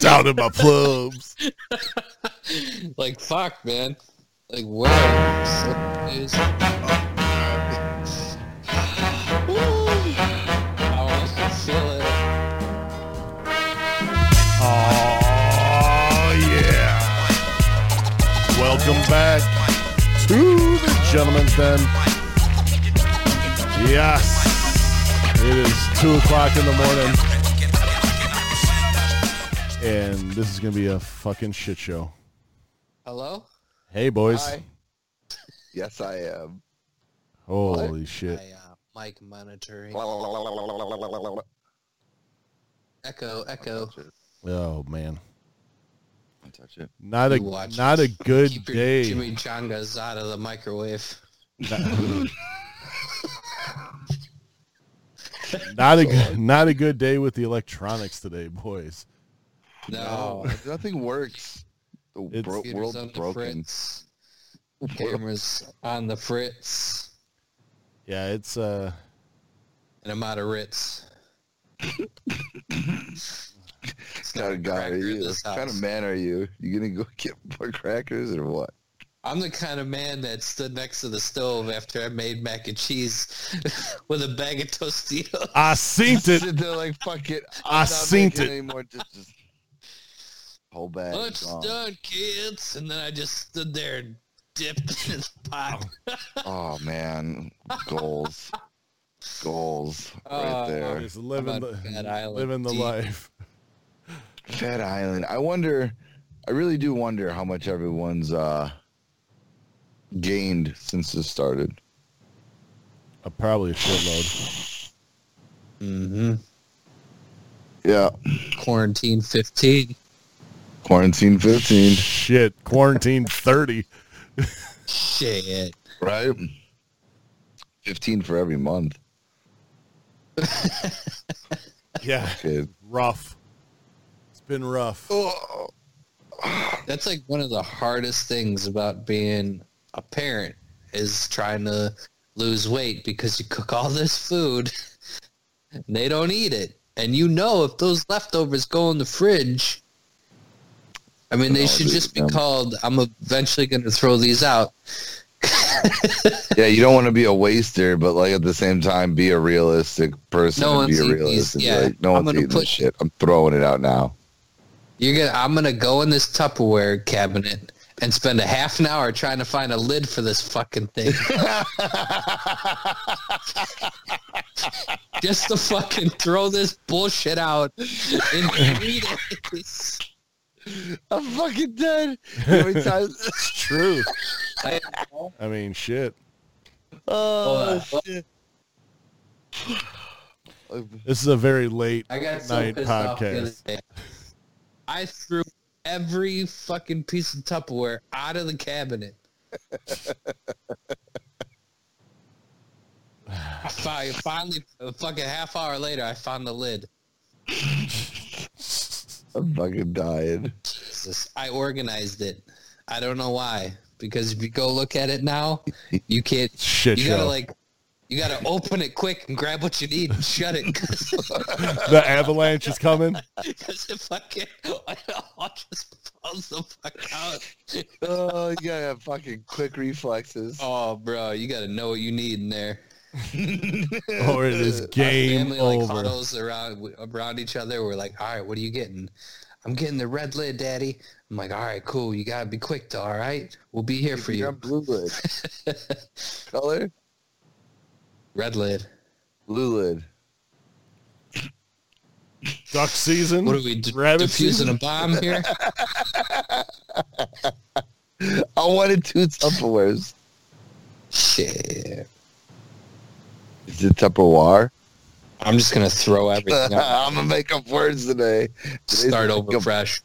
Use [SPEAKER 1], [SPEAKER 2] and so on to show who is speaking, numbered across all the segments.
[SPEAKER 1] down in my plums.
[SPEAKER 2] like fuck, man. Like wow. So confused. I want to feel it.
[SPEAKER 1] Oh yeah! Welcome back to the Gentleman's Den. Yes, it is two o'clock in the morning, and this is gonna be a fucking shit show.
[SPEAKER 2] Hello.
[SPEAKER 1] Hey boys!
[SPEAKER 2] Hi.
[SPEAKER 3] Yes, I am.
[SPEAKER 1] Holy shit!
[SPEAKER 2] I uh, mic monitoring.
[SPEAKER 3] That's
[SPEAKER 2] Echo, echo.
[SPEAKER 1] Oh man,
[SPEAKER 3] Touch it.
[SPEAKER 1] not a
[SPEAKER 2] You watch.
[SPEAKER 1] not a good
[SPEAKER 2] Keep your
[SPEAKER 1] day.
[SPEAKER 2] Jimmy Changas out of the microwave.
[SPEAKER 1] not Not a good, not a good day with the electronics today, boys.
[SPEAKER 2] No.
[SPEAKER 3] nothing works. The
[SPEAKER 1] It's-
[SPEAKER 3] bro-
[SPEAKER 2] Computers on
[SPEAKER 3] world's
[SPEAKER 2] the
[SPEAKER 3] broken.
[SPEAKER 2] fritz. Cameras on the fritz.
[SPEAKER 1] Yeah, it's uh,
[SPEAKER 2] And I'm out of Ritz. It's not a
[SPEAKER 3] Kind of guy are
[SPEAKER 2] cracker in
[SPEAKER 3] you?
[SPEAKER 2] this
[SPEAKER 3] What kind
[SPEAKER 2] house.
[SPEAKER 3] of man are you? You gonna go get more crackers or what?
[SPEAKER 2] I'm the kind of man that stood next to the stove after I made mac and cheese with a bag of Tostitos.
[SPEAKER 1] I synced it.
[SPEAKER 3] Sit there like fuck it.
[SPEAKER 1] I
[SPEAKER 3] I'm not
[SPEAKER 1] synced
[SPEAKER 3] making
[SPEAKER 1] it.
[SPEAKER 3] Anymore. Just, just whole bag.
[SPEAKER 2] Lunch
[SPEAKER 3] gone.
[SPEAKER 2] done, kids. And then I just stood there and dipped in his pot.
[SPEAKER 3] Oh man, goals, goals right
[SPEAKER 2] Uh,
[SPEAKER 3] there.
[SPEAKER 1] Just living
[SPEAKER 2] about Fat
[SPEAKER 1] the,
[SPEAKER 2] Island
[SPEAKER 1] living the
[SPEAKER 2] deep?
[SPEAKER 1] life.
[SPEAKER 3] Fat Island. I wonder. I really do wonder how much everyone's uh gained since this started.
[SPEAKER 1] Uh, probably a shitload.
[SPEAKER 2] Mm-hmm.
[SPEAKER 3] Yeah,
[SPEAKER 2] Quarantine 15.
[SPEAKER 3] quarantine fifteen.
[SPEAKER 1] Shit, quarantine thirty.
[SPEAKER 2] Shit.
[SPEAKER 3] Right. Fifteen for every month,
[SPEAKER 1] Yeah,
[SPEAKER 3] kid.
[SPEAKER 1] rough. It's been rough.
[SPEAKER 3] Oh,
[SPEAKER 2] That's like one of the hardest things about being a parent is trying to lose weight because you cook all this food and they don't eat it. And you know if those leftovers go in the fridge I mean they
[SPEAKER 3] No,
[SPEAKER 2] should
[SPEAKER 3] dude,
[SPEAKER 2] just be
[SPEAKER 3] um,
[SPEAKER 2] called I'm eventually gonna throw these out.
[SPEAKER 3] yeah. You don't want to be a waster, but like at the same time, be a realistic person.
[SPEAKER 2] No
[SPEAKER 3] and be
[SPEAKER 2] one's
[SPEAKER 3] a
[SPEAKER 2] eating
[SPEAKER 3] realist.
[SPEAKER 2] these,
[SPEAKER 3] and be
[SPEAKER 2] yeah.
[SPEAKER 3] like, no
[SPEAKER 2] I'm
[SPEAKER 3] one's
[SPEAKER 2] gonna
[SPEAKER 3] eating
[SPEAKER 2] put-
[SPEAKER 3] this shit. I'm throwing it out now.
[SPEAKER 2] You're gonna I'm gonna go in this Tupperware cabinet and spend a half an hour trying to find a lid for this fucking thing. Just to fucking throw this bullshit out in three days.
[SPEAKER 3] I'm fucking dead. You know, it's-
[SPEAKER 1] It's true.
[SPEAKER 2] I-
[SPEAKER 1] I mean, shit.
[SPEAKER 3] oh,
[SPEAKER 2] Hold on.
[SPEAKER 3] shit.
[SPEAKER 1] This is a very late
[SPEAKER 2] I got so
[SPEAKER 1] night
[SPEAKER 2] pissed off the other
[SPEAKER 1] podcast.
[SPEAKER 2] day. I threw every fucking piece of Tupperware out of the cabinet. I fi- finally, a fucking half hour later, I found the lid.
[SPEAKER 3] I'm fucking dying.
[SPEAKER 2] Jesus, I organized it. I don't know why, because if you go look at it now, you can't.
[SPEAKER 1] Shit
[SPEAKER 2] You gotta
[SPEAKER 1] show.
[SPEAKER 2] like, you gotta open it quick and grab what you need and shut it.
[SPEAKER 1] the avalanche is coming.
[SPEAKER 2] Because if I can't, I'll just falls the fuck out.
[SPEAKER 3] Oh, you gotta have fucking quick reflexes.
[SPEAKER 2] Oh, bro, you gotta know what you need in there.
[SPEAKER 1] Or it is
[SPEAKER 2] Our
[SPEAKER 1] game
[SPEAKER 2] family, like,
[SPEAKER 1] over.
[SPEAKER 2] huddles around around each other. We're like, all right, what are you getting? I'm getting the red lid, daddy. I'm like, all right, cool. You gotta be quick, though. All right, we'll be here for
[SPEAKER 3] You're
[SPEAKER 2] you.
[SPEAKER 3] on blue lid. Color?
[SPEAKER 2] Red lid.
[SPEAKER 3] Blue lid.
[SPEAKER 1] Duck season.
[SPEAKER 2] What are we d-
[SPEAKER 1] Rabbit
[SPEAKER 2] diffusing
[SPEAKER 1] season?
[SPEAKER 2] a bomb here?
[SPEAKER 3] I wanted two Tupperwares.
[SPEAKER 2] Shit.
[SPEAKER 3] Is it Tupperware?
[SPEAKER 2] I'm just gonna throw everything out.
[SPEAKER 3] I'm gonna make up words today. Today's
[SPEAKER 2] Start
[SPEAKER 3] a
[SPEAKER 2] over
[SPEAKER 3] makeup-
[SPEAKER 2] fresh.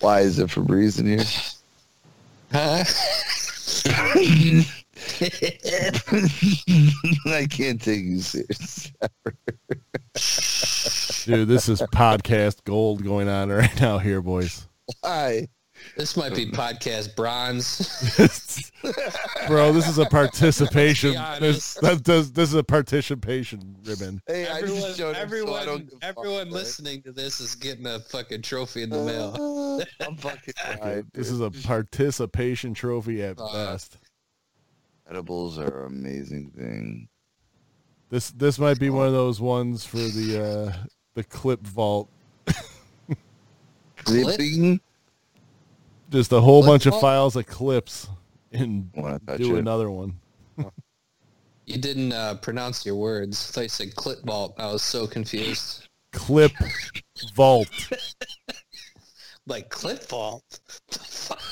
[SPEAKER 3] Why is it Febreze in here?
[SPEAKER 2] Huh?
[SPEAKER 3] I can't take you serious.
[SPEAKER 1] Dude, this is podcast gold going on right now here, boys.
[SPEAKER 3] Why?
[SPEAKER 2] This might be podcast bronze.
[SPEAKER 1] Bro, this is a participation.
[SPEAKER 2] Be honest.
[SPEAKER 1] This, that, this, this is a participation ribbon.
[SPEAKER 3] Hey, I
[SPEAKER 2] everyone,
[SPEAKER 3] just showed him, so I
[SPEAKER 2] everyone,
[SPEAKER 3] don't give a fuck,
[SPEAKER 2] everyone
[SPEAKER 3] right? Uh,
[SPEAKER 2] listening to this is getting a fucking trophy in the mail.
[SPEAKER 3] I'm fucking
[SPEAKER 1] Dude,
[SPEAKER 3] tired.
[SPEAKER 1] this is a participation trophy at
[SPEAKER 2] Uh,
[SPEAKER 1] best.
[SPEAKER 3] edibles are an amazing thing.
[SPEAKER 1] This this might be one of those ones for the uh, the clip vault.
[SPEAKER 2] Clip?
[SPEAKER 3] Clipping.
[SPEAKER 1] Just a whole
[SPEAKER 2] Clip
[SPEAKER 1] bunch of
[SPEAKER 2] vault?
[SPEAKER 1] files of clips and
[SPEAKER 3] Wanna touch
[SPEAKER 1] do
[SPEAKER 3] it?
[SPEAKER 1] another one.
[SPEAKER 2] You didn't uh, pronounce your words. I thought you said clip vault. I was so confused.
[SPEAKER 1] Clip vault.
[SPEAKER 2] Like clip vault? The fuck?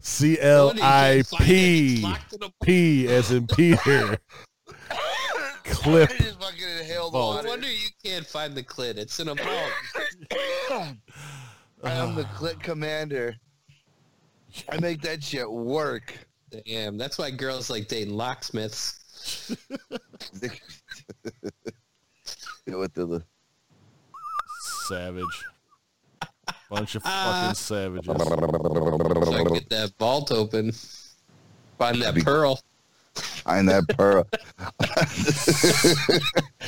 [SPEAKER 1] C L I P
[SPEAKER 2] Locked in a-
[SPEAKER 1] P as in Peter. Clip.
[SPEAKER 3] I just fucking
[SPEAKER 1] Vault.
[SPEAKER 3] inhaled
[SPEAKER 2] No
[SPEAKER 3] water.
[SPEAKER 2] wonder you can't find the clit. It's in a vault.
[SPEAKER 3] I am the click commander. I make that shit work.
[SPEAKER 2] Damn, that's why girls like dating locksmiths.
[SPEAKER 3] What the-
[SPEAKER 1] Savage. Bunch of
[SPEAKER 2] Uh,
[SPEAKER 1] fucking savages.
[SPEAKER 2] So I can get that vault open. Find that
[SPEAKER 3] That'd be-
[SPEAKER 2] pearl.
[SPEAKER 3] Find that pearl.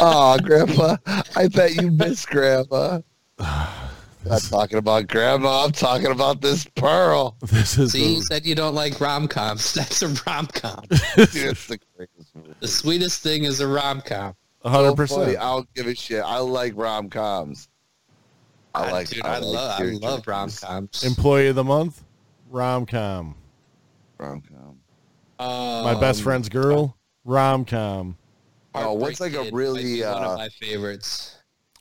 [SPEAKER 3] Aw, Grandpa. I bet you miss Grandma. I'm talking about Grandma. I'm talking about this pearl.
[SPEAKER 1] This is
[SPEAKER 2] See, you
[SPEAKER 1] the,
[SPEAKER 2] said you don't like rom coms. That's a rom com.
[SPEAKER 3] Dude, it's the greatest movie.
[SPEAKER 2] the sweetest thing is a rom com.
[SPEAKER 3] So
[SPEAKER 1] 100%.
[SPEAKER 3] funny. I don't give a shit. I like rom coms. I like.
[SPEAKER 2] Ah, Dude, I,
[SPEAKER 3] like
[SPEAKER 2] love. I love
[SPEAKER 3] tear-jerkers.
[SPEAKER 2] rom coms.
[SPEAKER 1] Employee of the month, rom com.
[SPEAKER 3] rom-com.
[SPEAKER 1] My best
[SPEAKER 2] Um,
[SPEAKER 1] friend's girl, rom com.
[SPEAKER 3] Oh, what's like a really
[SPEAKER 2] one
[SPEAKER 3] uh,
[SPEAKER 2] of my favorites?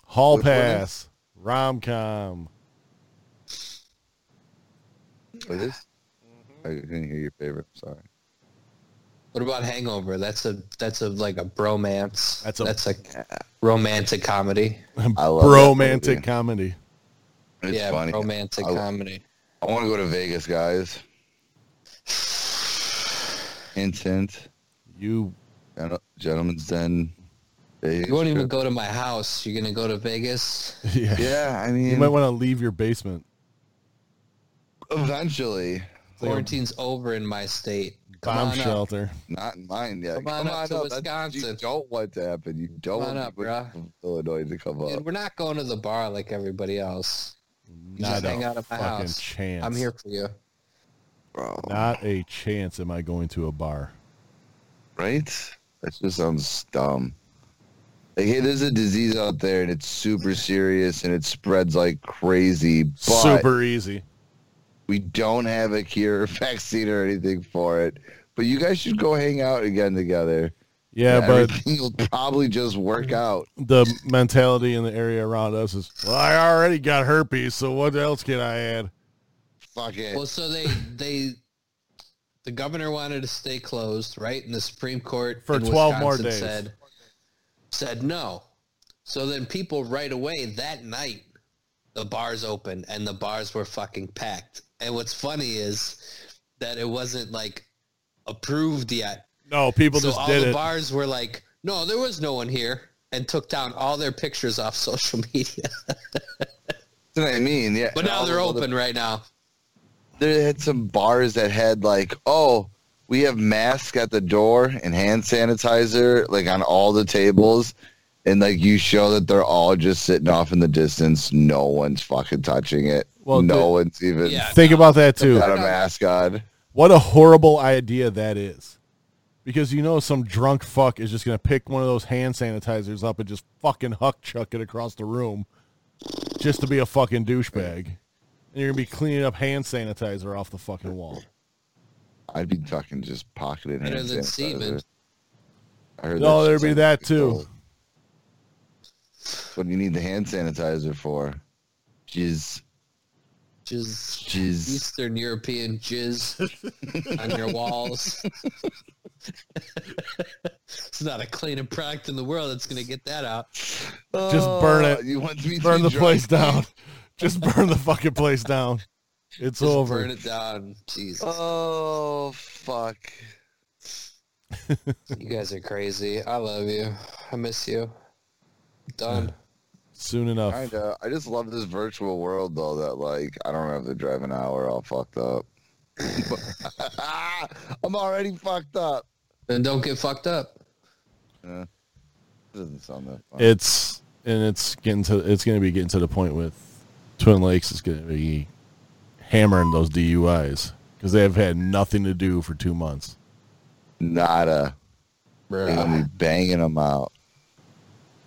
[SPEAKER 1] Hall
[SPEAKER 3] Which one is-
[SPEAKER 1] pass, rom com.
[SPEAKER 3] wait, this? I uh, oh, didn't hear your favorite. Sorry.
[SPEAKER 2] What about Hangover? That's a that's a like a bromance.
[SPEAKER 1] That's
[SPEAKER 2] That's
[SPEAKER 1] a-
[SPEAKER 2] a that's a romantic comedy.
[SPEAKER 3] I love that movie.
[SPEAKER 1] Bromantic comedy.
[SPEAKER 3] It's
[SPEAKER 2] yeah,
[SPEAKER 3] funny.
[SPEAKER 2] romantic
[SPEAKER 3] I-
[SPEAKER 2] comedy.
[SPEAKER 3] I want to go to Vegas, guys. Hint, hint.
[SPEAKER 1] You
[SPEAKER 3] Gen- Gentlemen's Den. Vegas
[SPEAKER 2] You won't even
[SPEAKER 3] trip.
[SPEAKER 2] go to my house. You're gonna go to Vegas.
[SPEAKER 1] yeah.
[SPEAKER 3] Yeah, I mean,
[SPEAKER 1] You might want to leave your basement.
[SPEAKER 3] eventually.
[SPEAKER 1] like a
[SPEAKER 2] Quarantine's over in my state. Come
[SPEAKER 1] Bomb
[SPEAKER 2] on up.
[SPEAKER 1] shelter.
[SPEAKER 3] Not in mine yet.
[SPEAKER 2] Come on up to
[SPEAKER 3] That's what You
[SPEAKER 2] Wisconsin.
[SPEAKER 3] don't want to happen. You don't
[SPEAKER 2] Come on
[SPEAKER 3] want
[SPEAKER 2] up,
[SPEAKER 3] people
[SPEAKER 2] bruh.
[SPEAKER 3] from Illinois to come
[SPEAKER 2] Dude,
[SPEAKER 3] up.
[SPEAKER 2] we're not going to the bar like everybody else.
[SPEAKER 1] Not
[SPEAKER 2] just
[SPEAKER 1] a
[SPEAKER 2] hang out at my
[SPEAKER 1] fucking
[SPEAKER 2] house.
[SPEAKER 1] chance.
[SPEAKER 2] I'm here for you.
[SPEAKER 3] Bro.
[SPEAKER 1] Not a chance am I going to a bar.
[SPEAKER 3] Right? That just sounds dumb. Like, hey, there's a disease out there and it's super serious and it spreads like crazy, but
[SPEAKER 1] Super easy.
[SPEAKER 3] we don't have a cure or vaccine or anything for it. But you guys should go hang out again together.
[SPEAKER 1] Yeah,
[SPEAKER 3] And
[SPEAKER 1] but
[SPEAKER 3] everything will probably just work out.
[SPEAKER 1] the mentality in the area around us is, well, I already got herpes, so what else can I add?
[SPEAKER 3] Fuck it.
[SPEAKER 2] Well, so they they the governor wanted to stay closed, right? And the Supreme Court
[SPEAKER 1] For
[SPEAKER 2] in
[SPEAKER 1] 12 more
[SPEAKER 2] Wisconsin
[SPEAKER 1] days.
[SPEAKER 2] said said no. So then people right away that night the bars open and the bars were fucking packed. And what's funny is that it wasn't like approved yet.
[SPEAKER 1] No, people
[SPEAKER 2] so
[SPEAKER 1] just
[SPEAKER 2] all
[SPEAKER 1] did
[SPEAKER 2] the
[SPEAKER 1] it.
[SPEAKER 2] bars were like, no, there was no one here, and took down all their pictures off social media.
[SPEAKER 3] That's what I mean. Yeah.
[SPEAKER 2] But now
[SPEAKER 3] All
[SPEAKER 2] they're
[SPEAKER 3] those other-
[SPEAKER 2] open right now.
[SPEAKER 3] There had some bars that had like, oh, we have masks at the door and hand sanitizer like on all the tables. And like you show that they're all just sitting off in the distance. No one's fucking touching it.
[SPEAKER 1] Well,
[SPEAKER 3] no
[SPEAKER 1] the-
[SPEAKER 3] one's even
[SPEAKER 2] Yeah.
[SPEAKER 1] Think about that too.
[SPEAKER 3] got a mask on.
[SPEAKER 1] What a horrible idea that is. Because you know some drunk fuck is just gonna pick one of those hand sanitizers up and just fucking huck chuck it across the room just to be a fucking douchebag. And you're gonna be cleaning up hand sanitizer off the fucking wall.
[SPEAKER 3] I'd be fucking just pocketing
[SPEAKER 2] Better
[SPEAKER 3] hand
[SPEAKER 2] than
[SPEAKER 3] sanitizer.
[SPEAKER 2] semen.
[SPEAKER 3] I heard
[SPEAKER 1] No,
[SPEAKER 3] that
[SPEAKER 1] there'd
[SPEAKER 3] shit's
[SPEAKER 1] be that
[SPEAKER 3] unbelievable.
[SPEAKER 1] too.
[SPEAKER 3] What do you need the hand sanitizer for? Jizz.
[SPEAKER 2] Just
[SPEAKER 3] Jizz.
[SPEAKER 2] Eastern European jizz on your walls. it's not a cleaning product in the world that's going to get that out.
[SPEAKER 1] Just burn it.
[SPEAKER 3] Oh, You want me to
[SPEAKER 1] Burn the
[SPEAKER 3] dry-
[SPEAKER 1] place down. Just burn the fucking place down. It's
[SPEAKER 2] Just
[SPEAKER 1] over.
[SPEAKER 2] burn it down. Jesus,
[SPEAKER 3] Oh fuck.
[SPEAKER 2] you guys are crazy. I love you. I miss you. Done.
[SPEAKER 1] soon enough.
[SPEAKER 3] Kinda. I just love this virtual world though. That like I don't have to drive an hour all fucked up. I'm already fucked up.
[SPEAKER 2] Then don't get fucked up.
[SPEAKER 3] Doesn't sound that fun.
[SPEAKER 1] It's and it's getting to it's going to be getting to the point with Twin Lakes is going to be hammering those DUIs because they have had nothing to do for two months.
[SPEAKER 3] Nada. They're gonna be
[SPEAKER 2] Bruh.
[SPEAKER 3] banging them out.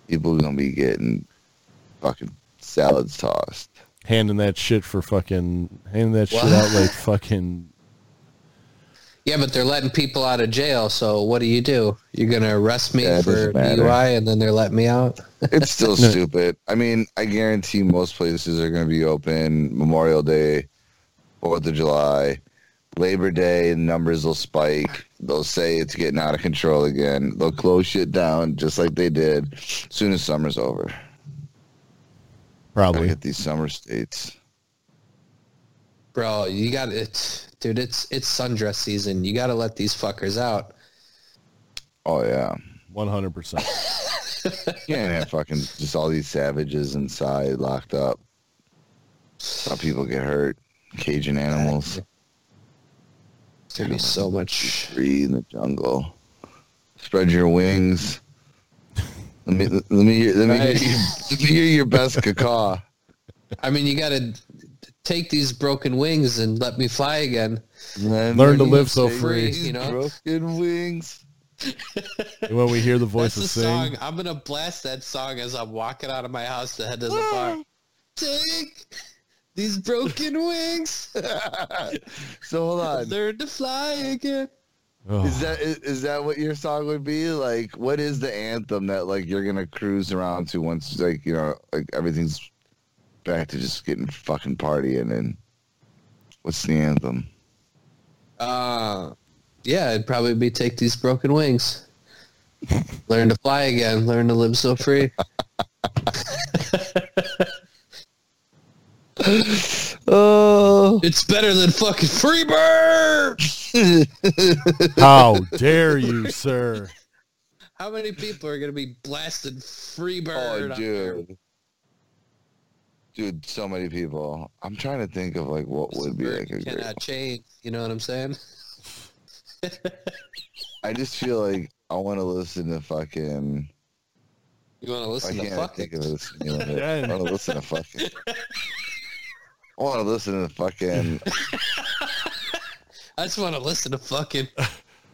[SPEAKER 3] People gonna be getting fucking salads tossed.
[SPEAKER 1] Handing that shit for fucking handing that shit
[SPEAKER 2] What?
[SPEAKER 1] out like fucking
[SPEAKER 2] Yeah, but they're letting people out of jail, so what do you do? You're going to arrest me
[SPEAKER 3] Yeah, it
[SPEAKER 2] for
[SPEAKER 3] doesn't matter.
[SPEAKER 2] DUI and then they're letting me out?
[SPEAKER 3] It's still
[SPEAKER 1] No.
[SPEAKER 3] stupid. I mean, I guarantee most places are gonna be open Memorial Day, Fourth of July, Labor Day. Numbers will spike. They'll say it's getting out of control again. They'll close shit down just like they did soon as summer's over. Look
[SPEAKER 1] probably
[SPEAKER 3] at these summer states.
[SPEAKER 2] Bro, you got it. Dude, it's it's sundress season. You got to let these fuckers out.
[SPEAKER 3] Oh yeah.
[SPEAKER 1] one hundred percent.
[SPEAKER 3] You can't have fucking just all these savages inside locked up. How people get hurt. Caging animals.
[SPEAKER 2] There's going to be so much.
[SPEAKER 3] Free in the jungle. Spread your wings. Let me let me hear let me, hear,
[SPEAKER 2] Right.
[SPEAKER 3] your, let me hear your best cacaw.
[SPEAKER 2] I mean, you got to take these broken wings and let me fly again.
[SPEAKER 1] Learn to live so
[SPEAKER 3] Take
[SPEAKER 2] free,
[SPEAKER 3] these
[SPEAKER 2] you know?
[SPEAKER 3] Broken wings.
[SPEAKER 1] when we hear the
[SPEAKER 2] That's
[SPEAKER 1] voices
[SPEAKER 2] the
[SPEAKER 1] sing,
[SPEAKER 2] song. I'm going to blast that song as I'm walking out of my house to head to the bar. Take these broken wings.
[SPEAKER 3] So hold on.
[SPEAKER 2] Learn to fly again.
[SPEAKER 1] Ugh.
[SPEAKER 3] Is that is, is that what your song would be? Like, what is the anthem that like you're gonna cruise around to once like you know like everything's back to just getting fucking partying and what's the anthem?
[SPEAKER 2] Uh, yeah, it'd probably be take these broken wings. Learn to fly again. Learn to live so free.
[SPEAKER 3] Oh,
[SPEAKER 2] It's better than fucking free bird.
[SPEAKER 1] how dare you, sir?
[SPEAKER 2] How many people are gonna be blasted free bird?
[SPEAKER 3] oh,
[SPEAKER 2] out there?
[SPEAKER 3] dude, dude, so many people. I'm trying to think of like what
[SPEAKER 2] Free
[SPEAKER 3] would be
[SPEAKER 2] bird
[SPEAKER 3] like a great.
[SPEAKER 2] cannot change. You know what I'm saying?
[SPEAKER 3] I just feel like I want to listen to fucking.
[SPEAKER 2] You want to
[SPEAKER 3] I
[SPEAKER 2] listen to
[SPEAKER 3] can't
[SPEAKER 2] fucking?
[SPEAKER 3] think of this. You know,
[SPEAKER 1] Yeah.
[SPEAKER 3] I want to listen to fucking. I want to listen to fucking.
[SPEAKER 2] I just want to listen to fucking.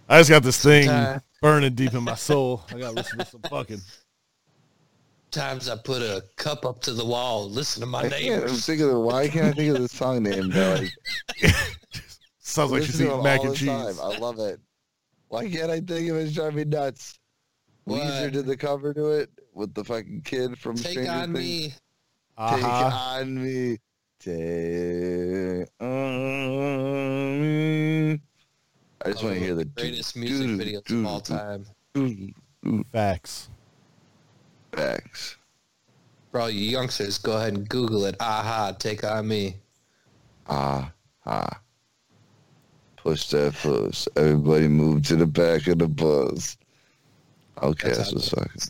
[SPEAKER 1] I just got this thing
[SPEAKER 2] Sometime-
[SPEAKER 1] burning deep in my soul. I got to listen to some fucking.
[SPEAKER 2] Times I put a cup up to the wall. and Listen to my
[SPEAKER 3] I can't, I'm
[SPEAKER 2] neighbors.
[SPEAKER 3] thinking of why can't I think of the song name? They're Like,
[SPEAKER 1] Sounds like she's
[SPEAKER 3] listen to
[SPEAKER 1] eating
[SPEAKER 3] it
[SPEAKER 1] mac
[SPEAKER 3] all
[SPEAKER 1] and
[SPEAKER 3] the
[SPEAKER 1] cheese.
[SPEAKER 3] time. I love it. Why can't I think of it? It's driving me nuts.
[SPEAKER 2] What?
[SPEAKER 3] Weezer did the cover to it with the fucking kid from
[SPEAKER 2] Take
[SPEAKER 3] Stranger
[SPEAKER 2] on
[SPEAKER 3] Things.
[SPEAKER 2] me.
[SPEAKER 3] Take
[SPEAKER 1] Uh-huh.
[SPEAKER 3] on me. Take on me. I just want to hear the
[SPEAKER 2] Oh, greatest music videos of all time.
[SPEAKER 3] time.
[SPEAKER 1] Facts.
[SPEAKER 3] Facts.
[SPEAKER 2] For all you youngsters, go ahead and Google it. Aha, take on me.
[SPEAKER 3] Ah, ah. Push that push. Everybody move to the back of the bus.
[SPEAKER 2] That's
[SPEAKER 3] Outcast was
[SPEAKER 2] Outcast.
[SPEAKER 3] fucking.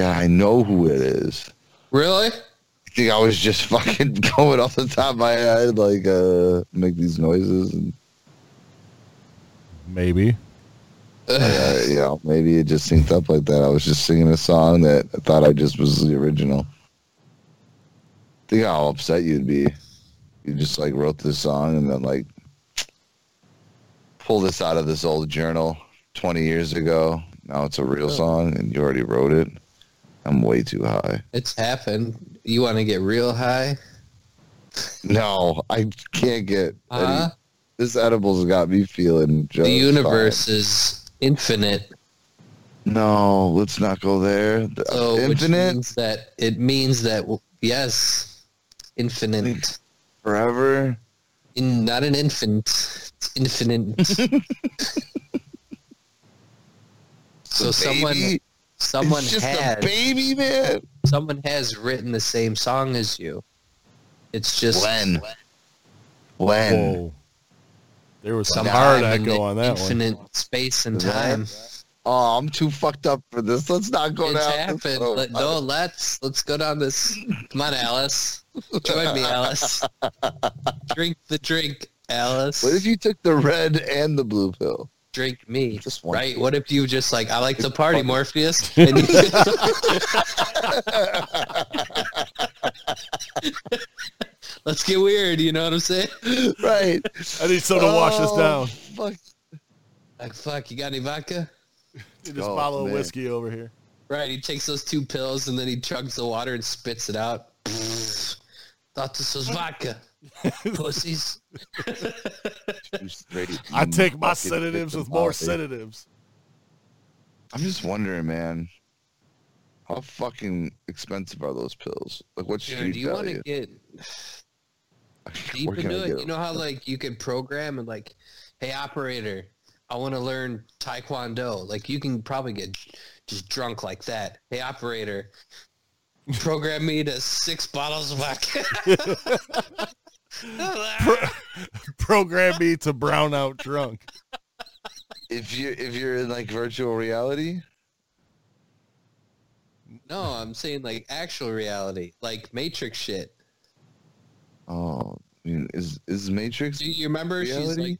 [SPEAKER 3] Yeah, I know who it is.
[SPEAKER 2] Really?
[SPEAKER 3] I think I was just fucking going off the top of my head, like, uh, make these noises. And,
[SPEAKER 1] Maybe.
[SPEAKER 3] uh, you know, maybe it just synced up like that. I was just singing a song that I thought I just was the original. Think how upset you'd be. You just, like, wrote this song and then, like, pull this out of this old journal 20 years ago. Now it's a real
[SPEAKER 2] Oh.
[SPEAKER 3] song and you already wrote it. I'm way too high.
[SPEAKER 2] It's happened. You want to get real high?
[SPEAKER 3] No, I can't get any
[SPEAKER 2] Huh?
[SPEAKER 3] This edibles got me feeling just
[SPEAKER 2] Uh-huh. The universe is infinite.
[SPEAKER 3] fine. No, let's not go there. The-
[SPEAKER 2] So which
[SPEAKER 3] Infinite
[SPEAKER 2] means that it means that yes, infinite.
[SPEAKER 3] forever.
[SPEAKER 2] In, not an infant. It's infinite. so
[SPEAKER 3] The
[SPEAKER 2] someone
[SPEAKER 3] baby-
[SPEAKER 2] someone
[SPEAKER 3] it's just a
[SPEAKER 2] has
[SPEAKER 3] baby man.
[SPEAKER 2] someone has written the same song as you. It's just
[SPEAKER 3] When? When?
[SPEAKER 1] Whoa. There was some
[SPEAKER 2] sometime
[SPEAKER 1] hard
[SPEAKER 2] in
[SPEAKER 1] echo
[SPEAKER 2] the
[SPEAKER 1] on that one.
[SPEAKER 2] infinite space and
[SPEAKER 3] That-
[SPEAKER 2] time.
[SPEAKER 3] oh, I'm too fucked up for this. Let's not go
[SPEAKER 2] it's
[SPEAKER 3] down.
[SPEAKER 2] happened.
[SPEAKER 3] Oh,
[SPEAKER 2] Let- no, let's let's go down this. Come on, Alice. Join me, Alice. drink the drink, Alice.
[SPEAKER 3] What if you took the red and the blue pill?
[SPEAKER 2] drink me?
[SPEAKER 3] Just one.
[SPEAKER 2] Right? What if you just like I like to party, Morpheus? And you, let's get weird. You know what I'm saying?
[SPEAKER 3] right.
[SPEAKER 1] I need someone to wash this
[SPEAKER 3] Oh,
[SPEAKER 1] down.
[SPEAKER 3] Fuck.
[SPEAKER 2] Like fuck, you got any vodka?
[SPEAKER 1] Just
[SPEAKER 3] go,
[SPEAKER 1] bottle of
[SPEAKER 3] man.
[SPEAKER 1] whiskey over here.
[SPEAKER 2] Right, he takes those two pills and then he chugs the water and spits it out. Thought this was vodka. Pussies.
[SPEAKER 3] Two straight
[SPEAKER 1] I take my
[SPEAKER 3] fucking
[SPEAKER 1] sedatives with
[SPEAKER 3] victim
[SPEAKER 1] more
[SPEAKER 3] policy.
[SPEAKER 1] sedatives.
[SPEAKER 3] eh? I'm just wondering, man. How fucking expensive are those pills? Like, what's
[SPEAKER 2] Dude,
[SPEAKER 3] street
[SPEAKER 2] do you want to
[SPEAKER 3] value?
[SPEAKER 2] get deep
[SPEAKER 3] Where can I
[SPEAKER 2] into
[SPEAKER 3] get
[SPEAKER 2] it? You
[SPEAKER 3] it?
[SPEAKER 2] know how like you can program and like, hey operator, I want to learn taekwondo. Like you can probably get just drunk like that. Hey operator, program me to six bottles of vodka.
[SPEAKER 1] Program me to brown out drunk.
[SPEAKER 3] If you if you're in like virtual reality,
[SPEAKER 2] no, I'm saying like actual reality, like Matrix shit.
[SPEAKER 3] oh, I mean, is is Matrix?
[SPEAKER 2] Do you remember? She's
[SPEAKER 3] Reality?
[SPEAKER 2] like,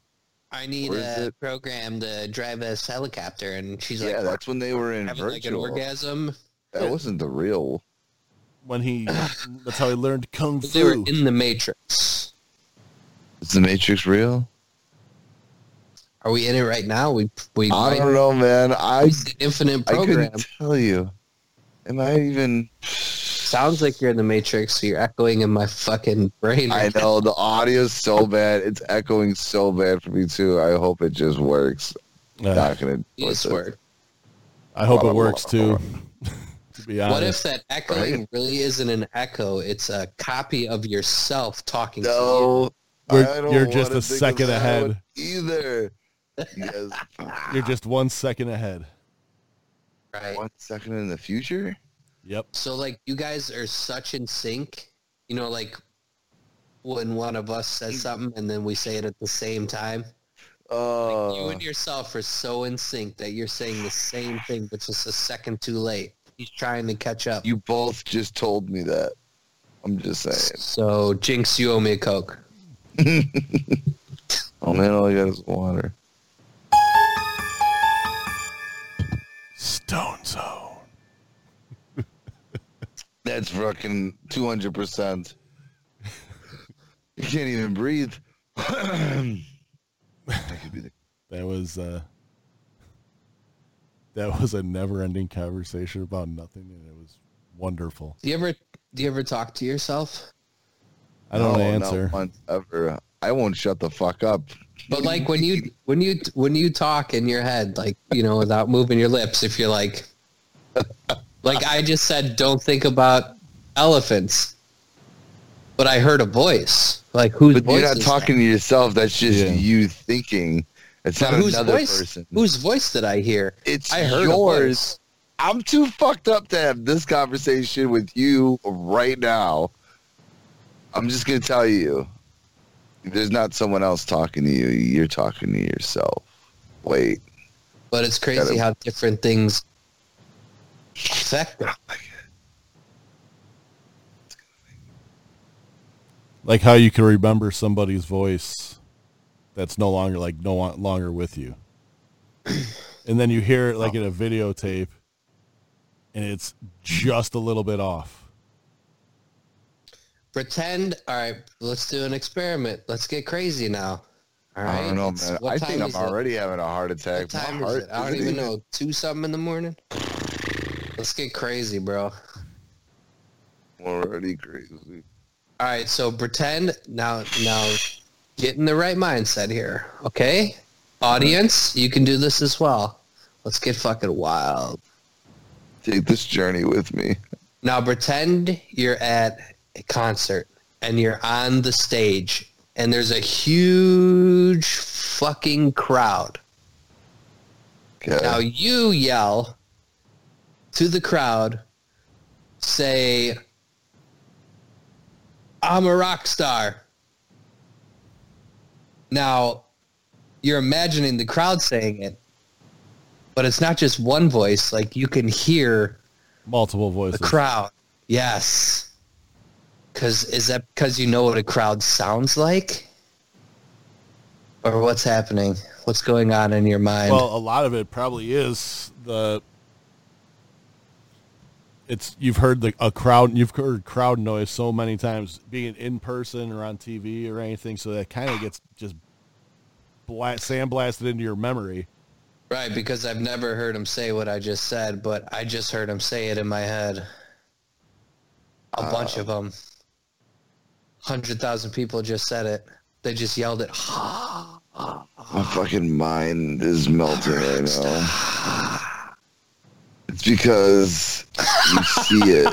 [SPEAKER 2] I need
[SPEAKER 3] Or is
[SPEAKER 2] a
[SPEAKER 3] it-
[SPEAKER 2] program to drive a helicopter, and she's
[SPEAKER 3] yeah,
[SPEAKER 2] like
[SPEAKER 3] that's when they were in
[SPEAKER 2] having like an
[SPEAKER 3] virtual.
[SPEAKER 2] orgasm.
[SPEAKER 3] that wasn't the real.
[SPEAKER 1] When he, that's how he learned kung
[SPEAKER 2] They were
[SPEAKER 1] fu.
[SPEAKER 2] in the Matrix.
[SPEAKER 3] Is the Matrix real?
[SPEAKER 2] Are we in it right now? We we
[SPEAKER 3] I don't know, man. I
[SPEAKER 2] It's an infinite
[SPEAKER 3] I
[SPEAKER 2] program.
[SPEAKER 3] couldn't tell you. Am I even?
[SPEAKER 2] Sounds like you're in the Matrix. You're echoing in my fucking brain.
[SPEAKER 3] I
[SPEAKER 2] right
[SPEAKER 3] know the audio's so bad. It's echoing so bad for me too. I hope it just works.
[SPEAKER 1] Uh,
[SPEAKER 3] Not gonna.
[SPEAKER 2] now. Use word.
[SPEAKER 1] I hope it works too. to be honest,
[SPEAKER 2] What if that echoing really isn't an echo? It's a copy of yourself talking to you.
[SPEAKER 3] No,
[SPEAKER 1] We're-
[SPEAKER 3] I don't
[SPEAKER 1] you're just
[SPEAKER 3] wanna
[SPEAKER 1] a
[SPEAKER 3] think of
[SPEAKER 1] second
[SPEAKER 3] that
[SPEAKER 1] ahead.
[SPEAKER 3] one Either. Yes.
[SPEAKER 1] you're just one second ahead?
[SPEAKER 2] Right.
[SPEAKER 3] One second in the future.
[SPEAKER 1] Yep.
[SPEAKER 2] So like you guys are such in sync, you know, like when one of us says something and then we say it at the same time. you
[SPEAKER 3] Oh,
[SPEAKER 2] and yourself are so in sync that you're saying the same thing but just a second too late. He's trying to catch up.
[SPEAKER 3] Uh, you both just told me that. I'm just saying.
[SPEAKER 2] so Jinx, you owe me a Coke.
[SPEAKER 3] Oh man, all I got is water.
[SPEAKER 1] Stone Zone.
[SPEAKER 3] That's fucking 200%. You can't even breathe. that could be the
[SPEAKER 1] That was uh that was a never-ending conversation about nothing, and it was wonderful.
[SPEAKER 2] Do you ever do you ever talk to yourself?
[SPEAKER 1] I don't
[SPEAKER 3] no, not
[SPEAKER 1] answer.
[SPEAKER 3] once ever. I won't shut the fuck up.
[SPEAKER 2] But like when you when you when you talk in your head, like, you know, without moving your lips, if you're like like I just said, don't think about elephants. But I heard a voice. Like whose
[SPEAKER 3] But
[SPEAKER 2] voice
[SPEAKER 3] you're not
[SPEAKER 2] is
[SPEAKER 3] talking to yourself. That's just
[SPEAKER 1] Yeah.
[SPEAKER 3] you thinking. It's
[SPEAKER 2] that?
[SPEAKER 3] not
[SPEAKER 2] But whose
[SPEAKER 3] another
[SPEAKER 2] voice
[SPEAKER 3] person.
[SPEAKER 2] whose voice did I hear?
[SPEAKER 3] It's
[SPEAKER 2] I heard a
[SPEAKER 3] yours.
[SPEAKER 2] voice.
[SPEAKER 3] I'm too fucked up to have this conversation with you right now. I'm just gonna tell you, there's not someone else talking to you. You're talking to yourself. Wait,
[SPEAKER 2] But it's crazy
[SPEAKER 3] Gotta-
[SPEAKER 2] how different things affect them.
[SPEAKER 1] Like how you can remember somebody's voice that's no longer like no wa- longer with you, and then you hear it like in a videotape, and it's just a little bit off.
[SPEAKER 2] Pretend all right, let's do an experiment. Let's get crazy now. All right.
[SPEAKER 3] I don't know,
[SPEAKER 2] It's-
[SPEAKER 3] man.
[SPEAKER 2] what
[SPEAKER 3] I
[SPEAKER 2] time
[SPEAKER 3] think I'm
[SPEAKER 2] is it?
[SPEAKER 3] already having a heart
[SPEAKER 2] What
[SPEAKER 3] attack. My
[SPEAKER 2] time
[SPEAKER 3] heart
[SPEAKER 2] is it? I don't
[SPEAKER 3] isn't
[SPEAKER 2] even know. Two something in the morning. Let's get crazy, bro. All
[SPEAKER 3] Already crazy.
[SPEAKER 2] right, so pretend now. Now, get in the right mindset here, okay? Audience, you can do this as well. Let's get fucking wild.
[SPEAKER 3] Take this journey with me.
[SPEAKER 2] Now pretend you're at a concert and you're on the stage and there's a huge fucking crowd.
[SPEAKER 3] Okay.
[SPEAKER 2] Now you yell to the crowd, say, I'm a rock star. Now you're imagining the crowd saying it, But it's not just one voice. Like you can hear
[SPEAKER 1] Multiple
[SPEAKER 2] the
[SPEAKER 1] voices.
[SPEAKER 2] crowd. Yes. Cause is that because you know what a crowd sounds like? Or what's happening? What's going on in your mind?
[SPEAKER 1] Well, a lot of it probably is the. It's you've heard the a crowd you've heard crowd noise so many times being in person or on TV or anything, so that kind of gets just blast, sandblasted into your memory.
[SPEAKER 2] right, because I've never heard him say what I just said, but I just heard him say it in my head. A
[SPEAKER 3] Uh,
[SPEAKER 2] bunch of them. 100,000 people just said it. They just yelled it.
[SPEAKER 3] My fucking mind is melting right now. It's because you see it.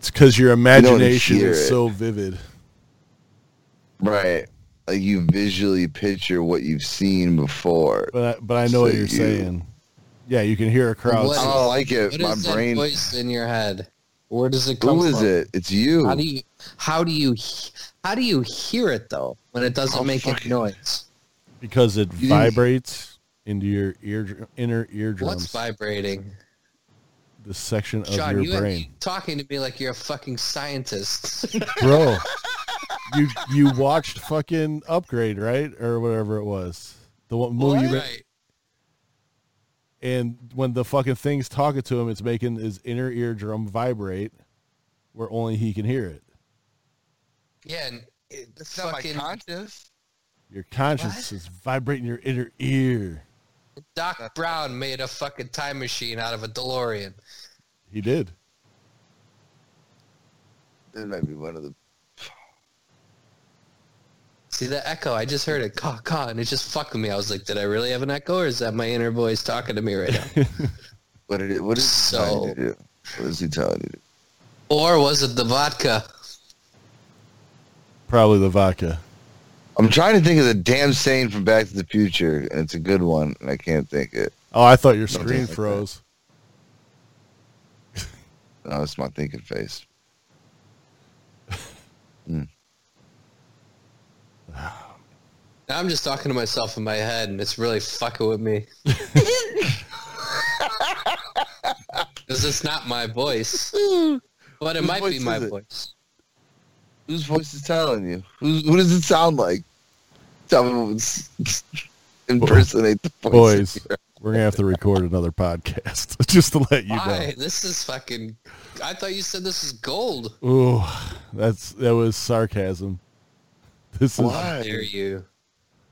[SPEAKER 1] It's because your imagination
[SPEAKER 3] hear
[SPEAKER 1] is
[SPEAKER 3] it.
[SPEAKER 1] so vivid.
[SPEAKER 3] Right. Like you visually picture what you've seen before.
[SPEAKER 1] But I, but I know what
[SPEAKER 3] So
[SPEAKER 1] you're
[SPEAKER 3] you-
[SPEAKER 1] saying. Yeah, you can hear a crowd.
[SPEAKER 2] What-
[SPEAKER 3] I don't like it.
[SPEAKER 2] What
[SPEAKER 3] My
[SPEAKER 2] is that
[SPEAKER 3] brain.
[SPEAKER 2] voice in your head? Where does it come
[SPEAKER 3] Who
[SPEAKER 2] from?
[SPEAKER 3] is it? It's you.
[SPEAKER 2] How do you how do you he- how do you hear it though when it doesn't
[SPEAKER 3] Oh,
[SPEAKER 2] make
[SPEAKER 3] fuck
[SPEAKER 2] a
[SPEAKER 3] it.
[SPEAKER 2] noise?
[SPEAKER 1] because it
[SPEAKER 3] You-
[SPEAKER 1] vibrates into your ear inner
[SPEAKER 2] What's
[SPEAKER 1] eardrums,
[SPEAKER 2] vibrating?
[SPEAKER 1] the section of
[SPEAKER 2] Sean, you
[SPEAKER 1] your
[SPEAKER 2] ain't
[SPEAKER 1] brain,
[SPEAKER 2] talking to me like you're a fucking scientist.
[SPEAKER 1] bro. You you watched fucking Upgrade right or whatever it was, the one movie, you
[SPEAKER 2] Right.
[SPEAKER 1] and when the fucking thing's talking to him, it's making his inner eardrum vibrate, where only he can hear it.
[SPEAKER 2] Yeah, and it, fucking
[SPEAKER 3] conscious.
[SPEAKER 1] Your conscience is vibrating your inner ear.
[SPEAKER 2] Doc Brown made a fucking time machine out of a DeLorean.
[SPEAKER 1] He did.
[SPEAKER 3] It might be one of the.
[SPEAKER 2] See that echo? I just heard it, caw caw, and it just fucked with me. I was like, did I really have an echo, or is that my inner voice talking to me right now?
[SPEAKER 3] What, it, what is he telling you
[SPEAKER 2] So-
[SPEAKER 3] to do? What is he telling you to do?
[SPEAKER 2] or was it the vodka?
[SPEAKER 1] Probably the vodka.
[SPEAKER 3] I'm trying to think of the damn saying from Back to the Future, and it's a good one, and I can't think it.
[SPEAKER 1] Oh, I thought your
[SPEAKER 3] Something
[SPEAKER 1] screen
[SPEAKER 3] like that.
[SPEAKER 1] froze.
[SPEAKER 3] No, it's my thinking face.
[SPEAKER 2] Now I'm just talking to myself in my head, and it's really fucking with me. Because it's not my voice, but it
[SPEAKER 3] Whose
[SPEAKER 2] might be
[SPEAKER 3] voice
[SPEAKER 2] my
[SPEAKER 3] is it?
[SPEAKER 2] voice.
[SPEAKER 3] Whose voice is telling you? Who's, who does it sound like? Tell me, what's- impersonate the voice.
[SPEAKER 1] Boys, we're gonna have to record another podcast just to let you know.
[SPEAKER 2] Why? This is fucking. I thought you said this is gold.
[SPEAKER 1] Ooh, that's that was sarcasm. This is
[SPEAKER 3] Why?
[SPEAKER 2] Dare you?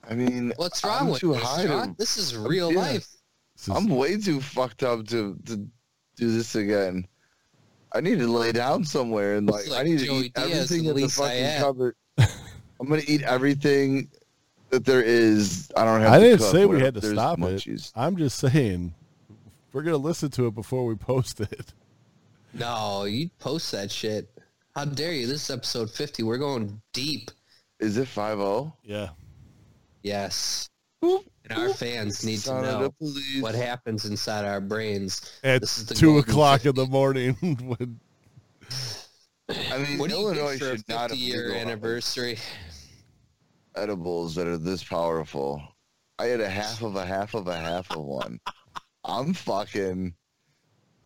[SPEAKER 3] I mean,
[SPEAKER 2] What's wrong
[SPEAKER 3] I'm
[SPEAKER 2] with
[SPEAKER 3] too
[SPEAKER 2] this,
[SPEAKER 3] high to-
[SPEAKER 2] John? This is real
[SPEAKER 3] yeah.
[SPEAKER 2] life.
[SPEAKER 1] this is-
[SPEAKER 3] I'm way too fucked up to, to do this again. I need to lay down somewhere and like,
[SPEAKER 2] It's like
[SPEAKER 3] I need to
[SPEAKER 2] Joey
[SPEAKER 3] eat
[SPEAKER 2] Diaz,
[SPEAKER 3] everything
[SPEAKER 2] the
[SPEAKER 3] in the
[SPEAKER 2] least I
[SPEAKER 3] fucking
[SPEAKER 2] am.
[SPEAKER 3] cupboard. I'm gonna eat everything that there is. I don't have.
[SPEAKER 1] I
[SPEAKER 3] to
[SPEAKER 1] didn't
[SPEAKER 3] cook
[SPEAKER 1] say we
[SPEAKER 3] where
[SPEAKER 1] had to
[SPEAKER 3] there's
[SPEAKER 1] stop it.
[SPEAKER 3] munchies.
[SPEAKER 1] I'm just saying we're gonna listen to it before we post it.
[SPEAKER 2] No, you post that shit. How dare you? This is episode 50. We're going deep.
[SPEAKER 3] Is it five oh? zero?
[SPEAKER 1] Yeah.
[SPEAKER 2] Yes.
[SPEAKER 3] Oop,
[SPEAKER 2] And our fans need to
[SPEAKER 3] Son of the
[SPEAKER 2] know
[SPEAKER 3] police.
[SPEAKER 2] what happens inside our brains.
[SPEAKER 1] At
[SPEAKER 2] This is the
[SPEAKER 1] two
[SPEAKER 2] golden
[SPEAKER 1] o'clock in the morning when
[SPEAKER 3] I mean,
[SPEAKER 2] What do you
[SPEAKER 3] Illinois
[SPEAKER 2] get for a
[SPEAKER 3] should not
[SPEAKER 2] 50
[SPEAKER 3] have
[SPEAKER 2] year
[SPEAKER 3] legalized
[SPEAKER 2] anniversary?
[SPEAKER 3] edibles that are this powerful. I had a half of a half of a half of one. I'm fucking.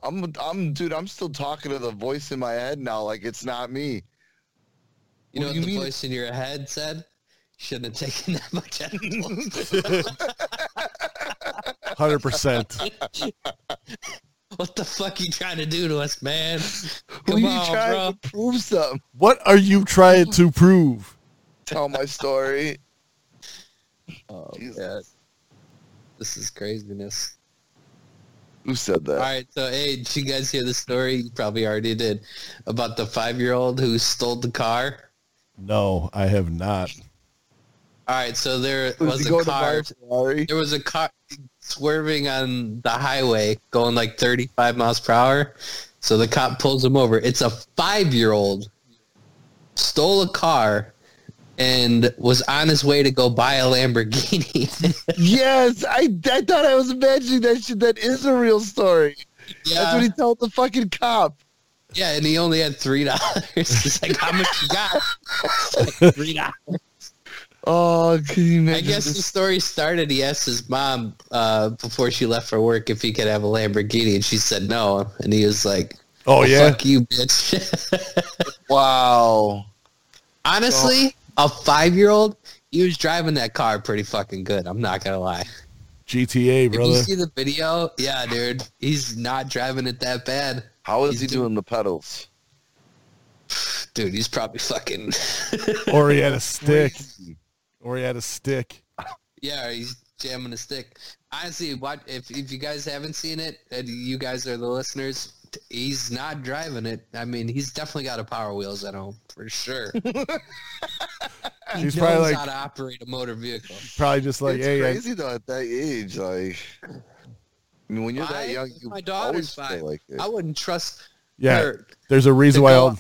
[SPEAKER 3] I'm I'm dude. I'm still talking to the voice in my head now, like it's not me.
[SPEAKER 2] You know
[SPEAKER 3] What
[SPEAKER 2] what
[SPEAKER 3] do you
[SPEAKER 2] the
[SPEAKER 3] mean?
[SPEAKER 2] voice in your head said? Shouldn't have taken that much edibles.
[SPEAKER 1] hundred percent.
[SPEAKER 2] what the fuck you trying to do to us, man?
[SPEAKER 3] Who
[SPEAKER 2] Come
[SPEAKER 3] you
[SPEAKER 2] on,
[SPEAKER 3] trying
[SPEAKER 2] bro.
[SPEAKER 3] to prove something?
[SPEAKER 1] What are you trying to prove?
[SPEAKER 3] Tell my story.
[SPEAKER 2] Oh,
[SPEAKER 3] Jesus.
[SPEAKER 2] God. This is craziness.
[SPEAKER 3] Who said that?
[SPEAKER 2] All right, so hey, did you guys hear the story? You probably already did about the five-year-old who stole the car.
[SPEAKER 1] No, I have not.
[SPEAKER 2] All right, so there
[SPEAKER 3] Was
[SPEAKER 2] was
[SPEAKER 3] he
[SPEAKER 2] a
[SPEAKER 3] going to buy
[SPEAKER 2] car.
[SPEAKER 3] a Ferrari?
[SPEAKER 2] There was a car swerving on the highway, going like 35 miles per hour. So the cop pulls him over. It's a five-year-old stole a car and was on his way to go buy a Lamborghini.
[SPEAKER 3] Yes, I, I thought I was imagining that shit. That is a real story. That's what he told the fucking cop.
[SPEAKER 2] Yeah, and he only had three dollars. He's like, "How much you got?" It's like, three dollars.
[SPEAKER 3] Oh, can you
[SPEAKER 2] I
[SPEAKER 3] imagine?
[SPEAKER 2] guess the story started. He asked his mom uh, before she left for work if he could have a Lamborghini, and she said no. And he was like,
[SPEAKER 1] Oh
[SPEAKER 2] "Well,
[SPEAKER 1] yeah,
[SPEAKER 2] fuck you, bitch."
[SPEAKER 3] wow.
[SPEAKER 2] Honestly, a five-year-old, he was driving that car pretty fucking good. I'm not gonna lie.
[SPEAKER 1] GTA
[SPEAKER 2] If you
[SPEAKER 1] brother.
[SPEAKER 2] see the video, yeah, dude, he's not driving it that bad.
[SPEAKER 3] How is
[SPEAKER 2] He's
[SPEAKER 3] he
[SPEAKER 2] doing-
[SPEAKER 3] doing the pedals?
[SPEAKER 2] Dude, he's probably fucking
[SPEAKER 1] Or he had a stick. Or he had a stick.
[SPEAKER 2] yeah, he's jamming a stick. Honestly, what if if you guys haven't seen it, and you guys are the listeners, t- he's not driving it. I mean, he's definitely got a power wheels at home for sure. he knows
[SPEAKER 1] He's probably
[SPEAKER 2] how
[SPEAKER 1] like
[SPEAKER 2] to operate a motor vehicle.
[SPEAKER 1] probably just like
[SPEAKER 3] it's
[SPEAKER 1] hey, I-
[SPEAKER 3] crazy though at that age, like. I mean, when you're
[SPEAKER 2] Five?
[SPEAKER 3] that young, you
[SPEAKER 2] My
[SPEAKER 3] always
[SPEAKER 2] daughter's five.
[SPEAKER 3] feel like it.
[SPEAKER 2] I wouldn't trust
[SPEAKER 1] yeah.
[SPEAKER 2] her
[SPEAKER 1] There's a reason why all,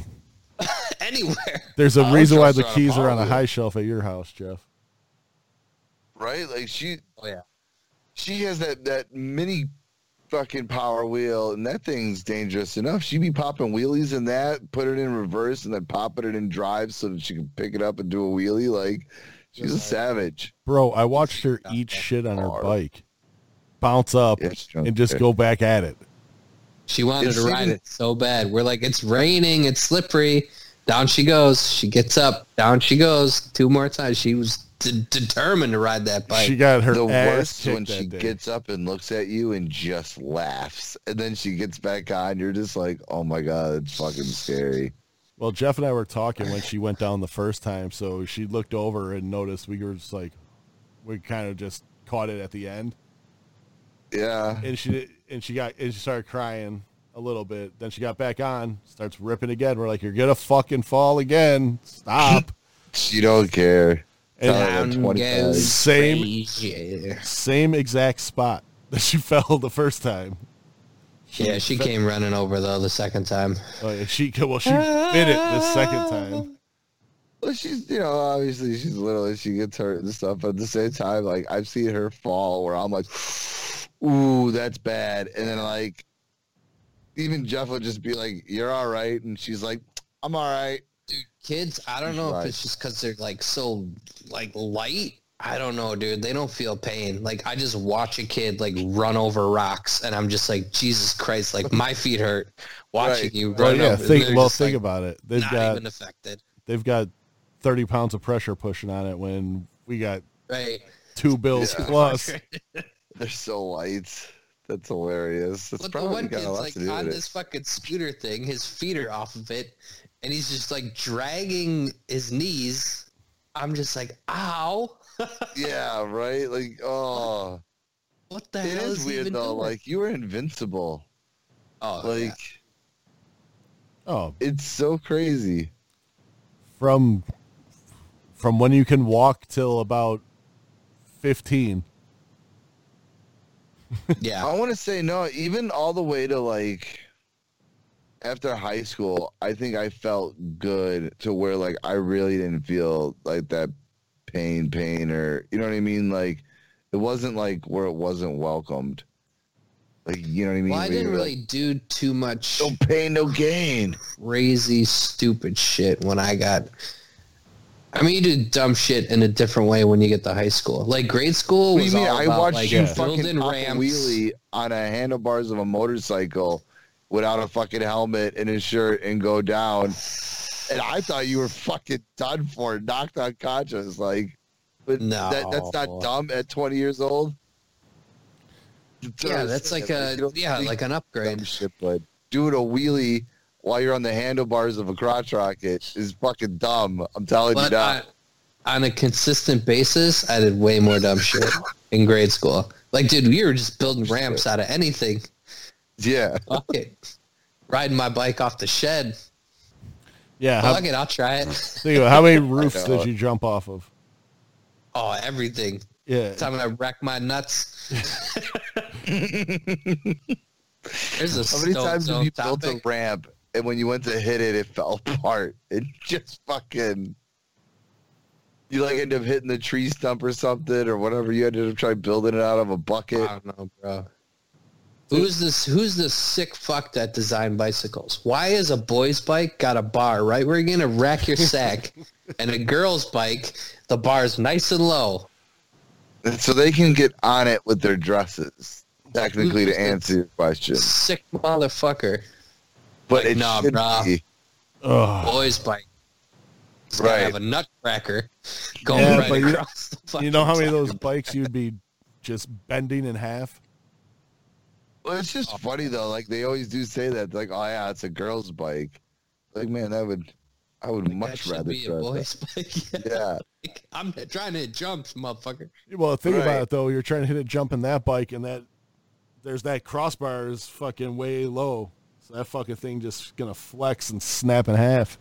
[SPEAKER 2] anywhere.
[SPEAKER 1] there's a
[SPEAKER 3] I don't
[SPEAKER 1] reason why
[SPEAKER 3] trust
[SPEAKER 1] the
[SPEAKER 3] her on a
[SPEAKER 1] keys are
[SPEAKER 3] power
[SPEAKER 1] on a
[SPEAKER 3] wheel.
[SPEAKER 1] high shelf at your house, Jeff.
[SPEAKER 3] right? Like she,
[SPEAKER 2] Oh yeah,
[SPEAKER 3] she has that that mini fucking power wheel, and that thing's dangerous enough. She be popping wheelies in that, put it in reverse, and then popping it in drive so that she can pick it up and do a wheelie. Like she's a savage.
[SPEAKER 1] Bro, I watched her
[SPEAKER 2] Not
[SPEAKER 1] eat
[SPEAKER 2] that
[SPEAKER 1] shit on her
[SPEAKER 3] hard.
[SPEAKER 1] bike, bounce up,
[SPEAKER 3] Yeah, she's drunk.
[SPEAKER 1] and just go back at it.
[SPEAKER 2] she wanted
[SPEAKER 3] It's
[SPEAKER 2] to ride
[SPEAKER 3] even-
[SPEAKER 2] it so bad. We're like, it's raining, it's slippery. Down she goes. She gets up. Down she goes. Two more times. She was de- determined to ride that bike.
[SPEAKER 1] She got her
[SPEAKER 3] the
[SPEAKER 1] ass
[SPEAKER 3] worst
[SPEAKER 1] kicked
[SPEAKER 3] when
[SPEAKER 1] that
[SPEAKER 3] she
[SPEAKER 1] day.
[SPEAKER 3] gets up and looks at you and just laughs, and then she gets back on. You're just like, oh my god, it's fucking scary.
[SPEAKER 1] Well, Jeff and I were talking when she went down the first time, so she looked over and noticed we were just like, we kind of just caught it at the end,
[SPEAKER 3] Yeah,
[SPEAKER 1] and she and she got and she started crying a little bit. Then she got back on, starts ripping again. We're like, you're gonna fucking fall again. Stop.
[SPEAKER 3] she don't care.
[SPEAKER 1] And
[SPEAKER 3] Tell her that
[SPEAKER 2] Down
[SPEAKER 3] 25.
[SPEAKER 2] goes
[SPEAKER 1] Same-
[SPEAKER 2] Frasier.
[SPEAKER 1] same exact spot that she fell the first time.
[SPEAKER 2] Yeah, she came running over though the second time.
[SPEAKER 1] Oh, yeah, she well she bit it the second time.
[SPEAKER 3] Well, she's you know obviously she's little and she gets hurt and stuff, but at the same time, like I've seen her fall where I'm like, ooh, that's bad, and then like even Jeff would just be like, you're all right, and she's like, I'm all right.
[SPEAKER 2] Kids, I don't know if it's just because they're like so like light. I don't know, dude. They don't feel pain. Like I just watch a kid like run over rocks, and I'm just like, Jesus Christ! Like my feet hurt watching
[SPEAKER 3] Right.
[SPEAKER 2] you run
[SPEAKER 1] Well, yeah,
[SPEAKER 2] over.
[SPEAKER 1] think
[SPEAKER 2] They're
[SPEAKER 1] well
[SPEAKER 2] just,
[SPEAKER 1] think
[SPEAKER 2] like,
[SPEAKER 1] about it. They've
[SPEAKER 2] not
[SPEAKER 1] got
[SPEAKER 2] even affected,
[SPEAKER 1] they've got thirty pounds of pressure pushing on it when we got
[SPEAKER 2] right?
[SPEAKER 1] two bills
[SPEAKER 3] Yeah.
[SPEAKER 1] plus.
[SPEAKER 3] They're so light. That's hilarious. That's
[SPEAKER 2] But the
[SPEAKER 3] probably
[SPEAKER 2] one
[SPEAKER 3] got
[SPEAKER 2] kid's
[SPEAKER 3] a lot
[SPEAKER 2] like
[SPEAKER 3] to do
[SPEAKER 2] on
[SPEAKER 3] with
[SPEAKER 2] this
[SPEAKER 3] it.
[SPEAKER 2] fucking scooter thing, his feet are off of it, and he's just like dragging his knees. I'm just like, ow!
[SPEAKER 3] Yeah, right. Like, oh,
[SPEAKER 2] What the
[SPEAKER 3] it
[SPEAKER 2] hell
[SPEAKER 3] is
[SPEAKER 2] is he
[SPEAKER 3] weird
[SPEAKER 2] even
[SPEAKER 3] though.
[SPEAKER 2] doing?
[SPEAKER 3] Like you were invincible.
[SPEAKER 2] oh,
[SPEAKER 3] like
[SPEAKER 2] yeah.
[SPEAKER 1] Oh,
[SPEAKER 3] it's so crazy.
[SPEAKER 1] from from when you can walk till about fifteen.
[SPEAKER 2] yeah.
[SPEAKER 3] I want to say no, even all the way to like after high school, I think I felt good to where like I really didn't feel like that pain, pain, or you know what I mean? Like it wasn't like where it wasn't welcomed. Like you know what I mean?
[SPEAKER 2] Well, I
[SPEAKER 3] Where you
[SPEAKER 2] didn't
[SPEAKER 3] were
[SPEAKER 2] really do too much
[SPEAKER 3] like, no pain, no gain.
[SPEAKER 2] crazy, stupid shit when I got. I mean, you do dumb shit in a different way when you get to high school. Like grade school
[SPEAKER 3] What do
[SPEAKER 2] was
[SPEAKER 3] you mean?
[SPEAKER 2] all
[SPEAKER 3] I
[SPEAKER 2] about
[SPEAKER 3] watched
[SPEAKER 2] like
[SPEAKER 3] you
[SPEAKER 2] building
[SPEAKER 3] fucking pop a
[SPEAKER 2] ramps.
[SPEAKER 3] wheelie on a handlebars of a motorcycle without a fucking helmet and a shirt and go down. And I thought you were fucking done for, knocked unconscious. Like, but
[SPEAKER 2] No.
[SPEAKER 3] that, that's not dumb at 20 years old. That's what
[SPEAKER 2] Yeah,
[SPEAKER 3] I'm
[SPEAKER 2] that's
[SPEAKER 3] saying.
[SPEAKER 2] like a
[SPEAKER 3] you don't
[SPEAKER 2] yeah,
[SPEAKER 3] think
[SPEAKER 2] like an
[SPEAKER 3] dumb
[SPEAKER 2] upgrade.
[SPEAKER 3] shit, but doing a wheelie while you're on the handlebars of a crotch rocket is fucking dumb. I'm telling you
[SPEAKER 2] But
[SPEAKER 3] now.
[SPEAKER 2] I, on a consistent basis, I did way more dumb shit in grade school. Like, dude, we were just building ramps out of anything.
[SPEAKER 3] yeah.
[SPEAKER 2] Fuck it. Riding my bike off the shed.
[SPEAKER 1] Yeah,
[SPEAKER 3] Uh-huh.
[SPEAKER 1] how,
[SPEAKER 2] Fuck it, I'll try it.
[SPEAKER 1] think about how many roofs did
[SPEAKER 3] know.
[SPEAKER 1] you jump off of?
[SPEAKER 2] Oh, everything.
[SPEAKER 1] Yeah,
[SPEAKER 2] time I wreck my nuts. There's a
[SPEAKER 3] How many times have you built a
[SPEAKER 2] topic.
[SPEAKER 3] ramp and when you went to hit it, it fell apart? It just fucking. You like end up hitting the tree stump or something or whatever. You ended up trying building it out of a bucket.
[SPEAKER 2] I don't know, bro. Who's this? Who's this sick fuck that designed bicycles? Why is a boy's bike got a bar right where you're gonna rack your sack, and a girl's bike the bar is nice and low?
[SPEAKER 3] So they can get on it with their dresses, technically, to answer your question.
[SPEAKER 2] Sick motherfucker.
[SPEAKER 3] But
[SPEAKER 2] Like,
[SPEAKER 3] it
[SPEAKER 2] nah,
[SPEAKER 3] should
[SPEAKER 2] bruh.
[SPEAKER 3] be.
[SPEAKER 1] Ugh.
[SPEAKER 2] Boy's bike. It's gotta
[SPEAKER 3] Right.
[SPEAKER 2] Have a nutcracker going
[SPEAKER 1] Yeah, but
[SPEAKER 2] right
[SPEAKER 1] you-
[SPEAKER 2] across the fucking.
[SPEAKER 1] You know how many of
[SPEAKER 2] top.
[SPEAKER 1] those bikes you'd be just bending in half?
[SPEAKER 3] Well, it's
[SPEAKER 2] Oh.
[SPEAKER 3] just funny though. Like they always do say that. Like, oh yeah, it's a girl's bike. Like, man, that would, I would
[SPEAKER 2] that
[SPEAKER 3] much
[SPEAKER 2] should
[SPEAKER 3] rather.
[SPEAKER 2] be a
[SPEAKER 3] drive
[SPEAKER 2] boy's bike.
[SPEAKER 3] that. Yeah,
[SPEAKER 2] I'm trying to jump, motherfucker.
[SPEAKER 1] Well, think about
[SPEAKER 3] Right.
[SPEAKER 1] it though. You're trying to hit a jump in that bike, and that there's that crossbar is fucking way low, so that fucking thing just gonna flex and snap in half.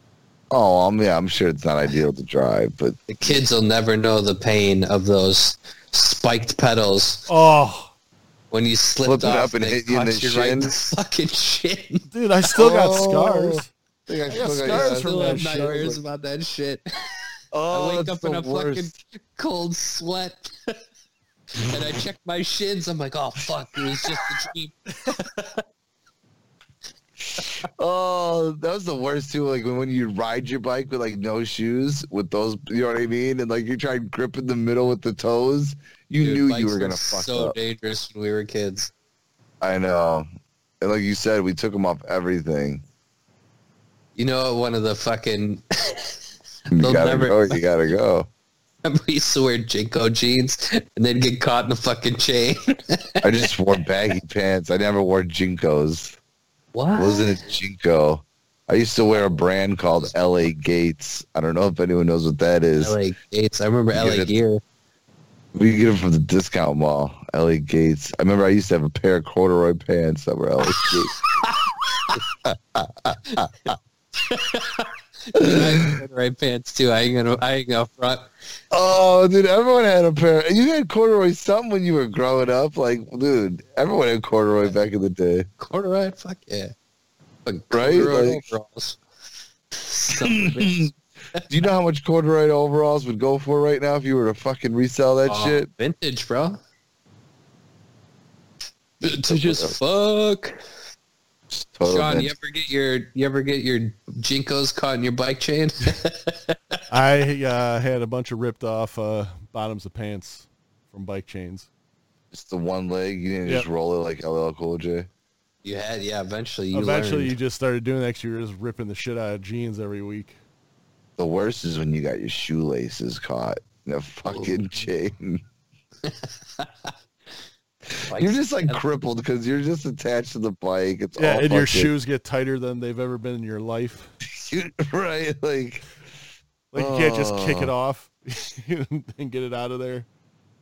[SPEAKER 3] Oh, um, yeah, I'm sure it's not ideal to drive, but
[SPEAKER 2] The kids will never know the pain of those spiked pedals
[SPEAKER 1] Oh,
[SPEAKER 2] when you slipped
[SPEAKER 3] Flip it
[SPEAKER 2] off
[SPEAKER 3] up and
[SPEAKER 2] they
[SPEAKER 3] hit you in
[SPEAKER 2] caught
[SPEAKER 3] the
[SPEAKER 2] right
[SPEAKER 3] shin.
[SPEAKER 2] the fucking shin.
[SPEAKER 1] dude, I still got
[SPEAKER 3] Oh.
[SPEAKER 1] scars.
[SPEAKER 3] I think
[SPEAKER 1] I got
[SPEAKER 3] still
[SPEAKER 1] scars
[SPEAKER 3] yeah,
[SPEAKER 1] from
[SPEAKER 2] Still
[SPEAKER 1] that
[SPEAKER 2] have
[SPEAKER 1] shit.
[SPEAKER 2] nightmares about that shit.
[SPEAKER 3] Oh,
[SPEAKER 2] I wake
[SPEAKER 3] that's
[SPEAKER 2] up in
[SPEAKER 3] the
[SPEAKER 2] a fucking cold sweat. and I check my shins. I'm like, oh fuck, it was just a dream.
[SPEAKER 3] Oh, that was the worst too. Like when, when you ride your bike with like no shoes, with those, you know what I mean, and like you try and grip in the middle with the toes. You
[SPEAKER 2] Dude,
[SPEAKER 3] knew
[SPEAKER 2] bikes
[SPEAKER 3] you were gonna fuck
[SPEAKER 2] so
[SPEAKER 3] up.
[SPEAKER 2] dangerous when we were kids.
[SPEAKER 3] I know, and like you said, we took them off everything.
[SPEAKER 2] You know, one of the fucking
[SPEAKER 3] You
[SPEAKER 2] They'll
[SPEAKER 3] gotta
[SPEAKER 2] never-
[SPEAKER 3] go. You gotta go.
[SPEAKER 2] Remember we used to wear Jinko jeans and then get caught in the fucking chain.
[SPEAKER 3] I just wore baggy pants. I never wore jinkos.
[SPEAKER 2] What?
[SPEAKER 3] Wasn't a jinko. I used to wear a brand called LA Gates. I don't know if anyone knows what that is.
[SPEAKER 2] LA Gates. I remember
[SPEAKER 3] Yeah,
[SPEAKER 2] LA
[SPEAKER 3] that's-
[SPEAKER 2] Gear.
[SPEAKER 3] We could get them from the discount mall. LA Gates. I remember I used to have a pair of corduroy pants that were LA Gates.
[SPEAKER 2] I right pants too. I ain't gonna. I ain't gonna front.
[SPEAKER 3] oh, dude, everyone had a pair. You had corduroy something when you were growing up. Like, dude, everyone had corduroy back in the day.
[SPEAKER 2] Corduroy. Fuck yeah. Fuck
[SPEAKER 3] Right?
[SPEAKER 2] corduroy
[SPEAKER 3] Like-
[SPEAKER 2] overalls. Son of a bitch.
[SPEAKER 3] Do you know how much corduroy overalls would go for right now if you were to fucking resell that
[SPEAKER 2] Oh,
[SPEAKER 3] shit?
[SPEAKER 2] Vintage, bro. Vintage as fuck.
[SPEAKER 3] Total
[SPEAKER 2] Sean, you
[SPEAKER 3] vintage.
[SPEAKER 2] ever get your you ever get your jinkos caught in your bike chain?
[SPEAKER 1] I uh, had a bunch of ripped off uh, bottoms of pants from bike chains.
[SPEAKER 3] Just the one leg. You didn't just
[SPEAKER 1] Yep.
[SPEAKER 3] roll it like LL Cool J.
[SPEAKER 2] you had, yeah. Eventually, you
[SPEAKER 1] Eventually,
[SPEAKER 2] learned.
[SPEAKER 1] you just started doing that. 'cause You were just ripping the shit out of jeans every week.
[SPEAKER 3] The worst is when you got your shoelaces caught in
[SPEAKER 2] Oh,
[SPEAKER 3] a fucking chain.
[SPEAKER 2] Like,
[SPEAKER 3] You're just like crippled because you're just attached to the bike. It's
[SPEAKER 1] yeah,
[SPEAKER 3] all
[SPEAKER 1] and your
[SPEAKER 3] fucking-
[SPEAKER 1] shoes get tighter than they've ever been in your life.
[SPEAKER 3] You- right? Like,
[SPEAKER 1] Like you can't just kick it
[SPEAKER 3] Oh.
[SPEAKER 1] off and get it out of there.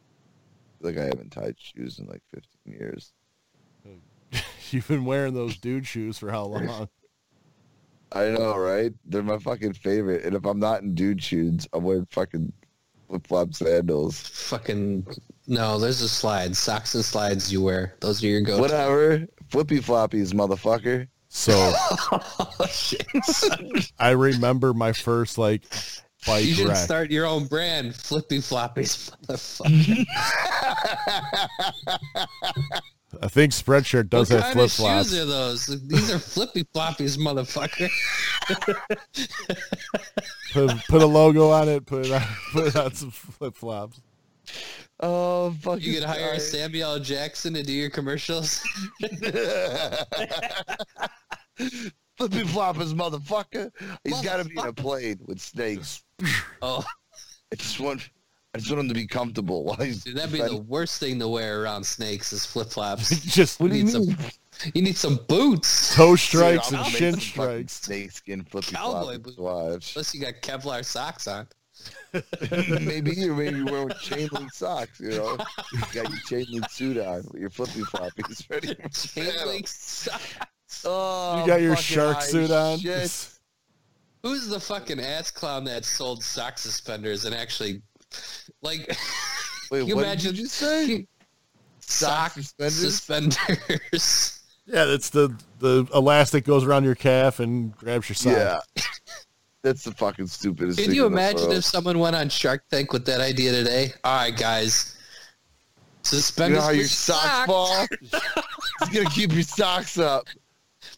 [SPEAKER 3] like I haven't tied shoes in like 15 years.
[SPEAKER 1] You've been wearing those dude shoes for how long?
[SPEAKER 3] I know, right? They're my fucking favorite. And if I'm not in dude shoes, I'm wearing fucking flip flop sandals.
[SPEAKER 2] fucking no. There's a slide. Socks and slides you wear. Those are your go.
[SPEAKER 3] Whatever, flippy floppies, motherfucker.
[SPEAKER 1] So
[SPEAKER 2] Oh, shit.
[SPEAKER 1] I remember my first like bike
[SPEAKER 2] You should
[SPEAKER 1] wreck.
[SPEAKER 2] start your own brand, Flippy Floppies, motherfucker.
[SPEAKER 1] I think Spreadshirt does
[SPEAKER 2] what
[SPEAKER 1] have
[SPEAKER 2] kind
[SPEAKER 1] flip
[SPEAKER 2] of shoes
[SPEAKER 1] flops.
[SPEAKER 2] are those? These are Flippy Floppies, motherfucker.
[SPEAKER 1] Put, put a logo on it. Put it on, put it on some flip flops.
[SPEAKER 3] Oh, fuck.
[SPEAKER 2] You could hire Samuel L. Jackson to do your commercials.
[SPEAKER 3] Flippy floppers, motherfucker. He's got to be in a plane with snakes.
[SPEAKER 2] Oh,
[SPEAKER 3] I just want, I just want him to be comfortable while he's.
[SPEAKER 2] dude, that'd be the worst thing to wear around snakes is flip flops.
[SPEAKER 1] Just
[SPEAKER 3] What do you
[SPEAKER 2] Need some
[SPEAKER 3] mean?
[SPEAKER 2] You need some boots,
[SPEAKER 1] toe strikes
[SPEAKER 3] Dude, I'll
[SPEAKER 1] and
[SPEAKER 3] make
[SPEAKER 1] shin
[SPEAKER 3] some fucking
[SPEAKER 1] strikes.
[SPEAKER 3] Snakeskin flippy
[SPEAKER 2] Cowboy
[SPEAKER 3] floppies.
[SPEAKER 2] boots.
[SPEAKER 3] Watch.
[SPEAKER 2] unless you got Kevlar socks on.
[SPEAKER 3] maybe you maybe you wearing chain link socks, you know. You got your chain link suit on with your flippy floppies ready. for battle.
[SPEAKER 2] Chainlink socks.
[SPEAKER 3] Oh,
[SPEAKER 1] You got your
[SPEAKER 3] fucking
[SPEAKER 1] shark
[SPEAKER 3] high
[SPEAKER 1] suit on.
[SPEAKER 3] shit.
[SPEAKER 2] Who's the fucking ass clown that sold sock suspenders and actually, like,
[SPEAKER 3] Wait,
[SPEAKER 2] you
[SPEAKER 3] what
[SPEAKER 2] imagine
[SPEAKER 3] did you just say?
[SPEAKER 2] sock
[SPEAKER 3] suspenders?
[SPEAKER 2] suspenders?
[SPEAKER 1] Yeah, that's the the elastic goes around your calf and grabs your side.
[SPEAKER 3] Yeah. That's the fucking stupidest
[SPEAKER 2] Can
[SPEAKER 3] thing
[SPEAKER 2] you
[SPEAKER 3] in the
[SPEAKER 2] imagine
[SPEAKER 3] world.
[SPEAKER 2] if someone went on Shark Tank with that idea today? All right, guys, Suspend
[SPEAKER 3] you know how
[SPEAKER 2] his freaking
[SPEAKER 3] your socks
[SPEAKER 2] sock.
[SPEAKER 3] fall? it's gonna keep your socks up.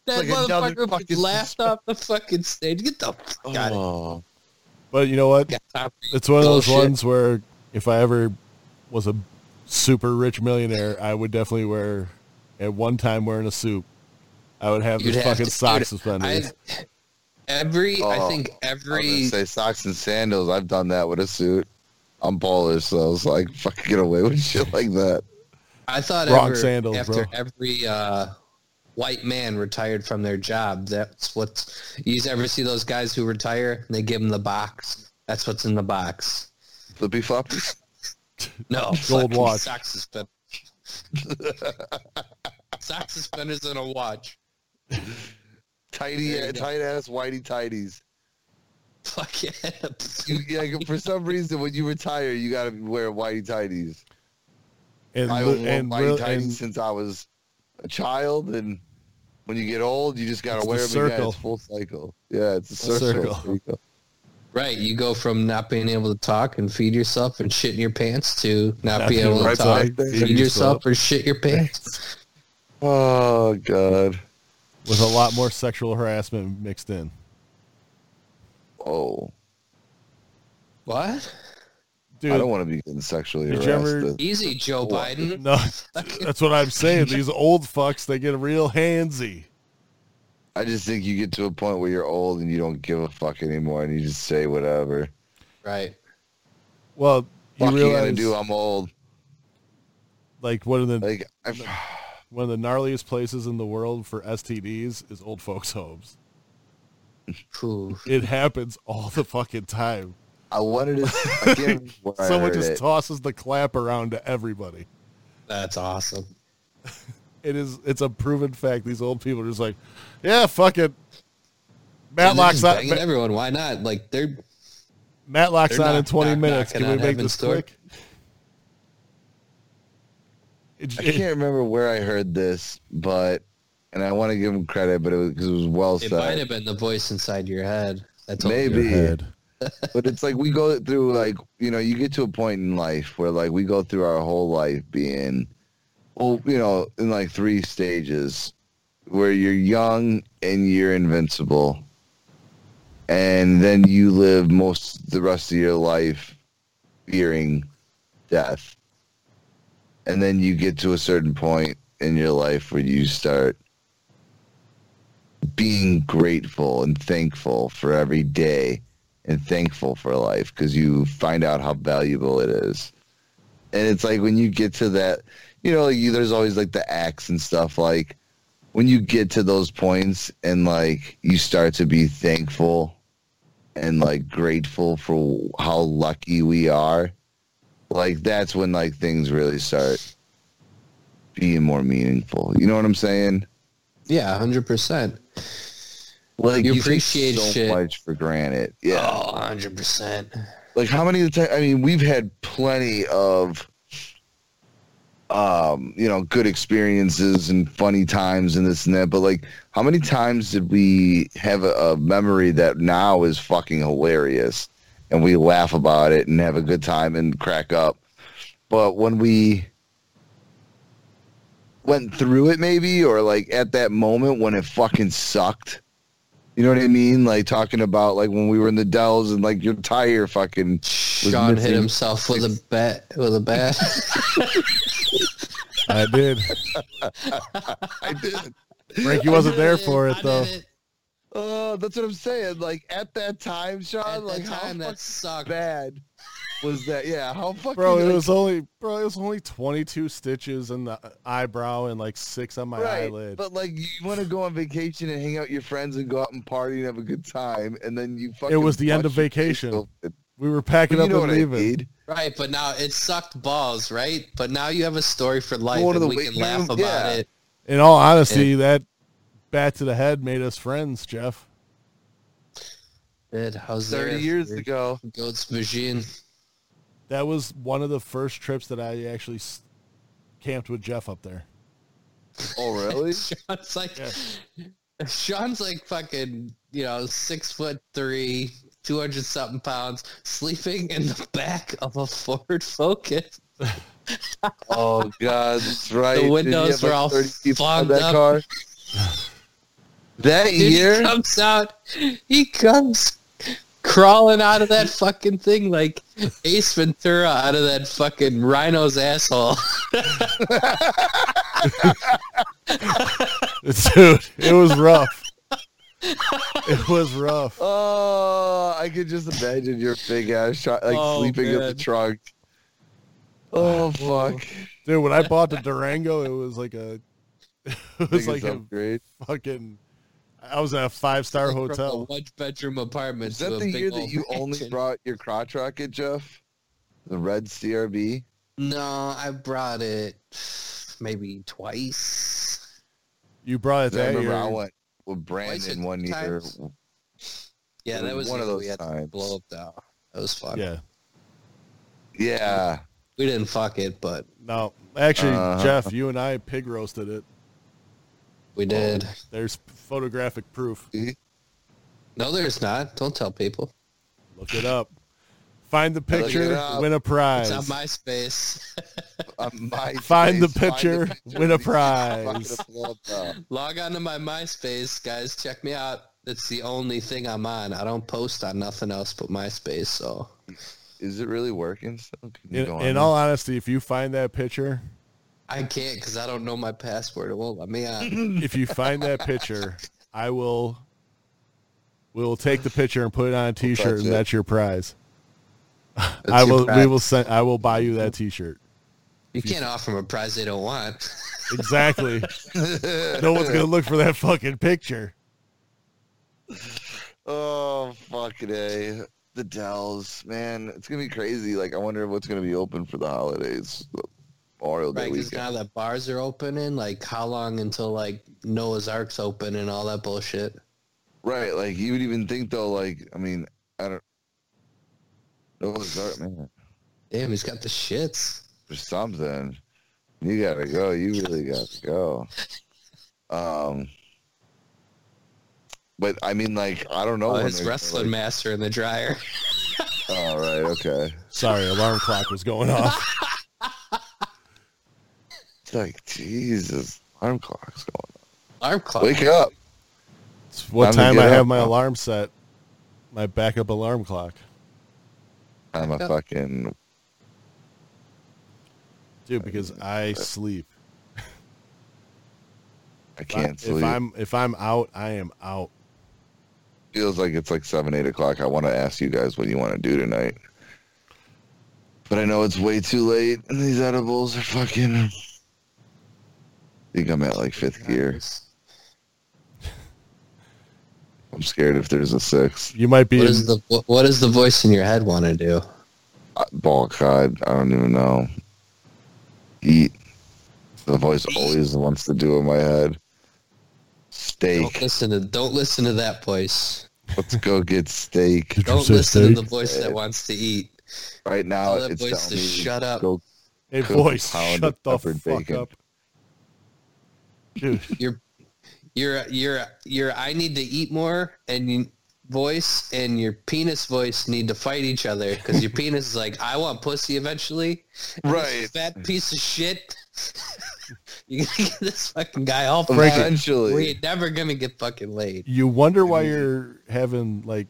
[SPEAKER 2] That
[SPEAKER 3] like another
[SPEAKER 2] motherfucker
[SPEAKER 3] fucking
[SPEAKER 2] laughed off the fucking stage. Get the fuck out of
[SPEAKER 3] Oh.
[SPEAKER 1] But you know what?
[SPEAKER 2] here. Got
[SPEAKER 1] It's one of those
[SPEAKER 2] Bullshit.
[SPEAKER 1] ones where if I ever was a super rich millionaire, I would definitely wear at one time wearing a suit. I would have
[SPEAKER 2] You'd
[SPEAKER 1] this
[SPEAKER 2] have
[SPEAKER 1] fucking
[SPEAKER 2] to-
[SPEAKER 1] sock
[SPEAKER 2] dude,
[SPEAKER 1] suspenders.
[SPEAKER 2] I- every, I
[SPEAKER 3] Oh,
[SPEAKER 2] think
[SPEAKER 3] I was
[SPEAKER 2] every
[SPEAKER 3] gonna say socks and sandals. I've done that with a suit. I'm Polish, so I was like, fucking get away with shit like that.
[SPEAKER 2] I thought
[SPEAKER 1] Wrong
[SPEAKER 2] ever,
[SPEAKER 1] sandals,
[SPEAKER 2] after
[SPEAKER 1] bro.
[SPEAKER 2] every uh, white man retired from their job, that's what's you ever see those guys who retire and they give them the box. That's what's in the box.
[SPEAKER 3] Flippy floppies.
[SPEAKER 2] No
[SPEAKER 1] Gold
[SPEAKER 2] fucking
[SPEAKER 1] watch.
[SPEAKER 2] sock suspenders, sock suspenders, and a watch.
[SPEAKER 3] Tidy,
[SPEAKER 2] There you go.
[SPEAKER 3] tight ass whitey tighties.
[SPEAKER 2] Fuck yeah.
[SPEAKER 3] You, like, for some reason, when you retire, you gotta wear whitey tighties.
[SPEAKER 1] And,
[SPEAKER 3] I
[SPEAKER 1] li-
[SPEAKER 3] have worn
[SPEAKER 1] and,
[SPEAKER 3] whitey
[SPEAKER 1] li-
[SPEAKER 3] tighties
[SPEAKER 1] and
[SPEAKER 3] since I was a child, and when you get old, you just gotta
[SPEAKER 1] It's the
[SPEAKER 3] wear them. again.
[SPEAKER 1] circle.
[SPEAKER 3] It's full cycle. Yeah, it's a
[SPEAKER 1] Full
[SPEAKER 3] circle.
[SPEAKER 1] circle.
[SPEAKER 3] There you go.
[SPEAKER 2] Right, you go from not being able to talk and feed yourself and shit in your pants to not,
[SPEAKER 1] Not
[SPEAKER 2] being
[SPEAKER 1] being
[SPEAKER 2] able to
[SPEAKER 1] able
[SPEAKER 3] to
[SPEAKER 2] talk,
[SPEAKER 3] talk,
[SPEAKER 2] feed
[SPEAKER 1] feed
[SPEAKER 2] yourself
[SPEAKER 1] yourself.
[SPEAKER 2] or shit your pants.
[SPEAKER 3] Oh god.
[SPEAKER 1] with a lot more sexual harassment mixed in.
[SPEAKER 3] Oh,
[SPEAKER 2] What?
[SPEAKER 1] Dude,
[SPEAKER 3] I don't want to be getting sexually
[SPEAKER 1] Did
[SPEAKER 3] harassed.
[SPEAKER 1] you ever-
[SPEAKER 2] Easy, Joe
[SPEAKER 3] What?
[SPEAKER 2] Biden.
[SPEAKER 1] no, that's what I'm saying. These old fucks, they get real handsy.
[SPEAKER 3] I just think you get to a point where you're old and you don't give a fuck anymore, and you just say whatever.
[SPEAKER 2] Right.
[SPEAKER 1] Well, you
[SPEAKER 3] Fuck you gonna
[SPEAKER 1] realize,
[SPEAKER 3] do? I'm old.
[SPEAKER 1] like one of the
[SPEAKER 3] Like, I,
[SPEAKER 1] one of the gnarliest places in the world for STDs is old folks' homes.
[SPEAKER 2] Phew.
[SPEAKER 1] It happens all the fucking time.
[SPEAKER 3] I wanted to. I can't remember where I
[SPEAKER 1] Someone
[SPEAKER 3] heard
[SPEAKER 1] just
[SPEAKER 3] it.
[SPEAKER 1] tosses the clap around to everybody.
[SPEAKER 2] That's awesome.
[SPEAKER 1] It is it's a proven fact. These old people are just like, yeah, fuck it.
[SPEAKER 2] They're
[SPEAKER 1] Matlock's
[SPEAKER 2] just
[SPEAKER 1] on
[SPEAKER 2] banging
[SPEAKER 1] Ma-
[SPEAKER 2] everyone. Why not? Like they're
[SPEAKER 1] Matlock's
[SPEAKER 2] They're
[SPEAKER 1] on in
[SPEAKER 2] knock-
[SPEAKER 1] twenty
[SPEAKER 2] knock-
[SPEAKER 1] minutes.
[SPEAKER 2] knocking
[SPEAKER 1] Can we
[SPEAKER 2] on
[SPEAKER 1] make
[SPEAKER 2] heaven's
[SPEAKER 1] this
[SPEAKER 2] door.
[SPEAKER 1] quick? It,
[SPEAKER 3] I
[SPEAKER 1] it-
[SPEAKER 3] can't remember where I heard this, but and I want to give him credit, but it was because it was well
[SPEAKER 2] it might
[SPEAKER 3] said.
[SPEAKER 2] have been the voice inside your head. That's
[SPEAKER 3] Maybe.
[SPEAKER 1] Your head.
[SPEAKER 3] But it's like we go through like you know you get to a point in life where like we go through our whole life being, well you know in like three stages, where you're young and you're invincible, and then you live most the rest of your life fearing death. And then you get to a certain point in your life where you start being grateful and thankful for every day and thankful for life because you find out how valuable it is. And it's like when you get to that, you know, you, there's always like the acts and stuff. Like when you get to those points and like you start to be thankful and like grateful for how lucky we are, like that's when like things really start being more meaningful. You know what I'm saying?
[SPEAKER 2] Yeah, hundred percent.
[SPEAKER 3] Like
[SPEAKER 2] You
[SPEAKER 3] take
[SPEAKER 2] appreciate
[SPEAKER 3] so
[SPEAKER 2] shit.
[SPEAKER 3] much for granted. Yeah.
[SPEAKER 2] Oh, hundred percent.
[SPEAKER 3] like how many of the time i mean we've had plenty of um you know good experiences and funny times and this and that but like how many times did we have a, a memory that now is fucking hilarious and we laugh about it and have a good time and crack up but when we went through it maybe or like at that moment when it fucking sucked you know what i mean like talking about like when we were in the dells and like your tire fucking
[SPEAKER 2] Sean hit
[SPEAKER 3] missing-
[SPEAKER 2] himself with a bat with a bat.
[SPEAKER 1] I did.
[SPEAKER 3] i did
[SPEAKER 1] Frankie wasn't there for it though.
[SPEAKER 3] oh that's what i'm saying like at that time sean
[SPEAKER 2] At
[SPEAKER 3] like
[SPEAKER 2] that time,
[SPEAKER 3] how
[SPEAKER 2] that
[SPEAKER 3] fucking
[SPEAKER 2] sucked.
[SPEAKER 3] bad was that yeah how fucking
[SPEAKER 1] Bro, it
[SPEAKER 3] like,
[SPEAKER 1] was only bro, it was only twenty two stitches in the eyebrow and like six on my eyelid.
[SPEAKER 3] But like you want to go on vacation and hang out with your friends and go out and party and have a good time, and then you fucking.
[SPEAKER 1] was the end of
[SPEAKER 3] bust your
[SPEAKER 1] vacation.
[SPEAKER 3] face open.
[SPEAKER 1] we were packing
[SPEAKER 3] You
[SPEAKER 1] up
[SPEAKER 3] know
[SPEAKER 1] and
[SPEAKER 3] what I
[SPEAKER 1] leaving.
[SPEAKER 3] mean?
[SPEAKER 2] Right, but now it sucked balls, right? But now you have a story for life,
[SPEAKER 3] Going to
[SPEAKER 2] and
[SPEAKER 3] the
[SPEAKER 2] we can
[SPEAKER 3] weight
[SPEAKER 2] laugh about
[SPEAKER 3] room, yeah.
[SPEAKER 2] it.
[SPEAKER 1] In all honesty, that bat to the head made us friends, Jeff.
[SPEAKER 2] Dude, how's
[SPEAKER 3] Thirty
[SPEAKER 2] there?
[SPEAKER 3] years ago.
[SPEAKER 2] Goats machine.
[SPEAKER 1] That was one of the first trips that I actually s- camped with Jeff up there.
[SPEAKER 3] Oh really?
[SPEAKER 2] Sean's like, Sean's like fucking, you know, six foot three, two hundred something pounds, sleeping in the back of a Ford Focus.
[SPEAKER 3] Oh God, that's right. Did you
[SPEAKER 2] windows
[SPEAKER 3] have, like,
[SPEAKER 2] were all
[SPEAKER 3] 30 people in
[SPEAKER 2] fogged
[SPEAKER 3] that
[SPEAKER 2] up.
[SPEAKER 3] car? That
[SPEAKER 2] Dude,
[SPEAKER 3] year,
[SPEAKER 2] he comes out. He comes crawling out of that fucking thing like Ace Ventura out of that fucking rhino's asshole.
[SPEAKER 1] Dude, it was rough. It was rough.
[SPEAKER 3] oh, I could just imagine your big ass tr- like
[SPEAKER 2] Oh,
[SPEAKER 3] sleeping in the
[SPEAKER 2] man.
[SPEAKER 3] trunk. Oh fuck!
[SPEAKER 1] Dude, when I bought the Durango, it was like a it was
[SPEAKER 3] Biggest
[SPEAKER 1] like a
[SPEAKER 3] upgrade.
[SPEAKER 1] fucking I was in a five star
[SPEAKER 2] From a
[SPEAKER 1] hotel.
[SPEAKER 2] one bedroom apartment.
[SPEAKER 3] Is that
[SPEAKER 2] to a
[SPEAKER 3] the
[SPEAKER 2] big
[SPEAKER 3] year that
[SPEAKER 2] old
[SPEAKER 3] you only
[SPEAKER 2] mansion.
[SPEAKER 3] brought your crotch rocket, Jeff? The red CRB.
[SPEAKER 2] No, I brought it maybe twice.
[SPEAKER 1] You brought it
[SPEAKER 3] 'Cause I
[SPEAKER 1] that
[SPEAKER 3] remember
[SPEAKER 1] year.
[SPEAKER 3] I went with
[SPEAKER 2] Twice or
[SPEAKER 3] Brandon one
[SPEAKER 2] three
[SPEAKER 3] year.
[SPEAKER 2] times? Yeah,
[SPEAKER 3] It
[SPEAKER 2] that
[SPEAKER 3] was
[SPEAKER 2] was
[SPEAKER 3] one of
[SPEAKER 2] the year
[SPEAKER 3] those
[SPEAKER 2] we had to
[SPEAKER 3] times.
[SPEAKER 2] blow up though. That was fun.
[SPEAKER 1] Yeah.
[SPEAKER 3] Yeah,
[SPEAKER 2] We didn't fuck it, but
[SPEAKER 1] No. Actually,
[SPEAKER 3] Uh-huh.
[SPEAKER 1] Jeff, you and I pig roasted it.
[SPEAKER 2] we did.
[SPEAKER 1] There's photographic proof.
[SPEAKER 2] No, there's not. Don't tell people.
[SPEAKER 1] Look it up. Find the
[SPEAKER 3] it
[SPEAKER 1] picture,
[SPEAKER 3] up.
[SPEAKER 1] win a prize.
[SPEAKER 2] It's on MySpace.
[SPEAKER 3] on MySpace,
[SPEAKER 1] Find the picture, win a
[SPEAKER 3] These
[SPEAKER 1] prize.
[SPEAKER 3] fucking blow up now.
[SPEAKER 2] Log on to my MySpace, guys. Check me out. It's the only thing I'm on. I don't post on nothing else but MySpace. So
[SPEAKER 3] Is it really working? Still? Can you
[SPEAKER 1] In,
[SPEAKER 3] go
[SPEAKER 1] in
[SPEAKER 3] on
[SPEAKER 1] all honesty, if you find that picture,
[SPEAKER 2] I can't because I don't know my password. It won't let me on.
[SPEAKER 1] if you find that picture, I will we'll take the picture and put it on a t-shirt
[SPEAKER 3] touch
[SPEAKER 1] and
[SPEAKER 3] it.
[SPEAKER 1] that's your prize.
[SPEAKER 2] That's
[SPEAKER 1] I
[SPEAKER 2] your
[SPEAKER 1] will we
[SPEAKER 2] prize.
[SPEAKER 1] will send I will buy you that t-shirt.
[SPEAKER 2] You can't offer them a prize they don't want.
[SPEAKER 1] Exactly.
[SPEAKER 3] there?
[SPEAKER 1] no one's going to look for that fucking picture.
[SPEAKER 3] oh fucking a. The Dells, man, it's gonna be crazy. Like, I wonder what's gonna be open for the holidays, Memorial Day
[SPEAKER 2] Right, because
[SPEAKER 3] weekend.
[SPEAKER 2] now that bars are opening, like how long until like Noah's Ark's open and all that bullshit?
[SPEAKER 3] Right, like you would even think though. Like, I mean, I don't. Noah's Ark, man,
[SPEAKER 2] Damn, he's got the shits.
[SPEAKER 3] for something. You gotta go. You really gotta go. Um, but I mean, like, I don't know.
[SPEAKER 2] Oh,
[SPEAKER 3] when
[SPEAKER 2] his
[SPEAKER 3] they're-
[SPEAKER 2] wrestling master in the dryer.
[SPEAKER 3] Like, all right, okay.
[SPEAKER 1] Sorry, alarm clock was going off.
[SPEAKER 3] It's like Jesus, alarm clock's going.
[SPEAKER 2] Alarm clock.
[SPEAKER 3] Wake up!
[SPEAKER 1] It's what
[SPEAKER 3] Time to
[SPEAKER 1] time
[SPEAKER 3] get
[SPEAKER 1] I have
[SPEAKER 3] up,
[SPEAKER 1] my
[SPEAKER 3] huh?
[SPEAKER 1] alarm set, my backup alarm clock.
[SPEAKER 3] I'm a fucking
[SPEAKER 1] Dude, because I sleep.
[SPEAKER 3] I can't
[SPEAKER 1] If
[SPEAKER 3] sleep.
[SPEAKER 1] I'm if I'm out, I am out.
[SPEAKER 3] feels like it's like seven, eight o'clock. I want to ask you guys what you want to do tonight, but I know it's way too late, and these edibles are fucking. I think I'm at like fifth gear. I'm scared if there's a sixth
[SPEAKER 1] You might be
[SPEAKER 2] What
[SPEAKER 1] in-
[SPEAKER 2] is the what- what does the voice in your head want to do?
[SPEAKER 3] Uh, ball cod. I don't even know. Eat. The voice always wants to do in my head.
[SPEAKER 2] Don't
[SPEAKER 3] Steak.
[SPEAKER 2] listen to don't listen to that voice.
[SPEAKER 3] Let's go get steak.
[SPEAKER 1] Did you
[SPEAKER 2] Don't
[SPEAKER 1] say
[SPEAKER 2] listen to
[SPEAKER 1] steak?
[SPEAKER 2] the voice that wants to eat.
[SPEAKER 3] Right now,
[SPEAKER 2] Tell that
[SPEAKER 3] Oh, it's
[SPEAKER 2] voice to
[SPEAKER 3] telling me
[SPEAKER 2] shut up.
[SPEAKER 3] Go
[SPEAKER 1] Hey,
[SPEAKER 3] Cook
[SPEAKER 1] voice,
[SPEAKER 3] pound
[SPEAKER 1] shut
[SPEAKER 3] of
[SPEAKER 1] the
[SPEAKER 3] peppered
[SPEAKER 1] fuck
[SPEAKER 3] bacon.
[SPEAKER 1] up. Dude,
[SPEAKER 2] You're you're you're you're I need to eat more and you voice and your penis voice need to fight each other because your penis is like I want pussy eventually. And this
[SPEAKER 3] Right.
[SPEAKER 2] fat piece of shit. You're gonna get this fucking guy all fucked. We
[SPEAKER 3] eventually.
[SPEAKER 2] ain't never gonna get fucking laid.
[SPEAKER 1] you wonder why you're having like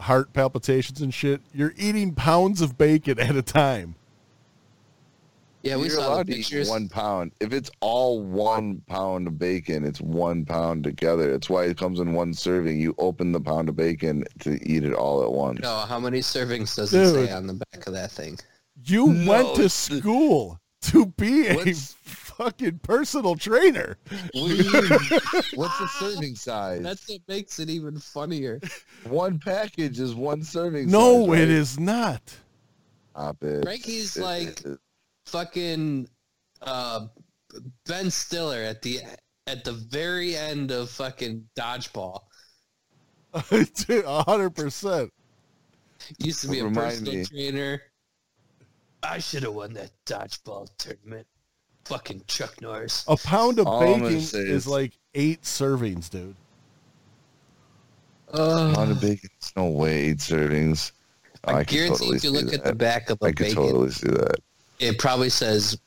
[SPEAKER 1] heart palpitations and shit. You're eating pounds of bacon at a time.
[SPEAKER 2] Yeah, we
[SPEAKER 3] You're
[SPEAKER 2] saw the
[SPEAKER 3] allowed to eat
[SPEAKER 2] pictures.
[SPEAKER 3] one pound. If it's all one pound of bacon, it's one pound together. That's why it comes in one serving. You open the pound of bacon to eat it all at once.
[SPEAKER 2] No, how many servings does it
[SPEAKER 1] Dude.
[SPEAKER 2] say on the back of that thing?
[SPEAKER 1] You
[SPEAKER 3] No,
[SPEAKER 1] went to
[SPEAKER 3] it's the-
[SPEAKER 1] school to be a
[SPEAKER 3] What's-
[SPEAKER 1] fucking personal trainer.
[SPEAKER 3] What do you mean? What's the serving size?
[SPEAKER 2] That's what makes it even funnier.
[SPEAKER 3] one package is one serving size.
[SPEAKER 1] No,
[SPEAKER 3] right?
[SPEAKER 1] it is not.
[SPEAKER 3] Stop it.
[SPEAKER 2] Frankie's like fucking uh, Ben Stiller at the at the very end of fucking Dodgeball.
[SPEAKER 1] Dude, a hundred percent.
[SPEAKER 2] Used to be a
[SPEAKER 3] Remind
[SPEAKER 2] personal
[SPEAKER 3] me.
[SPEAKER 2] trainer. I should have won that Dodgeball tournament. Fucking Chuck
[SPEAKER 3] Oh,
[SPEAKER 2] Norris.
[SPEAKER 1] A pound of
[SPEAKER 3] All I'm gonna
[SPEAKER 1] bacon
[SPEAKER 3] say
[SPEAKER 1] is
[SPEAKER 3] is-
[SPEAKER 1] like eight servings, dude.
[SPEAKER 3] pound
[SPEAKER 2] Uh,
[SPEAKER 3] of bacon. It's no way eight servings.
[SPEAKER 2] I,
[SPEAKER 3] I could
[SPEAKER 2] guarantee
[SPEAKER 3] totally
[SPEAKER 2] if you
[SPEAKER 3] see
[SPEAKER 2] look at
[SPEAKER 3] that.
[SPEAKER 2] the back of a
[SPEAKER 3] I could
[SPEAKER 2] bacon,
[SPEAKER 3] totally see that.
[SPEAKER 2] It probably says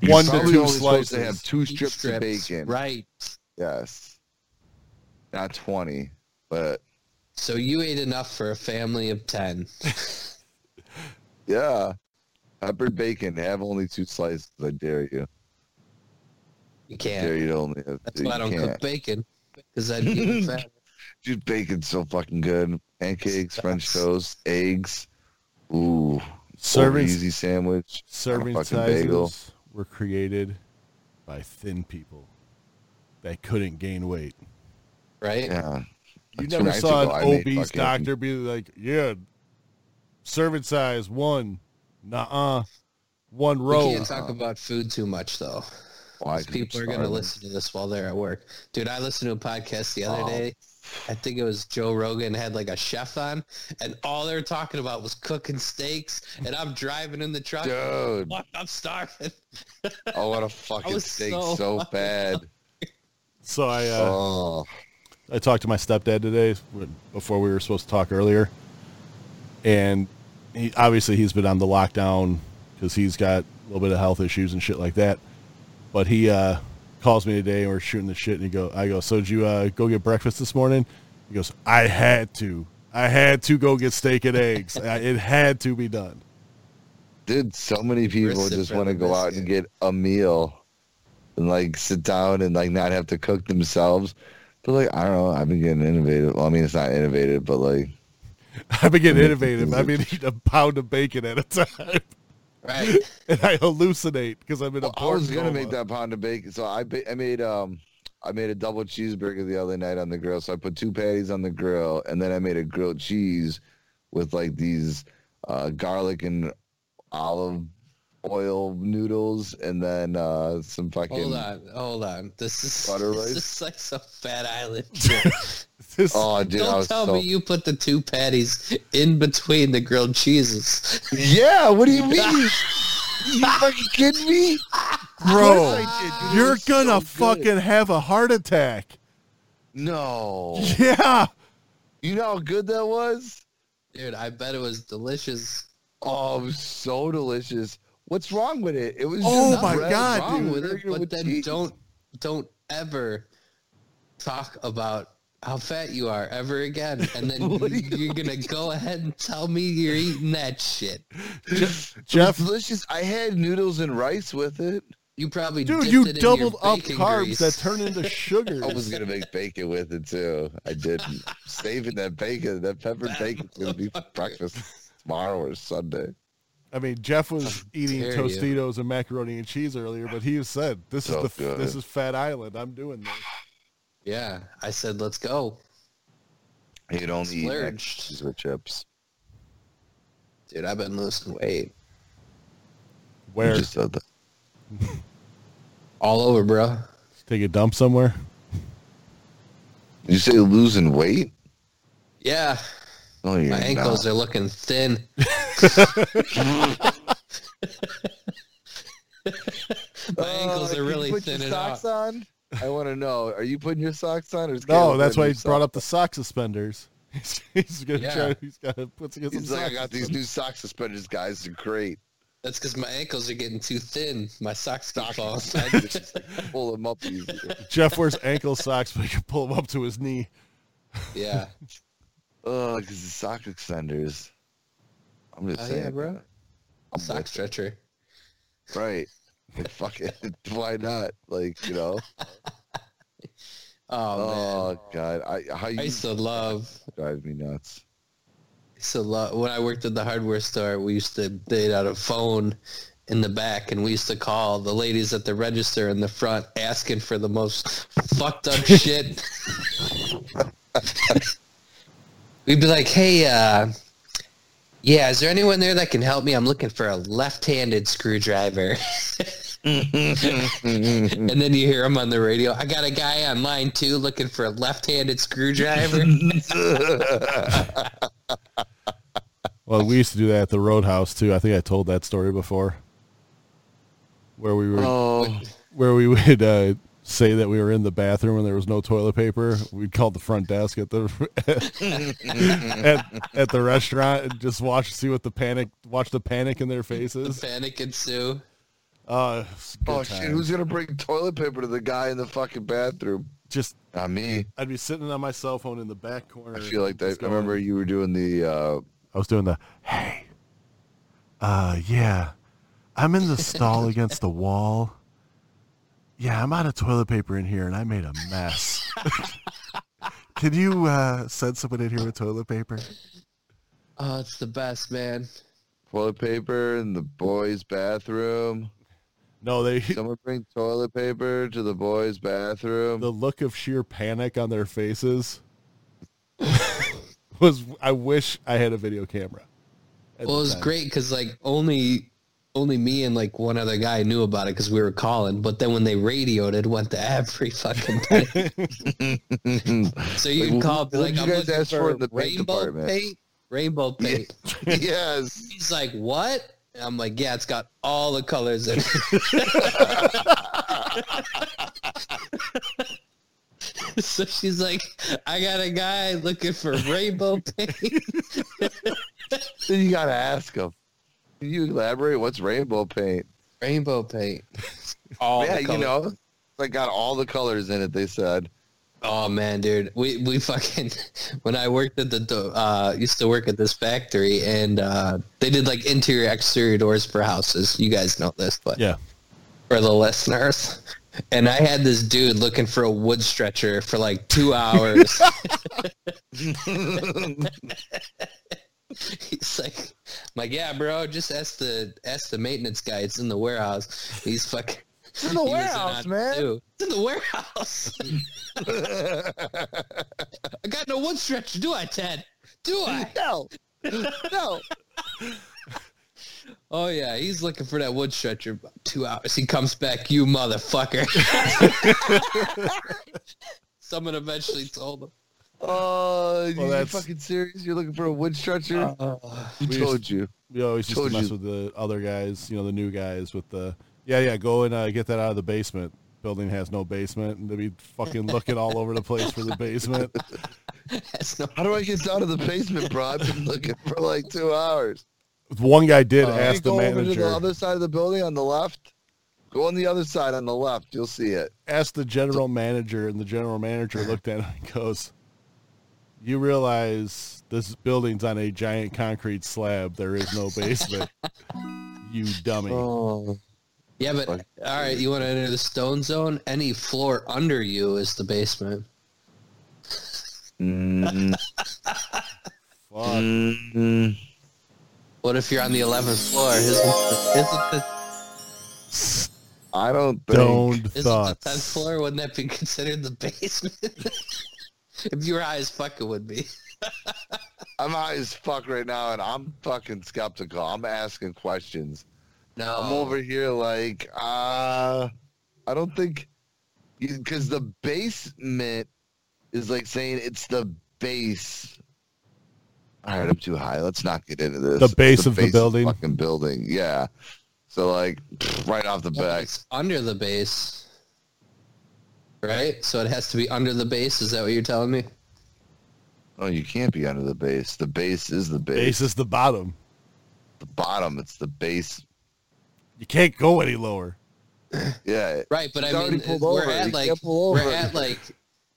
[SPEAKER 3] You're
[SPEAKER 1] One to
[SPEAKER 3] probably
[SPEAKER 1] two
[SPEAKER 3] only supposed to
[SPEAKER 1] slices.
[SPEAKER 3] have two strips, of bacon.
[SPEAKER 2] Right.
[SPEAKER 3] Yes. Not 20, but
[SPEAKER 2] So you ate enough for a family of ten.
[SPEAKER 3] yeah. Peppered bacon. Have only two slices. I dare you.
[SPEAKER 2] You
[SPEAKER 3] I dare
[SPEAKER 2] can't.
[SPEAKER 3] you to only have
[SPEAKER 2] That's
[SPEAKER 3] two.
[SPEAKER 2] why I
[SPEAKER 3] You
[SPEAKER 2] don't
[SPEAKER 3] can't.
[SPEAKER 2] cook bacon because I'd be even fatter.
[SPEAKER 3] Dude, bacon's so fucking good. Pancakes, French toast, eggs. Ooh. Over
[SPEAKER 1] Servings
[SPEAKER 3] easy sandwich.
[SPEAKER 1] Serving
[SPEAKER 3] fucking
[SPEAKER 1] sizes
[SPEAKER 3] bagel.
[SPEAKER 1] were created by thin people that couldn't gain weight.
[SPEAKER 2] Right.
[SPEAKER 3] Yeah.
[SPEAKER 1] You
[SPEAKER 3] Like, two
[SPEAKER 1] never
[SPEAKER 3] nights
[SPEAKER 1] saw
[SPEAKER 3] ago, I
[SPEAKER 1] an
[SPEAKER 3] made
[SPEAKER 1] obese
[SPEAKER 3] fucking-
[SPEAKER 1] doctor be like, "Yeah, serving size one, nah, uh, one row."
[SPEAKER 2] we can't
[SPEAKER 3] uh,
[SPEAKER 2] talk about food too much though.
[SPEAKER 3] Why?
[SPEAKER 2] 'Cause people are going to
[SPEAKER 3] Starving.
[SPEAKER 2] listen to this while they're at work. Dude, I listened to a podcast the other
[SPEAKER 3] Oh.
[SPEAKER 2] day. I think it was Joe Rogan had like a chef on, and all they were talking about was cooking steaks. And I'm driving in the truck.
[SPEAKER 3] Dude,
[SPEAKER 2] Fuck, I'm starving.
[SPEAKER 3] I want a fucking
[SPEAKER 2] was
[SPEAKER 3] steak
[SPEAKER 2] so
[SPEAKER 3] so, bad.
[SPEAKER 1] So I, uh,
[SPEAKER 3] Oh,
[SPEAKER 1] I talked to my stepdad today before we were supposed to talk earlier, and he obviously he's been on the lockdown because he's got a little bit of health issues and shit like that. But he uh, calls me today and we're shooting the shit, and he go, I go, so did you uh, go get breakfast this morning? He goes, I had to, I had to go get steak and eggs. I, it had to be done.
[SPEAKER 3] dude, so many people
[SPEAKER 2] Wrist it
[SPEAKER 3] just
[SPEAKER 2] for
[SPEAKER 3] want to
[SPEAKER 2] the
[SPEAKER 3] go out and get a meal and like sit down and like not have to cook themselves. But like, I don't know. I've been getting innovative. Well, I mean, it's not innovative, but like,
[SPEAKER 1] I've been getting innovative. I've been eating a pound of bacon at a time,
[SPEAKER 2] Right.
[SPEAKER 1] and I hallucinate because I'm in a.
[SPEAKER 3] Well, Oh, I was
[SPEAKER 1] pork
[SPEAKER 3] gonna
[SPEAKER 1] coma.
[SPEAKER 3] make that pound of bacon, so I ba- I made um I made a double cheeseburger the other night on the grill. So I put two patties on the grill, and then I made a grilled cheese with like these uh, garlic and olive oil noodles, and then uh, some fucking.
[SPEAKER 2] Hold on. Hold on. This is
[SPEAKER 3] Butter rice?
[SPEAKER 2] this is like some fat island. shit.
[SPEAKER 1] This-
[SPEAKER 3] Oh, dude, I
[SPEAKER 2] Don't
[SPEAKER 3] was
[SPEAKER 2] tell
[SPEAKER 3] so-
[SPEAKER 2] me you put the two patties in between the grilled cheeses.
[SPEAKER 3] Yeah, what do you mean? you fucking kidding me,
[SPEAKER 1] Bro,
[SPEAKER 3] I did, dude. It
[SPEAKER 1] You're
[SPEAKER 3] was so
[SPEAKER 1] gonna
[SPEAKER 3] good.
[SPEAKER 1] fucking have a heart attack.
[SPEAKER 3] No,
[SPEAKER 1] Yeah.
[SPEAKER 3] you know how good that was.
[SPEAKER 2] Dude, I bet it was delicious.
[SPEAKER 3] Oh, it was so delicious. What's wrong with it? It was.
[SPEAKER 1] Oh
[SPEAKER 3] just
[SPEAKER 1] my
[SPEAKER 3] red
[SPEAKER 1] God,
[SPEAKER 3] wrong
[SPEAKER 2] wrong
[SPEAKER 1] dude.
[SPEAKER 2] with it,
[SPEAKER 3] burger
[SPEAKER 2] but
[SPEAKER 3] with
[SPEAKER 2] then
[SPEAKER 3] cheese.
[SPEAKER 2] don't don't ever talk about how fat you are ever again. And then
[SPEAKER 3] What are
[SPEAKER 2] you, are gonna go ahead and tell me you're eating that shit.
[SPEAKER 1] Jeff,
[SPEAKER 3] delicious. I had noodles and rice with it.
[SPEAKER 2] You probably
[SPEAKER 1] dude,
[SPEAKER 2] dipped
[SPEAKER 1] you
[SPEAKER 2] it in your
[SPEAKER 1] doubled up
[SPEAKER 2] bacon
[SPEAKER 1] carbs
[SPEAKER 2] grease.
[SPEAKER 1] that turn into sugar.
[SPEAKER 3] I was gonna make bacon with it too. I didn't. Saving that bacon, that peppered bacon's gonna be for breakfast tomorrow or Sunday.
[SPEAKER 1] I mean, Jeff was eating
[SPEAKER 2] dare you.
[SPEAKER 1] Tostitos and macaroni and cheese earlier, but he said, "This is
[SPEAKER 3] So
[SPEAKER 1] the f-
[SPEAKER 3] good.
[SPEAKER 1] this is Fat Island. I'm doing this."
[SPEAKER 2] Yeah, I said let's go.
[SPEAKER 3] You'd only eat mac and
[SPEAKER 2] Splurged.
[SPEAKER 3] cheese with chips.
[SPEAKER 2] Dude, I've been losing weight
[SPEAKER 3] You
[SPEAKER 1] Where
[SPEAKER 3] just uh, said that.
[SPEAKER 2] all over, bro.
[SPEAKER 1] take a dump somewhere?
[SPEAKER 3] Did you say losing weight?
[SPEAKER 2] Yeah,
[SPEAKER 3] No, you're
[SPEAKER 2] my ankles
[SPEAKER 3] not.
[SPEAKER 2] are looking thin. my ankles
[SPEAKER 3] Uh,
[SPEAKER 2] are
[SPEAKER 3] can
[SPEAKER 2] really
[SPEAKER 3] you put your
[SPEAKER 2] thinning out.
[SPEAKER 3] socks on. I want to know. Are you putting your socks on? Or is
[SPEAKER 1] No,
[SPEAKER 3] Caleb
[SPEAKER 1] that's why
[SPEAKER 3] putting
[SPEAKER 1] he
[SPEAKER 3] his
[SPEAKER 1] brought
[SPEAKER 3] socks
[SPEAKER 1] up the sock suspenders. He's, he's gonna
[SPEAKER 2] Yeah.
[SPEAKER 1] try. He's gotta put together
[SPEAKER 3] He's
[SPEAKER 1] some
[SPEAKER 3] like, I
[SPEAKER 1] sock
[SPEAKER 3] got these
[SPEAKER 1] suspenders."
[SPEAKER 3] new sock suspenders, guys. They're great.
[SPEAKER 2] That's because my ankles are getting too thin. My socks keep
[SPEAKER 3] Sock
[SPEAKER 2] falling.
[SPEAKER 3] suspenders. Just, like, pull them up easier.
[SPEAKER 1] Jeff wears ankle socks, but he can pull them up to his knee.
[SPEAKER 2] yeah.
[SPEAKER 3] Oh, because the sock extenders. I'm just
[SPEAKER 2] Oh,
[SPEAKER 3] saying.
[SPEAKER 2] yeah, bro.
[SPEAKER 3] I'm
[SPEAKER 2] Sock
[SPEAKER 3] with
[SPEAKER 2] stretcher.
[SPEAKER 3] it. Right. Like, fuck it. Why not? Like, you know.
[SPEAKER 2] Oh,
[SPEAKER 3] Oh,
[SPEAKER 2] man.
[SPEAKER 3] God. I how you
[SPEAKER 2] I used to love,
[SPEAKER 3] drive me nuts.
[SPEAKER 2] used to love, when I worked at the hardware store, we used to, they'd had a phone in the back and we used to call the ladies at the register in the front asking for the most fucked up shit. We'd be like, hey, uh, yeah, is there anyone there that can help me? I'm looking for a left-handed screwdriver. And then you hear him on the radio. I got a guy on line two looking for a left-handed screwdriver.
[SPEAKER 1] Well, we used to do that at the Roadhouse too. I think I told that story before, where we were
[SPEAKER 3] oh,
[SPEAKER 1] where we would uh, say that we were in the bathroom and there was no toilet paper, we'd call the front desk at the at, at the restaurant and just watch see what the panic watch the panic in their faces.
[SPEAKER 2] Panic ensue.
[SPEAKER 1] Uh, it's a good
[SPEAKER 3] Oh shit!
[SPEAKER 1] time.
[SPEAKER 3] Who's gonna bring toilet paper to the guy in the fucking bathroom?
[SPEAKER 1] just
[SPEAKER 3] Not me.
[SPEAKER 1] I'd be sitting on my cell phone in the back corner.
[SPEAKER 3] I feel like
[SPEAKER 1] just
[SPEAKER 3] that. I
[SPEAKER 1] going-
[SPEAKER 3] remember you were doing the. uh
[SPEAKER 1] I was doing the hey, uh, yeah, I'm in the stall against the wall. Yeah, I'm out of toilet paper in here, and I made a mess. Can you uh, send someone in here with toilet paper?
[SPEAKER 2] Oh, it's the best, man.
[SPEAKER 3] Toilet paper in the boys' bathroom.
[SPEAKER 1] No, they.
[SPEAKER 3] Someone bring toilet paper to the boys' bathroom.
[SPEAKER 1] The look of sheer panic on their faces was. I wish I had a video camera. at
[SPEAKER 2] Well,
[SPEAKER 1] the
[SPEAKER 2] it was
[SPEAKER 1] time.
[SPEAKER 2] great because like only only me and like one other guy knew about it because we were calling. But then when they radioed, it went to every fucking thing. so you
[SPEAKER 3] Like,
[SPEAKER 2] would call, be
[SPEAKER 3] what
[SPEAKER 2] like,
[SPEAKER 3] did you
[SPEAKER 2] "I'm
[SPEAKER 3] guys
[SPEAKER 2] looking
[SPEAKER 3] ask for
[SPEAKER 2] for
[SPEAKER 3] in the paint
[SPEAKER 2] rainbow
[SPEAKER 3] department?"
[SPEAKER 2] paint, rainbow paint."
[SPEAKER 3] yes.
[SPEAKER 2] He's like, "What?" And I'm like, "Yeah, it's got all the colors in it." so she's like, "I got a guy looking for rainbow paint."
[SPEAKER 3] Then you gotta ask them. Can you elaborate? What's rainbow paint?
[SPEAKER 2] rainbow paint. All
[SPEAKER 3] yeah,
[SPEAKER 2] the
[SPEAKER 3] you
[SPEAKER 2] colors.
[SPEAKER 3] know, I got all the colors in it. They said.
[SPEAKER 2] Oh man, dude, we we fucking when I worked at the do- uh used to work at this factory and uh they did like interior exterior doors for houses. You guys know this, but
[SPEAKER 1] Yeah.
[SPEAKER 2] for the listeners. And I had this dude looking for a wood stretcher for like two hours. He's like, I'm like, yeah, bro, just ask the ask the maintenance guy. It's in the warehouse. He's fucking. It's
[SPEAKER 3] in the warehouse, man.
[SPEAKER 2] It's in the warehouse. I got no wood stretcher, do I, Ted? Do I?
[SPEAKER 3] No. No.
[SPEAKER 2] Oh yeah, he's looking for that wood stretcher. About Two hours. He comes back, you motherfucker. Someone eventually told him.
[SPEAKER 3] Oh, you
[SPEAKER 1] that's-
[SPEAKER 3] fucking serious? You're looking for a wood stretcher? Who
[SPEAKER 1] we
[SPEAKER 3] told you?
[SPEAKER 1] we always used to
[SPEAKER 3] Told
[SPEAKER 1] mess
[SPEAKER 3] you.
[SPEAKER 1] with the other guys, you know, the new guys with the yeah, yeah, go and uh, get that out of the basement. Building has no basement, and they'd be fucking looking all over the place for the basement.
[SPEAKER 2] That's no.
[SPEAKER 3] How do I get down to the basement, bro? I've been looking for like two hours.
[SPEAKER 1] One guy did
[SPEAKER 3] Uh,
[SPEAKER 1] ask the
[SPEAKER 3] go over to
[SPEAKER 1] manager,
[SPEAKER 3] the other side of the building on the left. Go on the other side on the left. You'll see it.
[SPEAKER 1] asked the general manager, and the general manager looked at him and goes, "You realize this building's on a giant concrete slab. There is no basement. you dummy."
[SPEAKER 3] Oh,
[SPEAKER 2] Yeah, but all
[SPEAKER 3] Fuck.
[SPEAKER 2] right, you want to enter the stone zone? Any floor under you is the basement.
[SPEAKER 1] Fuck.
[SPEAKER 2] What if you're on the eleventh floor? His, isn't the
[SPEAKER 3] I don't think.
[SPEAKER 1] Don't
[SPEAKER 2] Isn't the tenth
[SPEAKER 1] thoughts.
[SPEAKER 2] floor? Wouldn't that be considered the basement? if you were high as fuck, it would be.
[SPEAKER 3] I'm high as fuck right now, and I'm fucking skeptical. I'm asking questions.
[SPEAKER 2] No,
[SPEAKER 3] I'm over here like, uh, I don't think, because the basement is like saying it's the base. All right, I'm too high. Let's not get into this.
[SPEAKER 1] The
[SPEAKER 3] It's
[SPEAKER 1] base of the building.
[SPEAKER 3] fucking building. Yeah. So like, right off the back,
[SPEAKER 2] It's under the base, right? So it has to be under the base. Is that what you're telling me?
[SPEAKER 3] oh, you can't be under the base. The base is the base.
[SPEAKER 1] Base is the bottom.
[SPEAKER 3] The bottom, it's the base.
[SPEAKER 1] You can't go any lower.
[SPEAKER 3] Yeah.
[SPEAKER 2] Right, but
[SPEAKER 3] He's
[SPEAKER 2] I
[SPEAKER 3] already
[SPEAKER 2] mean,
[SPEAKER 3] pulled
[SPEAKER 2] we're
[SPEAKER 3] over.
[SPEAKER 2] at
[SPEAKER 3] He
[SPEAKER 2] like
[SPEAKER 3] can't pull
[SPEAKER 2] we're
[SPEAKER 3] over.
[SPEAKER 2] at like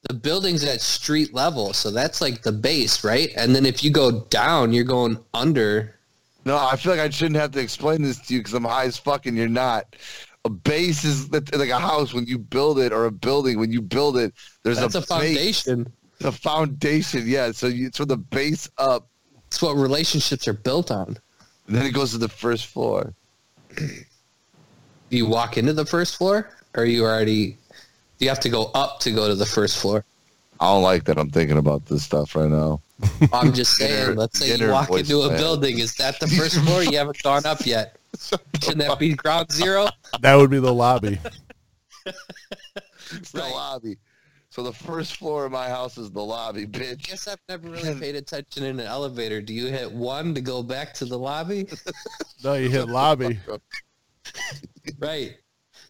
[SPEAKER 2] the building's at street level, so that's like the base, right? And then if you go down, you're going under.
[SPEAKER 3] No, I feel like I shouldn't have to explain this to you because I'm high as fuck and you're not. A base is th- like a house when you build it or a building when you build it. There's
[SPEAKER 2] That's a
[SPEAKER 3] base.
[SPEAKER 2] foundation.
[SPEAKER 3] It's a foundation, yeah. So you, it's from the base up,
[SPEAKER 2] It's what relationships are built on.
[SPEAKER 3] and then it goes to the first floor.
[SPEAKER 2] Do you walk into the first floor, or you already? Do you have to go up to go to the first floor?
[SPEAKER 3] I don't like that I'm thinking about this stuff right now.
[SPEAKER 2] I'm just saying.
[SPEAKER 3] Inner-
[SPEAKER 2] let's say you
[SPEAKER 3] inner
[SPEAKER 2] walk
[SPEAKER 3] voice
[SPEAKER 2] into a
[SPEAKER 3] plan.
[SPEAKER 2] building. Is that the first floor? You haven't gone up yet. Can that be ground zero?
[SPEAKER 1] That would be the lobby.
[SPEAKER 3] It's the
[SPEAKER 2] Right.
[SPEAKER 3] lobby. So the first floor of my house is the lobby, bitch.
[SPEAKER 2] guess I've never really paid attention in an elevator. Do you hit one to go back to the lobby?
[SPEAKER 1] No, you hit lobby.
[SPEAKER 2] right.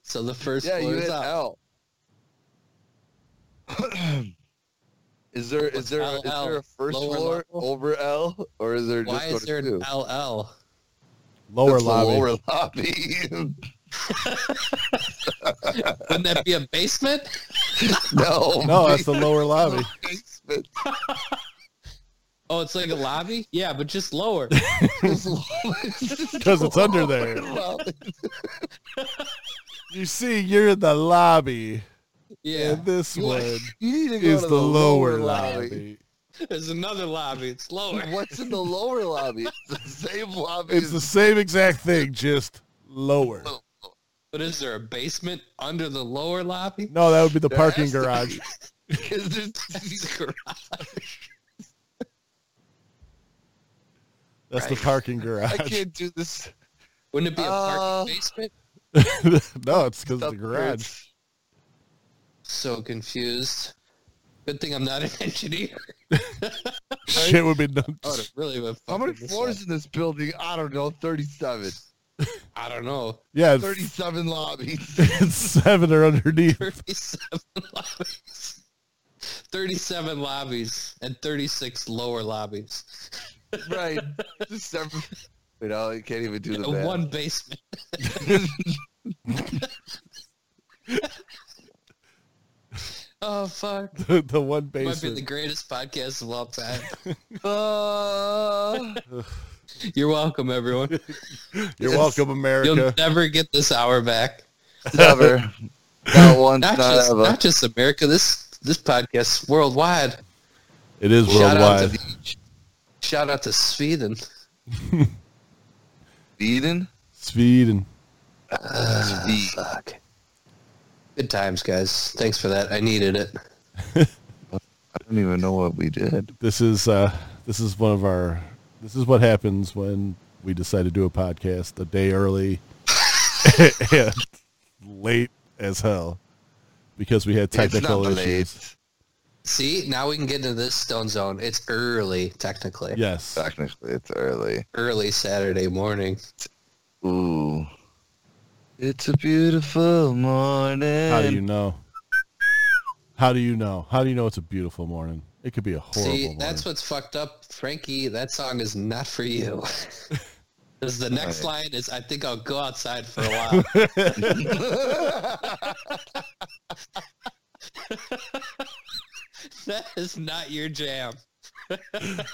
[SPEAKER 2] So the first
[SPEAKER 3] Yeah,
[SPEAKER 2] floor
[SPEAKER 3] you
[SPEAKER 2] is
[SPEAKER 3] hit
[SPEAKER 2] up.
[SPEAKER 3] L. Is there is there is
[SPEAKER 2] LL?
[SPEAKER 3] there a first
[SPEAKER 2] Lower
[SPEAKER 3] floor
[SPEAKER 2] level?
[SPEAKER 3] over L or is there
[SPEAKER 2] Why
[SPEAKER 3] just go
[SPEAKER 2] is
[SPEAKER 3] to
[SPEAKER 2] there
[SPEAKER 3] two?
[SPEAKER 2] an LL?
[SPEAKER 1] Lower
[SPEAKER 3] That's the
[SPEAKER 1] lobby.
[SPEAKER 3] Lower lobby.
[SPEAKER 2] Wouldn't that be a basement?
[SPEAKER 3] no.
[SPEAKER 1] No, that's the lower lobby.
[SPEAKER 3] basement.
[SPEAKER 2] Oh, it's like a lobby? Yeah, but just lower.
[SPEAKER 1] Because it's under there.
[SPEAKER 3] Lobby.
[SPEAKER 1] You see, you're in the lobby.
[SPEAKER 2] Yeah.
[SPEAKER 1] And this one
[SPEAKER 3] You need to go
[SPEAKER 1] is
[SPEAKER 3] to
[SPEAKER 1] the lower lobby.
[SPEAKER 2] There's another lobby. It's lower.
[SPEAKER 3] What's in the lower lobby? It's the same lobby.
[SPEAKER 1] It's the same exact thing, just lower.
[SPEAKER 2] But is there a basement under the lower lobby?
[SPEAKER 1] No, that would be the
[SPEAKER 3] There
[SPEAKER 1] parking
[SPEAKER 3] has to
[SPEAKER 1] garage.
[SPEAKER 3] Because
[SPEAKER 2] It's
[SPEAKER 3] there's-
[SPEAKER 2] a garage.
[SPEAKER 1] That's the
[SPEAKER 3] Right.
[SPEAKER 1] parking
[SPEAKER 3] I
[SPEAKER 1] garage.
[SPEAKER 3] can't do this.
[SPEAKER 2] Wouldn't it be a
[SPEAKER 3] Uh,
[SPEAKER 2] parking basement?
[SPEAKER 1] no, it's because
[SPEAKER 3] stuff
[SPEAKER 1] the garage.
[SPEAKER 3] hurts.
[SPEAKER 2] So confused. Good thing I'm not an engineer.
[SPEAKER 1] Shit would be no.
[SPEAKER 2] I would have really been
[SPEAKER 3] Oh, How many
[SPEAKER 2] fucking this
[SPEAKER 3] floors
[SPEAKER 2] up.
[SPEAKER 3] in this building? I don't know. Thirty-seven.
[SPEAKER 2] I don't know.
[SPEAKER 1] Yeah, it's,
[SPEAKER 3] Thirty-seven lobbies.
[SPEAKER 1] it's seven or underneath.
[SPEAKER 2] 37 lobbies. 37 lobbies and 36 lower lobbies.
[SPEAKER 3] right. Just seven. You know, I can't even do the
[SPEAKER 2] And
[SPEAKER 3] math.
[SPEAKER 2] one basement. Oh, fuck.
[SPEAKER 1] The, the one
[SPEAKER 2] Might be the
[SPEAKER 1] basement.
[SPEAKER 2] greatest podcast of all time.
[SPEAKER 3] Uh,
[SPEAKER 2] You're welcome, everyone.
[SPEAKER 1] You're welcome,
[SPEAKER 2] You'll
[SPEAKER 1] America.
[SPEAKER 2] never get this hour back.
[SPEAKER 3] never. Not once.
[SPEAKER 2] Not
[SPEAKER 3] Not,
[SPEAKER 2] just,
[SPEAKER 3] ever.
[SPEAKER 2] not just America. This this podcast is worldwide.
[SPEAKER 1] It is
[SPEAKER 2] Shout out to
[SPEAKER 1] worldwide.
[SPEAKER 2] the, shout out to Sweden.
[SPEAKER 3] Eden.
[SPEAKER 1] Sweden.
[SPEAKER 2] Fuck. Good times, guys. Thanks for that. I needed it.
[SPEAKER 3] I don't even know what we did.
[SPEAKER 1] This is uh, this is one of our. This is what happens when we decide to do a podcast a day early and late as hell because we had technical
[SPEAKER 3] it's not
[SPEAKER 1] issues.
[SPEAKER 3] late,
[SPEAKER 2] See, now we can get into this stone zone. It's early, technically.
[SPEAKER 1] Yes.
[SPEAKER 3] Technically, it's early.
[SPEAKER 2] Early Saturday morning.
[SPEAKER 3] Ooh. It's a beautiful morning.
[SPEAKER 1] How do you know? How do you know? How do you know it's a beautiful morning? It could be a horrible
[SPEAKER 2] See,
[SPEAKER 1] morning.
[SPEAKER 2] that's what's fucked up, Frankie. That song is not for you. Because the next line is, "I think I'll go outside for a while." that is not your jam.
[SPEAKER 3] What do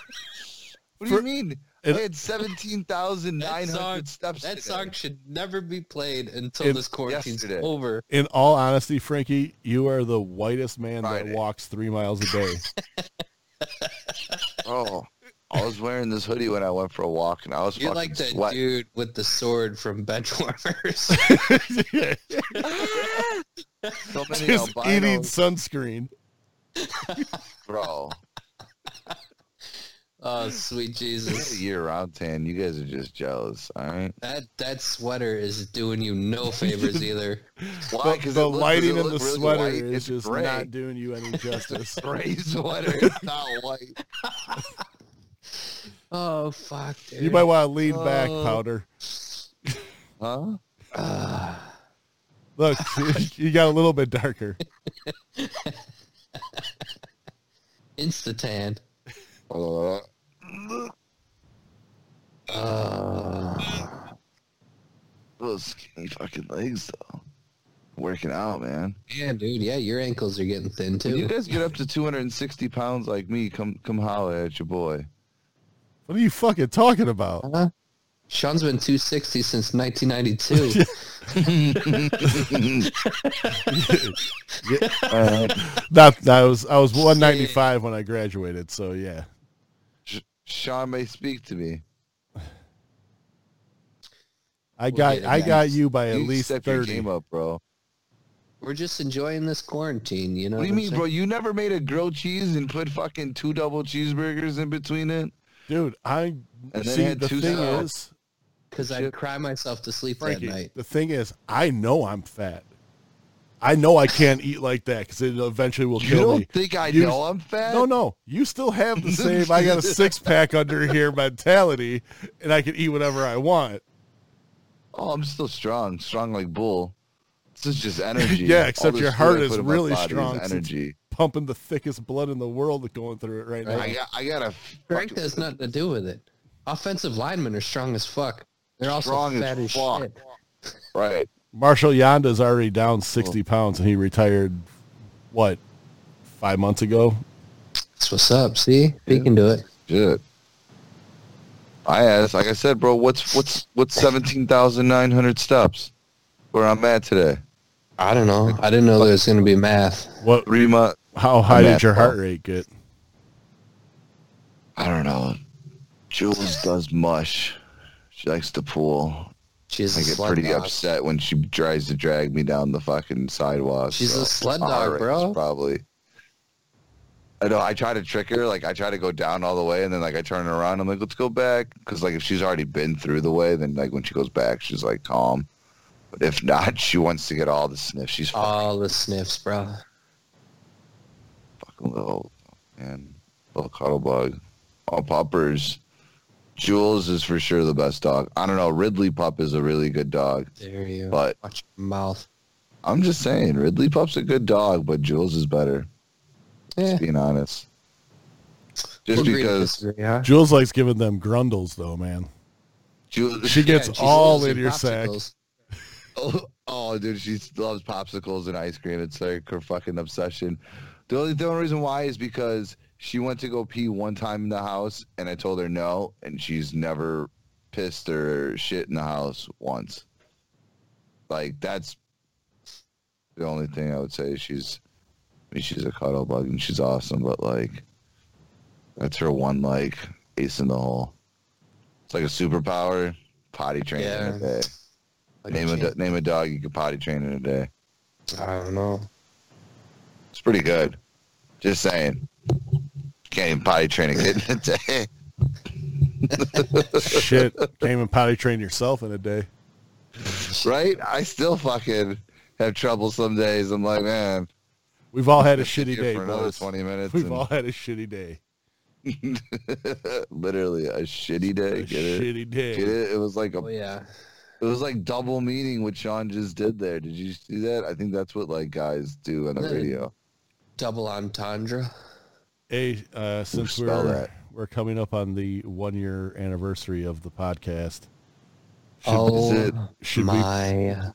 [SPEAKER 3] you
[SPEAKER 1] For-
[SPEAKER 3] mean?
[SPEAKER 1] it-
[SPEAKER 3] I had
[SPEAKER 2] That
[SPEAKER 3] 17,900
[SPEAKER 2] song,
[SPEAKER 3] steps.
[SPEAKER 2] that
[SPEAKER 3] today.
[SPEAKER 2] song should never be played until
[SPEAKER 1] It-
[SPEAKER 2] this quarantine's
[SPEAKER 3] yesterday.
[SPEAKER 2] over.
[SPEAKER 1] In all honesty, Frankie, you are the whitest man
[SPEAKER 3] Friday.
[SPEAKER 1] that walks three miles a day.
[SPEAKER 3] Oh, I was wearing this hoodie when I went for a walk, and I was
[SPEAKER 2] You're
[SPEAKER 3] fucking
[SPEAKER 2] like that
[SPEAKER 3] sweating.
[SPEAKER 2] dude with the sword from Benchwarmers.
[SPEAKER 3] So many
[SPEAKER 1] Just eating
[SPEAKER 3] albinos,
[SPEAKER 1] sunscreen.
[SPEAKER 3] bro.
[SPEAKER 2] oh, sweet Jesus.
[SPEAKER 3] Year round tan. You guys are just jealous, all right?
[SPEAKER 2] That that sweater is doing you no favors either.
[SPEAKER 3] Why?
[SPEAKER 1] The-
[SPEAKER 3] 'Cause
[SPEAKER 1] the
[SPEAKER 3] it look- 'cause
[SPEAKER 1] lighting in
[SPEAKER 3] it
[SPEAKER 1] the
[SPEAKER 3] look really
[SPEAKER 1] sweater
[SPEAKER 3] white,
[SPEAKER 1] is
[SPEAKER 3] it's
[SPEAKER 1] just
[SPEAKER 3] gray.
[SPEAKER 1] not doing you any justice.
[SPEAKER 3] gray sweater. It's not white.
[SPEAKER 2] Oh fuck, dude.
[SPEAKER 1] you might want to lean back,
[SPEAKER 3] Oh.
[SPEAKER 1] Powder.
[SPEAKER 3] Huh?
[SPEAKER 2] Uh,
[SPEAKER 1] Look, you got a little bit darker.
[SPEAKER 2] Instatan.
[SPEAKER 3] Uh,
[SPEAKER 2] Uh,
[SPEAKER 3] those skinny fucking legs, though. Working out, man.
[SPEAKER 2] Yeah, dude. Yeah, your ankles are getting thin
[SPEAKER 3] When you
[SPEAKER 2] too.
[SPEAKER 3] guys get up to 260 pounds like me, come come holler at your boy.
[SPEAKER 1] What are you fucking talking about?
[SPEAKER 2] Huh? Sean's been 260 since 1992.
[SPEAKER 3] Uh,
[SPEAKER 1] That, that was I was 195 when I graduated, so yeah.
[SPEAKER 3] Sh- Sean may speak to me.
[SPEAKER 1] I got
[SPEAKER 2] Okay,
[SPEAKER 1] I got
[SPEAKER 2] guys.
[SPEAKER 1] you by at
[SPEAKER 3] you
[SPEAKER 1] least
[SPEAKER 3] step your
[SPEAKER 1] 30.
[SPEAKER 3] game up, bro.
[SPEAKER 2] We're just enjoying this quarantine, you know.
[SPEAKER 3] What do you
[SPEAKER 2] I'm
[SPEAKER 3] mean,
[SPEAKER 2] saying?
[SPEAKER 3] bro? You never made a grilled cheese and put fucking two double cheeseburgers in between it?
[SPEAKER 1] Dude, I
[SPEAKER 3] then
[SPEAKER 1] see
[SPEAKER 3] had
[SPEAKER 1] the
[SPEAKER 3] two
[SPEAKER 1] thing
[SPEAKER 3] sides.
[SPEAKER 1] is
[SPEAKER 2] Because I'd cry myself to sleep
[SPEAKER 1] Frankie,
[SPEAKER 2] that night.
[SPEAKER 1] the thing is, I know I'm fat. I know I can't eat like that because it eventually will
[SPEAKER 3] You
[SPEAKER 1] kill
[SPEAKER 3] don't
[SPEAKER 1] me.
[SPEAKER 3] think I
[SPEAKER 1] You-
[SPEAKER 3] know I'm fat?
[SPEAKER 1] No, no, you still have the same. I got a six pack under here mentality, and I can eat whatever I want.
[SPEAKER 3] Oh, I'm still strong, strong like bull. This is just energy.
[SPEAKER 1] Yeah, except
[SPEAKER 3] All this
[SPEAKER 1] your
[SPEAKER 3] food
[SPEAKER 1] heart
[SPEAKER 3] I
[SPEAKER 1] is
[SPEAKER 3] put in my
[SPEAKER 1] really
[SPEAKER 3] body is
[SPEAKER 1] strong since-
[SPEAKER 3] energy.
[SPEAKER 1] pumping the thickest blood in the world going through it right,
[SPEAKER 3] I
[SPEAKER 1] now.
[SPEAKER 3] got, I got a
[SPEAKER 2] Strength has nothing to do with it. Offensive linemen are strong as fuck. They're also
[SPEAKER 3] Strong as
[SPEAKER 2] fat as,
[SPEAKER 3] fuck.
[SPEAKER 2] shit.
[SPEAKER 3] right.
[SPEAKER 1] Marshall Yanda's already down 60 pounds and he retired, what, five months ago?
[SPEAKER 2] That's what's up. See, he can do it.
[SPEAKER 3] Shit. I asked, like I said, bro, what's what's what's seventeen thousand nine hundred steps? Where I'm at today,
[SPEAKER 2] I don't know. I didn't know there was going to be math.
[SPEAKER 1] What?
[SPEAKER 3] three month.
[SPEAKER 1] How high
[SPEAKER 3] I'm
[SPEAKER 1] did
[SPEAKER 3] at
[SPEAKER 1] your heart
[SPEAKER 3] twelve.
[SPEAKER 1] rate get?
[SPEAKER 3] I don't know. Jules does mush. She likes to pull.
[SPEAKER 2] She's
[SPEAKER 3] I
[SPEAKER 2] a
[SPEAKER 3] get
[SPEAKER 2] slut
[SPEAKER 3] pretty
[SPEAKER 2] dog.
[SPEAKER 3] upset when she tries to drag me down the fucking sidewalk.
[SPEAKER 2] She's
[SPEAKER 3] so.
[SPEAKER 2] a sled
[SPEAKER 3] All
[SPEAKER 2] dog,
[SPEAKER 3] right,
[SPEAKER 2] bro.
[SPEAKER 3] Probably. I know. I try to trick her. Like I try to go down all the way, and then like I turn around. I'm like, let's go back, because like if she's already been through the way, then like when she goes back, she's like calm. But if not, she wants to get all the sniffs. She's
[SPEAKER 2] All the sniffs, bro.
[SPEAKER 3] fucking little man, little cuddle bug, all poppers. Jules is for sure the best dog. I don't know. Ridley Pup is a really good dog,
[SPEAKER 2] There you.
[SPEAKER 3] but
[SPEAKER 2] Watch your mouth.
[SPEAKER 3] I'm just saying Ridley Pup's a good dog, but Jules is better.
[SPEAKER 2] Yeah.
[SPEAKER 3] Being honest,
[SPEAKER 2] Eh, we'll
[SPEAKER 3] just
[SPEAKER 2] agree to
[SPEAKER 3] because
[SPEAKER 2] disagree, huh?
[SPEAKER 1] Jules likes giving them grundles, though, man.
[SPEAKER 3] Jules,
[SPEAKER 1] She gets
[SPEAKER 2] she's
[SPEAKER 1] all
[SPEAKER 2] losing
[SPEAKER 1] in your sack.
[SPEAKER 2] popsicles.
[SPEAKER 3] Oh, oh, dude, she loves popsicles and ice cream. It's like her fucking obsession. The only, the only reason why is because she went to go pee one time in the house, and I told her no, and she's never pissed or shit in the house once. Like that's the only thing I would say. She's, I mean, she's a cuddle bug and she's awesome, but like, that's her one like ace in the hole. It's like a superpower, potty training
[SPEAKER 2] Yeah.
[SPEAKER 3] in a day.
[SPEAKER 2] Like
[SPEAKER 3] Name
[SPEAKER 2] a
[SPEAKER 3] a,
[SPEAKER 2] champ.
[SPEAKER 3] do- name a dog you could potty train in a day.
[SPEAKER 2] I don't know.
[SPEAKER 3] It's pretty good. Just saying. Can't even potty train a kid in a day.
[SPEAKER 1] Shit. Can't even potty train yourself in a day.
[SPEAKER 3] Right? I still fucking have trouble some days. I'm like, man,
[SPEAKER 1] We've all had a
[SPEAKER 3] sit
[SPEAKER 1] shitty
[SPEAKER 3] here
[SPEAKER 1] day,
[SPEAKER 3] for another
[SPEAKER 1] boys.
[SPEAKER 3] 20 minutes.
[SPEAKER 1] We've
[SPEAKER 3] and-
[SPEAKER 1] all had a shitty day.
[SPEAKER 3] literally a shitty
[SPEAKER 1] A
[SPEAKER 3] day. Get it?
[SPEAKER 1] shitty day.
[SPEAKER 3] Get it? It was like a,
[SPEAKER 2] Oh yeah.
[SPEAKER 3] it was like double meaning what Sean just did there. Did you see that? I think that's what like guys do on the
[SPEAKER 2] No.
[SPEAKER 3] radio.
[SPEAKER 2] Double entendre.
[SPEAKER 1] Hey, uh, since
[SPEAKER 3] spell
[SPEAKER 1] we're
[SPEAKER 3] that?
[SPEAKER 1] we're coming up on the one year anniversary of the podcast, should,
[SPEAKER 2] oh
[SPEAKER 3] it-
[SPEAKER 1] should we
[SPEAKER 2] my.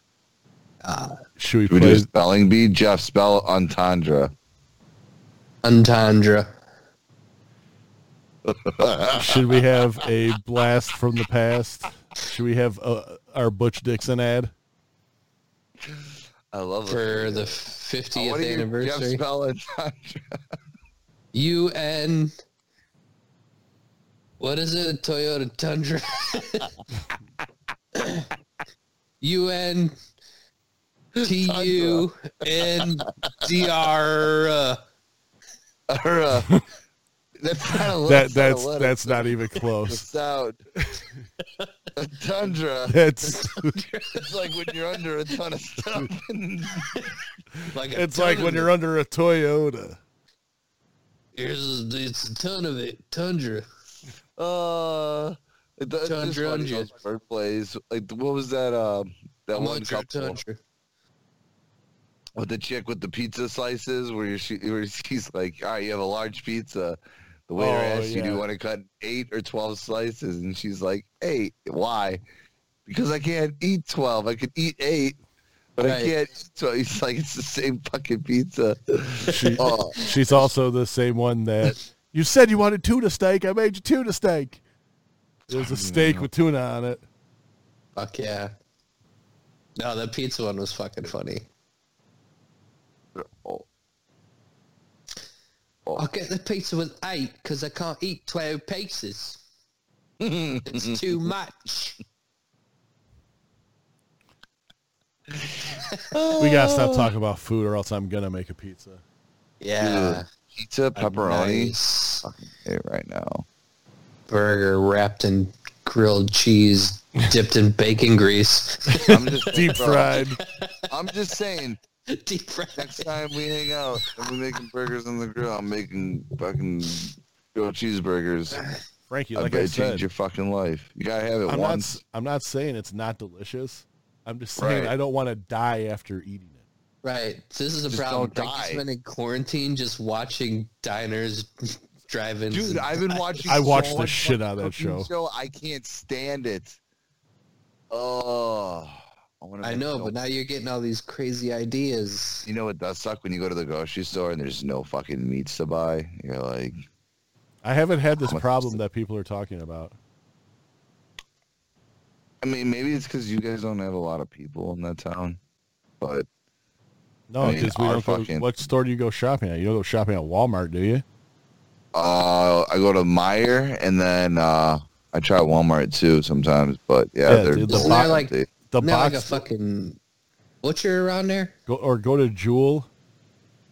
[SPEAKER 1] should we
[SPEAKER 3] Should we
[SPEAKER 1] play
[SPEAKER 3] do a spelling bee? Jeff, spell entendre.
[SPEAKER 2] Entendre.
[SPEAKER 1] should we have a blast from the past? Should we have uh, our Butch Dixon ad?
[SPEAKER 3] I love
[SPEAKER 2] for the
[SPEAKER 3] Oh, what
[SPEAKER 2] 50th
[SPEAKER 3] do you- Jeff
[SPEAKER 2] anniversary.
[SPEAKER 3] spell entendre?
[SPEAKER 2] UN. What is it? Toyota Tundra. UN. T U N D R.
[SPEAKER 3] Or, uh, that's not a
[SPEAKER 1] That
[SPEAKER 3] letter. it's not a
[SPEAKER 1] that's
[SPEAKER 3] letter,
[SPEAKER 1] that's not even
[SPEAKER 3] it's a
[SPEAKER 1] close.
[SPEAKER 3] sound. a tundra.
[SPEAKER 1] That's
[SPEAKER 3] It's like when you're under a ton of stuff.
[SPEAKER 2] Like a
[SPEAKER 1] it's
[SPEAKER 2] ton
[SPEAKER 1] like
[SPEAKER 2] of
[SPEAKER 1] when
[SPEAKER 2] it.
[SPEAKER 1] you're under a Toyota.
[SPEAKER 2] Here's a- it's a ton of it. Tundra.
[SPEAKER 3] Uh, it, it's just
[SPEAKER 2] Tundra and
[SPEAKER 3] funny, those
[SPEAKER 2] just-
[SPEAKER 3] word plays. Like what was that? Um, that
[SPEAKER 2] I'm
[SPEAKER 3] one
[SPEAKER 2] under a
[SPEAKER 3] couple
[SPEAKER 2] tundra.
[SPEAKER 3] with the chick with the pizza slices, where she where she's like, "All right, you have a large pizza." The waiter
[SPEAKER 1] Oh,
[SPEAKER 3] asks you, "Do you
[SPEAKER 1] yeah.
[SPEAKER 3] want to cut eight or twelve slices?" And she's like, eight. Why?" Because I can't eat twelve. I could eat eight, but I
[SPEAKER 2] Right.
[SPEAKER 3] can't eat twelve. It's like it's the same fucking pizza. oh,
[SPEAKER 1] She's also the same one that you said you wanted tuna steak. I made you tuna steak. It was a steak with tuna on it.
[SPEAKER 2] Fuck yeah. No, the pizza one was fucking funny.
[SPEAKER 3] oh,
[SPEAKER 2] I'll get the pizza with eight because I can't eat 12 pizzas. it's too much.
[SPEAKER 1] We gotta stop talking about food, or else I'm gonna make a pizza.
[SPEAKER 2] Yeah.
[SPEAKER 3] pizza pepperoni.
[SPEAKER 2] Nice
[SPEAKER 3] Hey, right now.
[SPEAKER 2] burger wrapped in grilled cheese dipped in bacon grease.
[SPEAKER 3] I'm just
[SPEAKER 1] Deep
[SPEAKER 3] bro,
[SPEAKER 1] fried.
[SPEAKER 3] I'm just saying.
[SPEAKER 2] Deep fried.
[SPEAKER 3] Next time we hang out and we're making burgers on the grill, I'm making fucking grilled cheeseburgers.
[SPEAKER 1] Frankie,
[SPEAKER 3] I
[SPEAKER 1] like
[SPEAKER 3] bet
[SPEAKER 1] I
[SPEAKER 3] it changed
[SPEAKER 1] said,
[SPEAKER 3] your fucking life. You gotta have it
[SPEAKER 1] I'm not,
[SPEAKER 3] once.
[SPEAKER 1] s- I'm not saying it's not delicious. I'm just saying
[SPEAKER 3] Right.
[SPEAKER 1] I don't want to die after eating it.
[SPEAKER 2] Right. This is a
[SPEAKER 3] Just
[SPEAKER 2] problem.
[SPEAKER 3] don't
[SPEAKER 2] Like, I
[SPEAKER 3] die.
[SPEAKER 2] spent in quarantine just watching diners, drive-ins.
[SPEAKER 3] Dude,
[SPEAKER 2] and-
[SPEAKER 3] I've been watching.
[SPEAKER 1] I watched
[SPEAKER 3] so
[SPEAKER 1] the
[SPEAKER 3] much
[SPEAKER 1] shit out of that
[SPEAKER 3] fucking
[SPEAKER 1] show.
[SPEAKER 3] I can't stand it. Oh, I, wanna
[SPEAKER 2] I
[SPEAKER 3] make
[SPEAKER 2] know,
[SPEAKER 3] so-
[SPEAKER 2] but now you're getting all these crazy ideas.
[SPEAKER 3] you know what does suck when you go to the grocery store and there's no fucking meats to buy. You're like,
[SPEAKER 1] I haven't had this
[SPEAKER 3] How much is
[SPEAKER 1] problem
[SPEAKER 3] it?
[SPEAKER 1] that people are talking about.
[SPEAKER 3] I mean, maybe it's because you guys don't have a lot of people in that town, but
[SPEAKER 1] No,
[SPEAKER 3] I mean,
[SPEAKER 1] because we
[SPEAKER 3] our
[SPEAKER 1] don't go,
[SPEAKER 3] fucking-
[SPEAKER 1] What store do you go shopping at? You don't go shopping at Walmart, do you?
[SPEAKER 3] uh, I go to Meyer and then uh, I try Walmart too sometimes. But yeah,
[SPEAKER 1] Yeah,
[SPEAKER 3] they're
[SPEAKER 1] dude, the
[SPEAKER 3] they're
[SPEAKER 2] box- like-
[SPEAKER 3] empty.
[SPEAKER 1] The
[SPEAKER 2] now like
[SPEAKER 1] box
[SPEAKER 2] a fucking butcher around there.
[SPEAKER 1] go, or go to Jewel.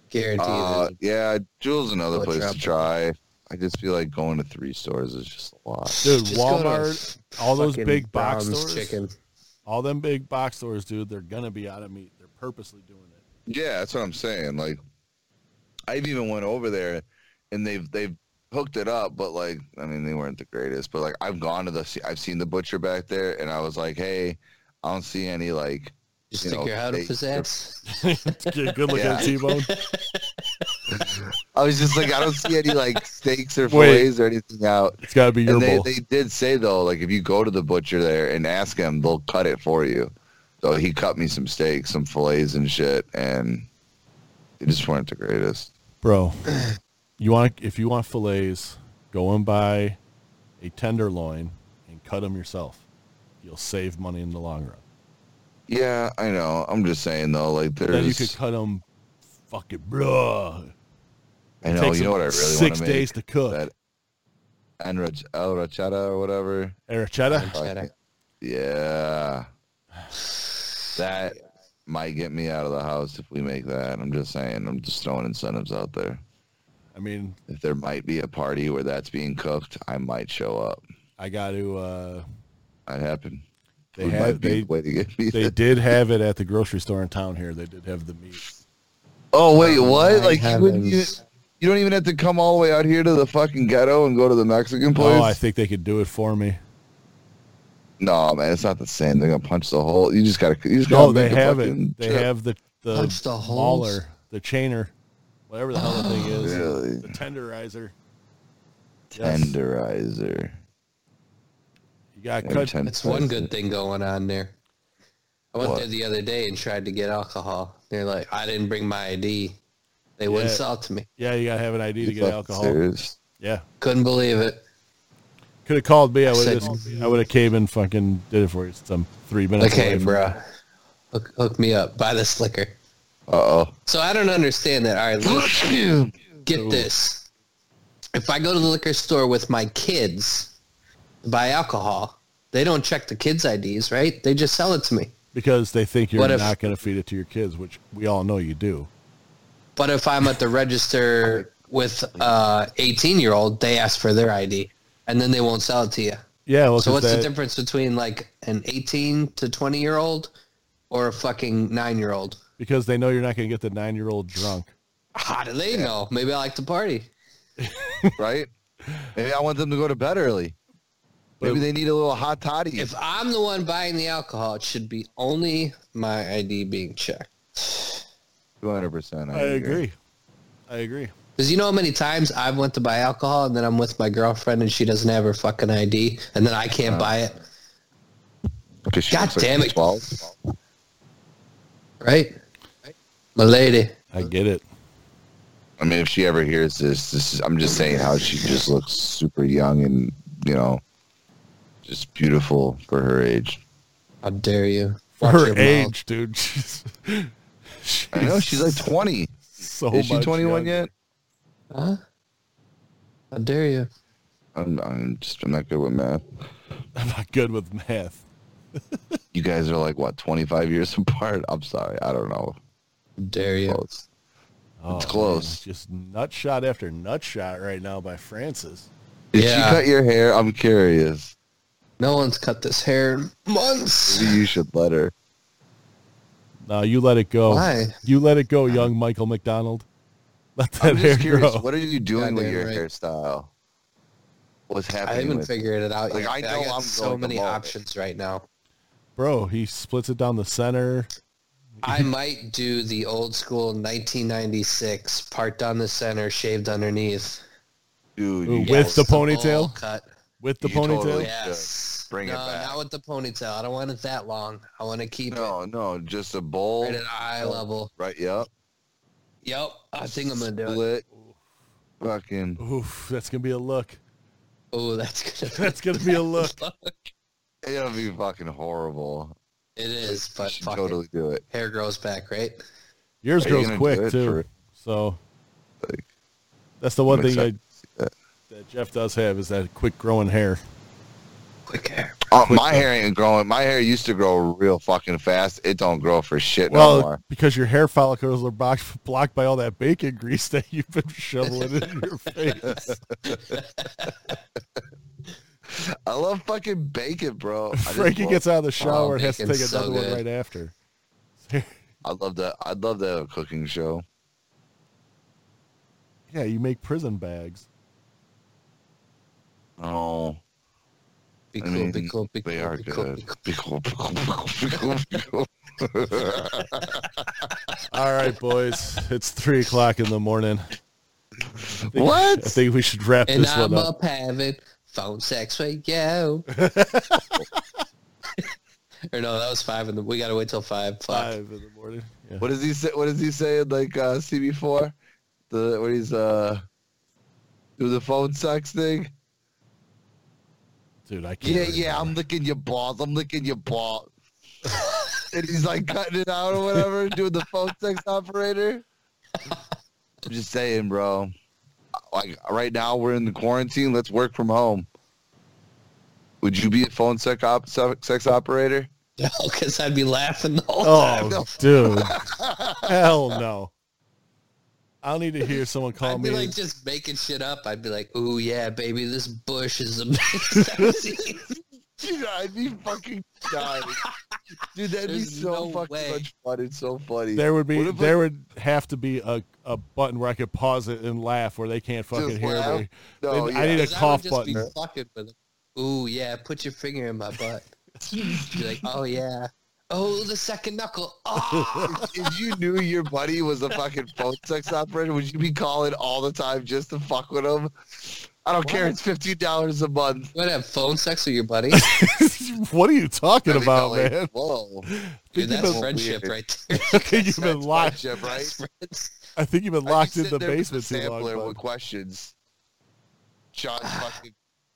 [SPEAKER 2] Guaranteed.
[SPEAKER 3] Uh, yeah, Jewel's another
[SPEAKER 2] Oh,
[SPEAKER 3] place
[SPEAKER 2] trouble.
[SPEAKER 3] to try. I just feel like going to three stores is just a lot.
[SPEAKER 1] Dude,
[SPEAKER 2] Just go to
[SPEAKER 1] Walmart, all those
[SPEAKER 2] fucking
[SPEAKER 1] big box
[SPEAKER 2] Brahms
[SPEAKER 1] stores,
[SPEAKER 2] Chicken.
[SPEAKER 1] all them big box stores, dude, they're gonna be out of meat. They're purposely doing it.
[SPEAKER 3] Yeah, that's what I'm saying. Like, I've even went over there, and they've they've hooked it up, but like, I mean, they weren't the greatest. But like, I've gone to the, I've seen the butcher back there, and I was like, hey, I don't see any like,
[SPEAKER 2] Just
[SPEAKER 3] you
[SPEAKER 2] stick
[SPEAKER 3] know,
[SPEAKER 2] your head up
[SPEAKER 3] they-
[SPEAKER 2] his ass.
[SPEAKER 1] Get a good look
[SPEAKER 3] Yeah.
[SPEAKER 1] at T-Bone.
[SPEAKER 3] I was just like, I don't see any like steaks or
[SPEAKER 1] Wait.
[SPEAKER 3] fillets or anything out.
[SPEAKER 1] It's gotta be your
[SPEAKER 3] And they,
[SPEAKER 1] bowl.
[SPEAKER 3] they did say though, like if you go to the butcher there and ask him, they'll cut it for you. So he cut me some steaks, some fillets and shit, and they just weren't the greatest.
[SPEAKER 1] Bro, you want if you want fillets, go and buy a tenderloin and cut them yourself. You'll save money in the long run.
[SPEAKER 3] Yeah, I know. I'm just saying though, like
[SPEAKER 1] Then you
[SPEAKER 3] there's,
[SPEAKER 1] could cut them. Fucking blah.
[SPEAKER 3] I know,
[SPEAKER 1] Takes
[SPEAKER 3] you know what I really want
[SPEAKER 1] six
[SPEAKER 3] to make
[SPEAKER 1] days to cook.
[SPEAKER 3] that enrich El Rachada or whatever.
[SPEAKER 1] Arachetta?
[SPEAKER 2] Cheddar.
[SPEAKER 3] Yeah, that might get me out of the house if we make that. I'm just saying. I'm just throwing incentives out there.
[SPEAKER 1] I mean,
[SPEAKER 3] If there might be a party where that's being cooked, I might show up.
[SPEAKER 1] I got to. Uh,
[SPEAKER 3] That happened.
[SPEAKER 1] they
[SPEAKER 3] Would
[SPEAKER 1] had
[SPEAKER 3] might be
[SPEAKER 1] they
[SPEAKER 3] the way to get me.
[SPEAKER 1] they did have it at the grocery store in town here. They did have the meat.
[SPEAKER 3] oh wait, what?
[SPEAKER 2] My
[SPEAKER 3] Like you, wouldn't
[SPEAKER 2] heavens.
[SPEAKER 3] even- you don't even have to come all the way out here to the fucking ghetto and go to the Mexican place.
[SPEAKER 1] Oh, I think they could do it for me.
[SPEAKER 3] No, man, it's not the same. They're gonna punch the hole. You just gotta. You just gotta
[SPEAKER 1] No, Oh, they
[SPEAKER 3] make a
[SPEAKER 1] have
[SPEAKER 3] fucking
[SPEAKER 1] it. They
[SPEAKER 3] trip.
[SPEAKER 1] have the the,
[SPEAKER 2] Punch the holes.
[SPEAKER 1] mauler, the chainer, whatever the hell the thing is,
[SPEAKER 3] Really?
[SPEAKER 1] the tenderizer. Yes.
[SPEAKER 3] tenderizer.
[SPEAKER 1] You got
[SPEAKER 3] Every
[SPEAKER 1] cut.
[SPEAKER 3] 10
[SPEAKER 2] That's one
[SPEAKER 3] cents.
[SPEAKER 2] good thing going on there. I went
[SPEAKER 3] What?
[SPEAKER 2] there the other day and tried to get alcohol. They're like, I didn't bring my ID. They
[SPEAKER 1] Yeah.
[SPEAKER 2] wouldn't sell it to me.
[SPEAKER 1] Yeah, you gotta have an ID to get
[SPEAKER 3] You fucking
[SPEAKER 1] alcohol.
[SPEAKER 3] serious?
[SPEAKER 1] Yeah,
[SPEAKER 2] Couldn't believe it.
[SPEAKER 1] could have called me. I would
[SPEAKER 2] said-
[SPEAKER 1] have. I would have came and fucking did it for you. Some three minutes.
[SPEAKER 2] Okay,
[SPEAKER 1] away from-
[SPEAKER 2] bruh. Hook, hook me up. Buy this liquor.
[SPEAKER 3] Uh
[SPEAKER 2] So I don't understand that. All right, look,
[SPEAKER 3] oh.
[SPEAKER 2] get this. If I go to the liquor store with my kids to buy alcohol, they don't check the kids' IDs, right? They just sell it to me.
[SPEAKER 1] Because they think you're
[SPEAKER 2] What if-
[SPEAKER 1] not gonna feed it to your kids, which we all know you do.
[SPEAKER 2] But if I'm at the register with a 18 year old, they ask for their ID and then they won't sell it to you.
[SPEAKER 1] Yeah. Well,
[SPEAKER 2] So
[SPEAKER 1] 'cause
[SPEAKER 2] what's the
[SPEAKER 1] that-
[SPEAKER 2] difference between like an 18 to 20 year old or a fucking nine year old?
[SPEAKER 1] because they know you're not gonna get the nine year old drunk.
[SPEAKER 2] How do they know? Maybe I like to party.
[SPEAKER 3] right? Maybe I want them to go to bed early. Maybe
[SPEAKER 1] But-
[SPEAKER 3] they need a little hot toddy.
[SPEAKER 2] If I'm the one buying the alcohol, it should be only my ID being checked.
[SPEAKER 3] Two hundred percent.
[SPEAKER 1] I agree. I agree.
[SPEAKER 2] Because you know how many times I've went to buy alcohol and then I'm with my girlfriend and she doesn't have her fucking ID and then I can't buy it, God damn it.
[SPEAKER 3] Twelve.
[SPEAKER 2] right? My lady.
[SPEAKER 1] I get it.
[SPEAKER 3] I mean, if she ever hears this, this is, I'm just saying how she just looks super young and you know, just beautiful for her age.
[SPEAKER 2] How dare you?
[SPEAKER 1] For
[SPEAKER 2] Watch
[SPEAKER 1] her
[SPEAKER 2] your mouth.
[SPEAKER 1] age, dude. She's,
[SPEAKER 3] I know she's like twenty.
[SPEAKER 1] so
[SPEAKER 3] is she
[SPEAKER 1] much
[SPEAKER 3] 21
[SPEAKER 1] younger.
[SPEAKER 3] yet?
[SPEAKER 2] Huh? How dare you?
[SPEAKER 3] I'm, I'm just I'm not good with math.
[SPEAKER 1] I'm not good with math.
[SPEAKER 3] You guys are like what 25 years apart. I'm sorry, I don't know.
[SPEAKER 2] How dare you?
[SPEAKER 3] Close.
[SPEAKER 1] Oh,
[SPEAKER 3] close.
[SPEAKER 1] man, just nut shot after nut shot right now by Francis.
[SPEAKER 3] Did
[SPEAKER 2] Yeah.
[SPEAKER 3] she cut your hair? I'm curious.
[SPEAKER 2] No one's cut this hair in months.
[SPEAKER 3] Maybe you should let her.
[SPEAKER 1] No, you let it go.
[SPEAKER 2] Why?
[SPEAKER 1] You let it go, young Michael McDonald. Let that
[SPEAKER 3] I'm
[SPEAKER 1] hair
[SPEAKER 3] just curious.
[SPEAKER 1] grow.
[SPEAKER 3] What are you doing with
[SPEAKER 2] Goddamn
[SPEAKER 3] your
[SPEAKER 2] right.
[SPEAKER 3] hairstyle? What's
[SPEAKER 2] I
[SPEAKER 3] happening?
[SPEAKER 2] haven't
[SPEAKER 3] with-
[SPEAKER 2] figured it out
[SPEAKER 3] Like,
[SPEAKER 2] yet.
[SPEAKER 3] I know
[SPEAKER 2] got
[SPEAKER 3] I'm
[SPEAKER 2] so
[SPEAKER 3] going to
[SPEAKER 2] many
[SPEAKER 3] mold.
[SPEAKER 2] options right now.
[SPEAKER 1] Bro, he splits it down the center.
[SPEAKER 2] I might do the old school 1996 part down the center, shaved underneath.
[SPEAKER 3] Dude,
[SPEAKER 1] Ooh,
[SPEAKER 3] you
[SPEAKER 1] with
[SPEAKER 3] gotta-
[SPEAKER 1] the ponytail?
[SPEAKER 2] bowl cut.
[SPEAKER 1] with the
[SPEAKER 3] You
[SPEAKER 1] ponytail.
[SPEAKER 3] totally-
[SPEAKER 2] Yes.
[SPEAKER 3] Oh, Bring it
[SPEAKER 2] no,
[SPEAKER 3] back.
[SPEAKER 2] not with the ponytail. I don't want it that long. I want to keep
[SPEAKER 3] No, no, just a
[SPEAKER 2] it
[SPEAKER 3] bowl.
[SPEAKER 2] right at eye level.
[SPEAKER 3] Right, yep.
[SPEAKER 2] Yep. I think I'm going to do it.
[SPEAKER 3] Split. Fucking.
[SPEAKER 1] Oof, that's gonna be a look.
[SPEAKER 2] Oh, that's going to
[SPEAKER 1] That's gonna be a look.
[SPEAKER 3] It'll be fucking horrible.
[SPEAKER 2] It is,
[SPEAKER 3] You
[SPEAKER 2] but
[SPEAKER 3] should
[SPEAKER 2] fuck it.
[SPEAKER 3] totally do it.
[SPEAKER 2] hair grows back, right?
[SPEAKER 1] Yours
[SPEAKER 3] Are you
[SPEAKER 1] grows
[SPEAKER 3] gonna do
[SPEAKER 1] quick
[SPEAKER 3] it
[SPEAKER 1] too,
[SPEAKER 3] for-
[SPEAKER 1] so
[SPEAKER 3] Like,
[SPEAKER 1] that's the one
[SPEAKER 3] I'm
[SPEAKER 1] thing I,
[SPEAKER 3] excited that.
[SPEAKER 1] that Jeff does have is that quick growing hair.
[SPEAKER 2] Quick hair.
[SPEAKER 3] Oh, my hair ain't growing. My hair used to grow real fucking fast. It don't grow for shit
[SPEAKER 1] Well,
[SPEAKER 3] no more.
[SPEAKER 1] because your hair follicles are blocked, blocked by all that bacon grease that you've been shoveling in your face.
[SPEAKER 3] I love fucking bacon, bro. I just
[SPEAKER 1] Frankie
[SPEAKER 3] love-
[SPEAKER 1] gets out of the shower and has to take
[SPEAKER 2] bacon's
[SPEAKER 1] another
[SPEAKER 2] so
[SPEAKER 1] one
[SPEAKER 2] good.
[SPEAKER 1] right after.
[SPEAKER 3] I love that. I love that cooking show.
[SPEAKER 1] Yeah, you make prison bags.
[SPEAKER 3] Oh,
[SPEAKER 2] Be
[SPEAKER 3] I
[SPEAKER 2] cool, be
[SPEAKER 3] mean,
[SPEAKER 2] cool, be cool,
[SPEAKER 3] they are
[SPEAKER 2] be cool, be
[SPEAKER 3] good.
[SPEAKER 2] cool.
[SPEAKER 3] Pickle, pickle, pickle, pickle, pickle.
[SPEAKER 1] All right, boys, it's three o'clock in the morning. I think-
[SPEAKER 3] What?
[SPEAKER 1] I think we should wrap
[SPEAKER 2] And
[SPEAKER 1] this
[SPEAKER 2] I'm
[SPEAKER 1] one up.
[SPEAKER 2] up having phone sex with you. or no, that was five. And we gotta wait till five. Fuck.
[SPEAKER 1] Five in the morning. Yeah.
[SPEAKER 3] What does he say? What does he say? in, Like uh, CB4, the when he's uh, do the phone sex thing.
[SPEAKER 1] Dude, I can't.
[SPEAKER 3] Yeah, yeah.
[SPEAKER 1] remember.
[SPEAKER 3] I'm licking your balls. I'm licking your balls. and he's like cutting it out or whatever, doing the phone sex operator. I'm just saying, bro. Like right now, we're in the quarantine. Let's work from home. Would you be a phone sex op- se- sex operator?
[SPEAKER 2] No, because I'd be laughing the whole time.
[SPEAKER 1] Oh, dude. Hell no. I'll need to hear someone call
[SPEAKER 2] I'd
[SPEAKER 1] me.
[SPEAKER 2] be like just making shit up. I'd be like, "Ooh yeah, baby, this bush is amazing."
[SPEAKER 3] Dude, I'd be fucking dying. Dude, that'd be
[SPEAKER 2] There's
[SPEAKER 3] so
[SPEAKER 2] no
[SPEAKER 3] fucking
[SPEAKER 2] way.
[SPEAKER 3] much fun. It's so funny.
[SPEAKER 1] there would be
[SPEAKER 3] What if,
[SPEAKER 1] there would have to be a, a button where I could pause it and laugh where they can't fucking
[SPEAKER 3] Just
[SPEAKER 1] hear
[SPEAKER 3] laugh?
[SPEAKER 1] me.
[SPEAKER 3] no,
[SPEAKER 1] then I
[SPEAKER 3] yeah.
[SPEAKER 1] need a
[SPEAKER 2] 'Cause I
[SPEAKER 1] cough
[SPEAKER 2] would just be
[SPEAKER 1] button.
[SPEAKER 2] fucking with it. Ooh yeah, put your finger in my butt. be like, "Oh yeah, oh the second knuckle." Ah.
[SPEAKER 3] if you knew your buddy was a fucking phone sex operator, would you be calling all the time just to fuck with him? I don't care. It's fifteen dollars a month.
[SPEAKER 2] You want to have phone sex with your buddy?
[SPEAKER 1] what are you talking
[SPEAKER 3] I'd be
[SPEAKER 1] about,
[SPEAKER 3] like,
[SPEAKER 1] man?
[SPEAKER 3] Whoa,
[SPEAKER 2] Dude,
[SPEAKER 1] Think you've
[SPEAKER 2] that's
[SPEAKER 1] been-
[SPEAKER 2] friendship
[SPEAKER 3] weird.
[SPEAKER 2] right there.
[SPEAKER 1] I think you've been
[SPEAKER 3] that's
[SPEAKER 1] locked.
[SPEAKER 3] friendship,
[SPEAKER 2] That's
[SPEAKER 3] right?
[SPEAKER 2] friends.
[SPEAKER 1] I think you've been
[SPEAKER 3] I'd be
[SPEAKER 1] locked in the
[SPEAKER 3] sitting there with
[SPEAKER 1] basement
[SPEAKER 3] the
[SPEAKER 1] too long.
[SPEAKER 3] sampler
[SPEAKER 1] bud.
[SPEAKER 3] with questions. John's fucking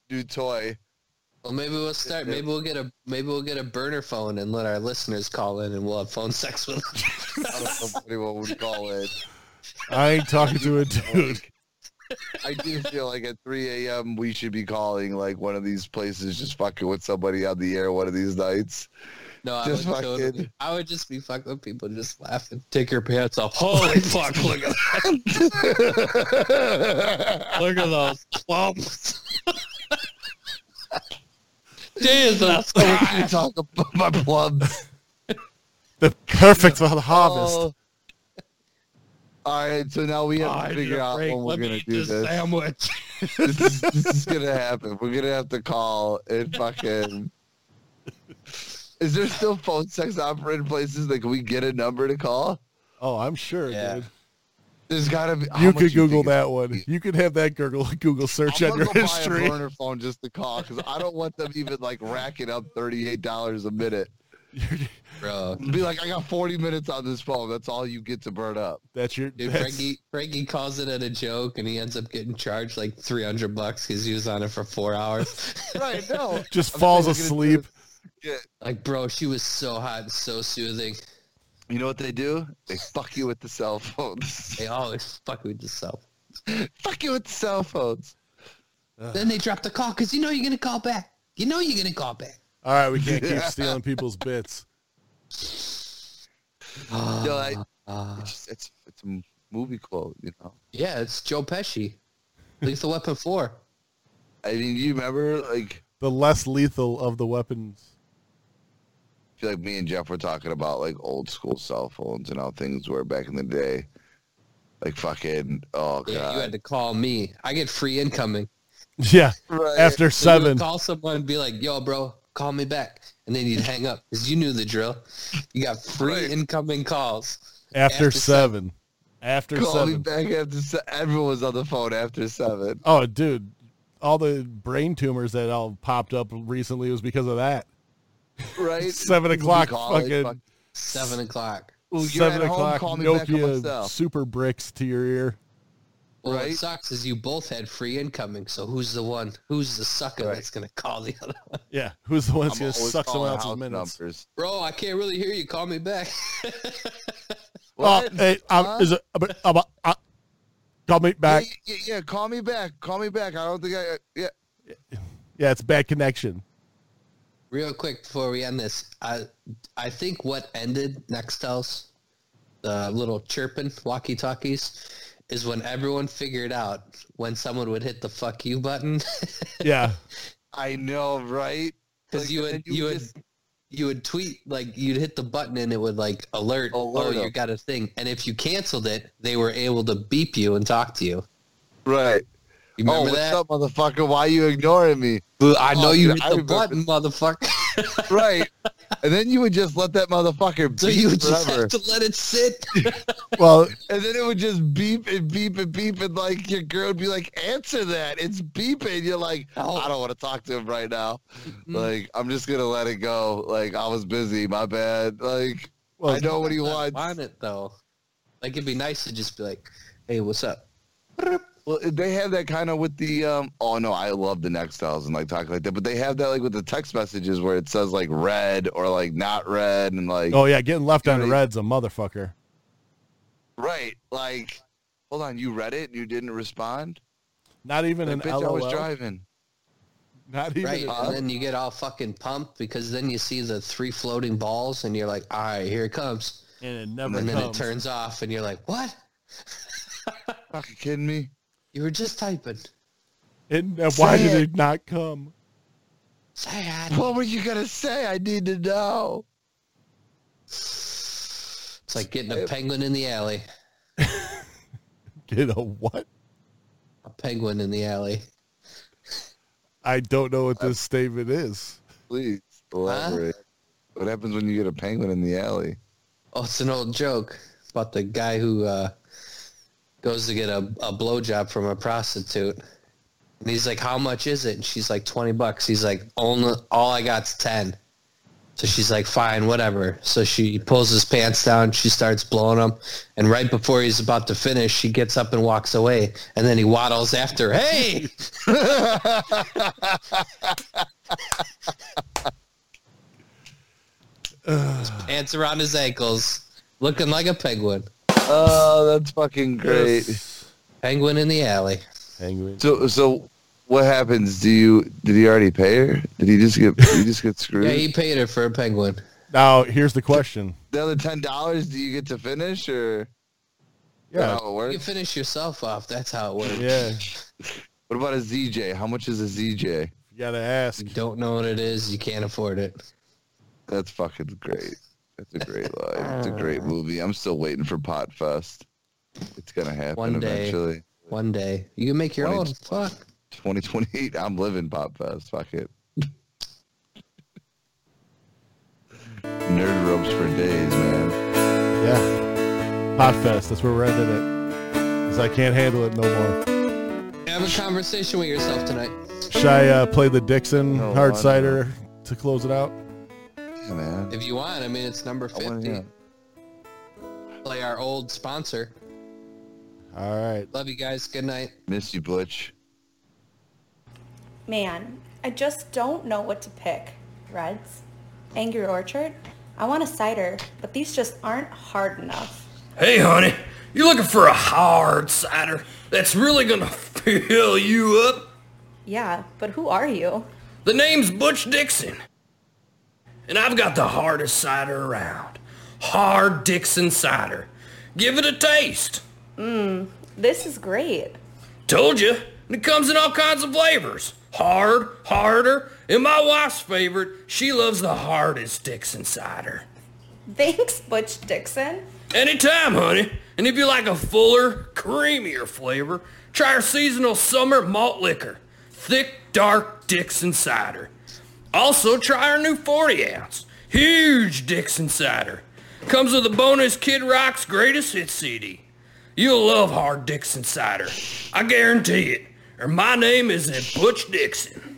[SPEAKER 3] new toy.
[SPEAKER 2] Well, maybe we'll start. Maybe we'll get a maybe we'll get a burner phone and let our listeners call in, and we'll have phone sex with them.
[SPEAKER 3] I don't know if anyone would call it.
[SPEAKER 1] I ain't talking to a dude.
[SPEAKER 3] I do feel like at 3 a.m. we should be calling like one of these places, just fucking with somebody on the air one of these nights.
[SPEAKER 2] No, I
[SPEAKER 3] Just
[SPEAKER 2] would
[SPEAKER 3] fucking-
[SPEAKER 2] totally, I would just be fucking with people, just laughing. Take your pants off. Holy fuck! Look at look at those clumps. Jesus
[SPEAKER 3] We're gonna
[SPEAKER 2] Christ.
[SPEAKER 3] talk about my plum.
[SPEAKER 1] The perfect for the harvest.
[SPEAKER 3] Oh. All right, so now we have
[SPEAKER 2] I
[SPEAKER 3] to
[SPEAKER 2] need
[SPEAKER 3] figure
[SPEAKER 2] a
[SPEAKER 3] out
[SPEAKER 2] break.
[SPEAKER 3] when we're
[SPEAKER 2] Let me
[SPEAKER 3] gonna
[SPEAKER 2] eat
[SPEAKER 3] do this.
[SPEAKER 2] sandwich.
[SPEAKER 3] This is, this is gonna happen. We're gonna have to call and fucking. Is there still phone sex operating places that can we get a number to call?
[SPEAKER 1] Oh, I'm sure,
[SPEAKER 2] Yeah.
[SPEAKER 1] dude.
[SPEAKER 3] There's gotta be. how
[SPEAKER 1] You
[SPEAKER 3] much
[SPEAKER 1] could
[SPEAKER 3] think
[SPEAKER 1] Google
[SPEAKER 3] it's-
[SPEAKER 1] that one. You could have that Google Google search
[SPEAKER 3] I'm
[SPEAKER 1] on
[SPEAKER 3] gonna
[SPEAKER 1] your
[SPEAKER 3] go Buy
[SPEAKER 1] history.
[SPEAKER 3] a burner phone just to call because I don't want them even like racking up thirty eight dollars a minute.
[SPEAKER 2] Bro,
[SPEAKER 3] Be like, I got forty minutes on this phone. That's all you get to burn up.
[SPEAKER 1] That's your.
[SPEAKER 2] Dude,
[SPEAKER 1] that's-
[SPEAKER 2] Frankie, Frankie calls it at a joke, and he ends up getting charged like three hundred bucks because he was on it for four hours.
[SPEAKER 3] Right? No.
[SPEAKER 1] just
[SPEAKER 3] I'm
[SPEAKER 1] falls
[SPEAKER 3] not gonna do
[SPEAKER 1] asleep.
[SPEAKER 2] like, bro, she was so hot and so soothing.
[SPEAKER 3] You know what they do? They fuck you with the cell phones.
[SPEAKER 2] They always fuck with yourself.
[SPEAKER 3] fuck you with the cell phones.
[SPEAKER 2] Then they drop the call because you know you're gonna call back. You know you're gonna call back.
[SPEAKER 1] All right, we can't keep stealing people's bits.
[SPEAKER 3] No, I,
[SPEAKER 2] Uh,
[SPEAKER 3] it's, it's it's a movie quote. You know.
[SPEAKER 2] yeah, it's Joe Pesci, Lethal Weapon Four.
[SPEAKER 3] I mean, you remember like
[SPEAKER 1] The less lethal of the weapons.
[SPEAKER 3] I feel like me and Jeff were talking about like old school cell phones and how things were back in the day. Like fucking oh god.
[SPEAKER 2] Yeah, you had to call me. I get free incoming.
[SPEAKER 1] Yeah.
[SPEAKER 3] Right.
[SPEAKER 1] After
[SPEAKER 2] So you would
[SPEAKER 1] seven.
[SPEAKER 2] call someone and be like, "Yo, bro, call me back. And then you'd hang up because you knew the drill. You got free
[SPEAKER 3] Right.
[SPEAKER 2] incoming calls.
[SPEAKER 1] After,
[SPEAKER 2] After
[SPEAKER 1] seven. After
[SPEAKER 3] Call me
[SPEAKER 1] seven.
[SPEAKER 3] back after se- everyone was on the phone after seven.
[SPEAKER 1] Oh, dude. All the brain tumors that all popped up recently was because of that.
[SPEAKER 3] Right?
[SPEAKER 1] Seven o'clock,
[SPEAKER 3] Call it,
[SPEAKER 1] fucking-
[SPEAKER 3] fuck-
[SPEAKER 2] Seven o'clock.
[SPEAKER 3] Well, you're
[SPEAKER 1] seven
[SPEAKER 3] at home,
[SPEAKER 1] o'clock
[SPEAKER 3] call me back on my
[SPEAKER 1] Nokia
[SPEAKER 3] cell.
[SPEAKER 1] super bricks to your ear.
[SPEAKER 2] Well, what
[SPEAKER 3] Right.
[SPEAKER 2] sucks is you both had free incoming. So who's the one? Who's the sucker
[SPEAKER 3] Right.
[SPEAKER 2] that's gonna call the other one?
[SPEAKER 1] Yeah. Who's the one
[SPEAKER 3] I'm
[SPEAKER 1] that's gonna
[SPEAKER 3] always
[SPEAKER 1] suck someone
[SPEAKER 3] calling
[SPEAKER 1] else's
[SPEAKER 3] house
[SPEAKER 1] minutes?
[SPEAKER 3] numbers.
[SPEAKER 2] Bro, I can't really hear you. Call me back.
[SPEAKER 1] Oh,
[SPEAKER 3] What?
[SPEAKER 1] hey, um,
[SPEAKER 3] Huh?
[SPEAKER 1] is it, um, um, uh, call me back.
[SPEAKER 3] Yeah, yeah, yeah, call me back. Call me back. I don't think I. Yeah.
[SPEAKER 1] Yeah, it's bad connection.
[SPEAKER 2] Real quick before we end this, I I think what ended Nextel's the little chirping walkie talkies is when everyone figured out when someone would hit the fuck you button
[SPEAKER 1] Yeah.
[SPEAKER 3] I know, right?
[SPEAKER 2] because
[SPEAKER 3] Like,
[SPEAKER 2] you
[SPEAKER 3] and
[SPEAKER 2] would you would
[SPEAKER 3] just-
[SPEAKER 2] you would tweet like you'd hit the button and it would like alert, oh
[SPEAKER 3] Alert 'em.
[SPEAKER 2] you got a thing and if you canceled it they were able to beep you and talk to you.
[SPEAKER 3] right.
[SPEAKER 2] You
[SPEAKER 3] Oh,
[SPEAKER 2] remember
[SPEAKER 3] what's
[SPEAKER 2] that?
[SPEAKER 3] up, motherfucker? Why you ignoring me?
[SPEAKER 2] Boo, I know
[SPEAKER 3] Oh,
[SPEAKER 2] you
[SPEAKER 3] dude,
[SPEAKER 2] hit
[SPEAKER 3] I
[SPEAKER 2] the
[SPEAKER 3] remember.
[SPEAKER 2] button, motherfucker.
[SPEAKER 3] Right. and then you would just let that motherfucker beep
[SPEAKER 2] so you would just
[SPEAKER 3] forever.
[SPEAKER 2] have to let it sit.
[SPEAKER 1] Well,
[SPEAKER 3] And then it would just beep and beep and beep, and like your girl would be like, "Answer that! It's beeping." You're like,
[SPEAKER 2] Oh.
[SPEAKER 3] "I don't want to talk to him right now. Like, I'm just gonna let it go. Like, I was busy. My bad. Like,
[SPEAKER 1] well,
[SPEAKER 3] I know what he
[SPEAKER 2] I
[SPEAKER 3] wants.
[SPEAKER 2] want it though. Like it'd be nice to just be like, "Hey, what's up?"
[SPEAKER 3] Well, they have that kind of with the um. Oh no, I love the Nextels and like talk like that, but they have that like with the text messages where it says like red or like not red and like
[SPEAKER 1] oh yeah, getting left on
[SPEAKER 3] Gotta-
[SPEAKER 1] red's a motherfucker.
[SPEAKER 3] right. Like, hold on, you read it and you didn't respond.
[SPEAKER 1] Not even
[SPEAKER 3] Like,
[SPEAKER 1] an
[SPEAKER 3] bitch, I was
[SPEAKER 1] LOL.
[SPEAKER 3] driving.
[SPEAKER 1] Not even.
[SPEAKER 2] Right,
[SPEAKER 1] an-
[SPEAKER 2] and then you get all fucking pumped because then you see the three floating balls, and you're like, "All right, here it comes,"
[SPEAKER 1] And it never
[SPEAKER 2] and then
[SPEAKER 1] comes.
[SPEAKER 2] it turns off, and you're like, "What?
[SPEAKER 3] Fucking kidding me?
[SPEAKER 2] You were just typing."
[SPEAKER 1] It ne- why
[SPEAKER 3] Say
[SPEAKER 1] did
[SPEAKER 3] it.
[SPEAKER 1] it not come?
[SPEAKER 2] Sad.
[SPEAKER 3] What were you gonna say? I need to know.
[SPEAKER 2] It's like getting a penguin in the alley.
[SPEAKER 1] Get a what?
[SPEAKER 2] A penguin in the alley.
[SPEAKER 1] I don't know what this statement is.
[SPEAKER 3] Please elaborate. What happens when you get a penguin in the alley?
[SPEAKER 2] Oh, it's an old joke about the guy who uh, goes to get a, a blowjob from a prostitute. And he's like, how much is it? And she's like, 20 bucks. He's like, only, all I got's 10. So she's like, fine, whatever. So she pulls his pants down. She starts blowing him. And right before he's about to finish, she gets up and walks away. And then he waddles after, hey! pants around his ankles, looking like a penguin.
[SPEAKER 3] Oh, that's fucking great.
[SPEAKER 1] Yes.
[SPEAKER 2] Penguin in the alley.
[SPEAKER 1] Penguin.
[SPEAKER 3] So, so what happens? Do you did he already pay her? Did he just get did he just get screwed?
[SPEAKER 2] Yeah, he paid her for a penguin.
[SPEAKER 1] Now here's the question.
[SPEAKER 3] the other ten dollars, do you get to finish or? Is that
[SPEAKER 1] Yeah.
[SPEAKER 3] how it
[SPEAKER 2] You
[SPEAKER 3] works?
[SPEAKER 2] finish yourself off. That's how it works.
[SPEAKER 1] Yeah.
[SPEAKER 3] What about a ZJ? How much is a ZJ?
[SPEAKER 1] You gotta ask.
[SPEAKER 2] You don't know what it is. You can't afford it.
[SPEAKER 3] That's fucking great. That's a great line. It's a great movie. I'm still waiting for Potfest. It's gonna happen
[SPEAKER 2] One day.
[SPEAKER 3] eventually.
[SPEAKER 2] One day you can make your
[SPEAKER 3] Why
[SPEAKER 2] own.
[SPEAKER 3] did-
[SPEAKER 2] Fuck.
[SPEAKER 3] 2028. I'm living Potfest. Fuck it. Nerd ropes for days, man.
[SPEAKER 1] Yeah. Potfest. That's where we're ending it. Cause I can't handle it no more.
[SPEAKER 2] Have a conversation with yourself tonight.
[SPEAKER 1] Should I uh, play the Dixon
[SPEAKER 3] No,
[SPEAKER 1] hard
[SPEAKER 3] I don't
[SPEAKER 1] cider to close it out?
[SPEAKER 3] Yeah, man.
[SPEAKER 2] If you want, I mean, it's number
[SPEAKER 3] I wanna
[SPEAKER 2] fifty.
[SPEAKER 3] hear.
[SPEAKER 2] Play our old sponsor.
[SPEAKER 1] All right.
[SPEAKER 2] Love you guys. Good night.
[SPEAKER 3] Miss you, Butch.
[SPEAKER 4] Man, I just don't know what to pick. Reds? Angry Orchard? I want a cider, but these just aren't hard enough.
[SPEAKER 5] Hey, honey, you looking for a hard cider that's really gonna fill you up?
[SPEAKER 4] Yeah, but who are you?
[SPEAKER 5] The name's Butch Dixon, and I've got the hardest cider around. Hard Dixon cider. Give it a taste.
[SPEAKER 4] This is great.
[SPEAKER 5] Told you, and it comes in all kinds of flavors. Hard, harder, and my wife's favorite, she loves the hardest Dixon cider.
[SPEAKER 4] Thanks, Butch Dixon.
[SPEAKER 5] Anytime, honey. And if you like a fuller, creamier flavor, try our seasonal summer malt liquor. Thick, dark Dixon cider. Also, try our new 40 ounce, huge Dixon cider. Comes with a bonus Kid Rock's Greatest Hits CD. You'll love Hard Dixon cider. I guarantee it. Or my name isn't Butch Dixon.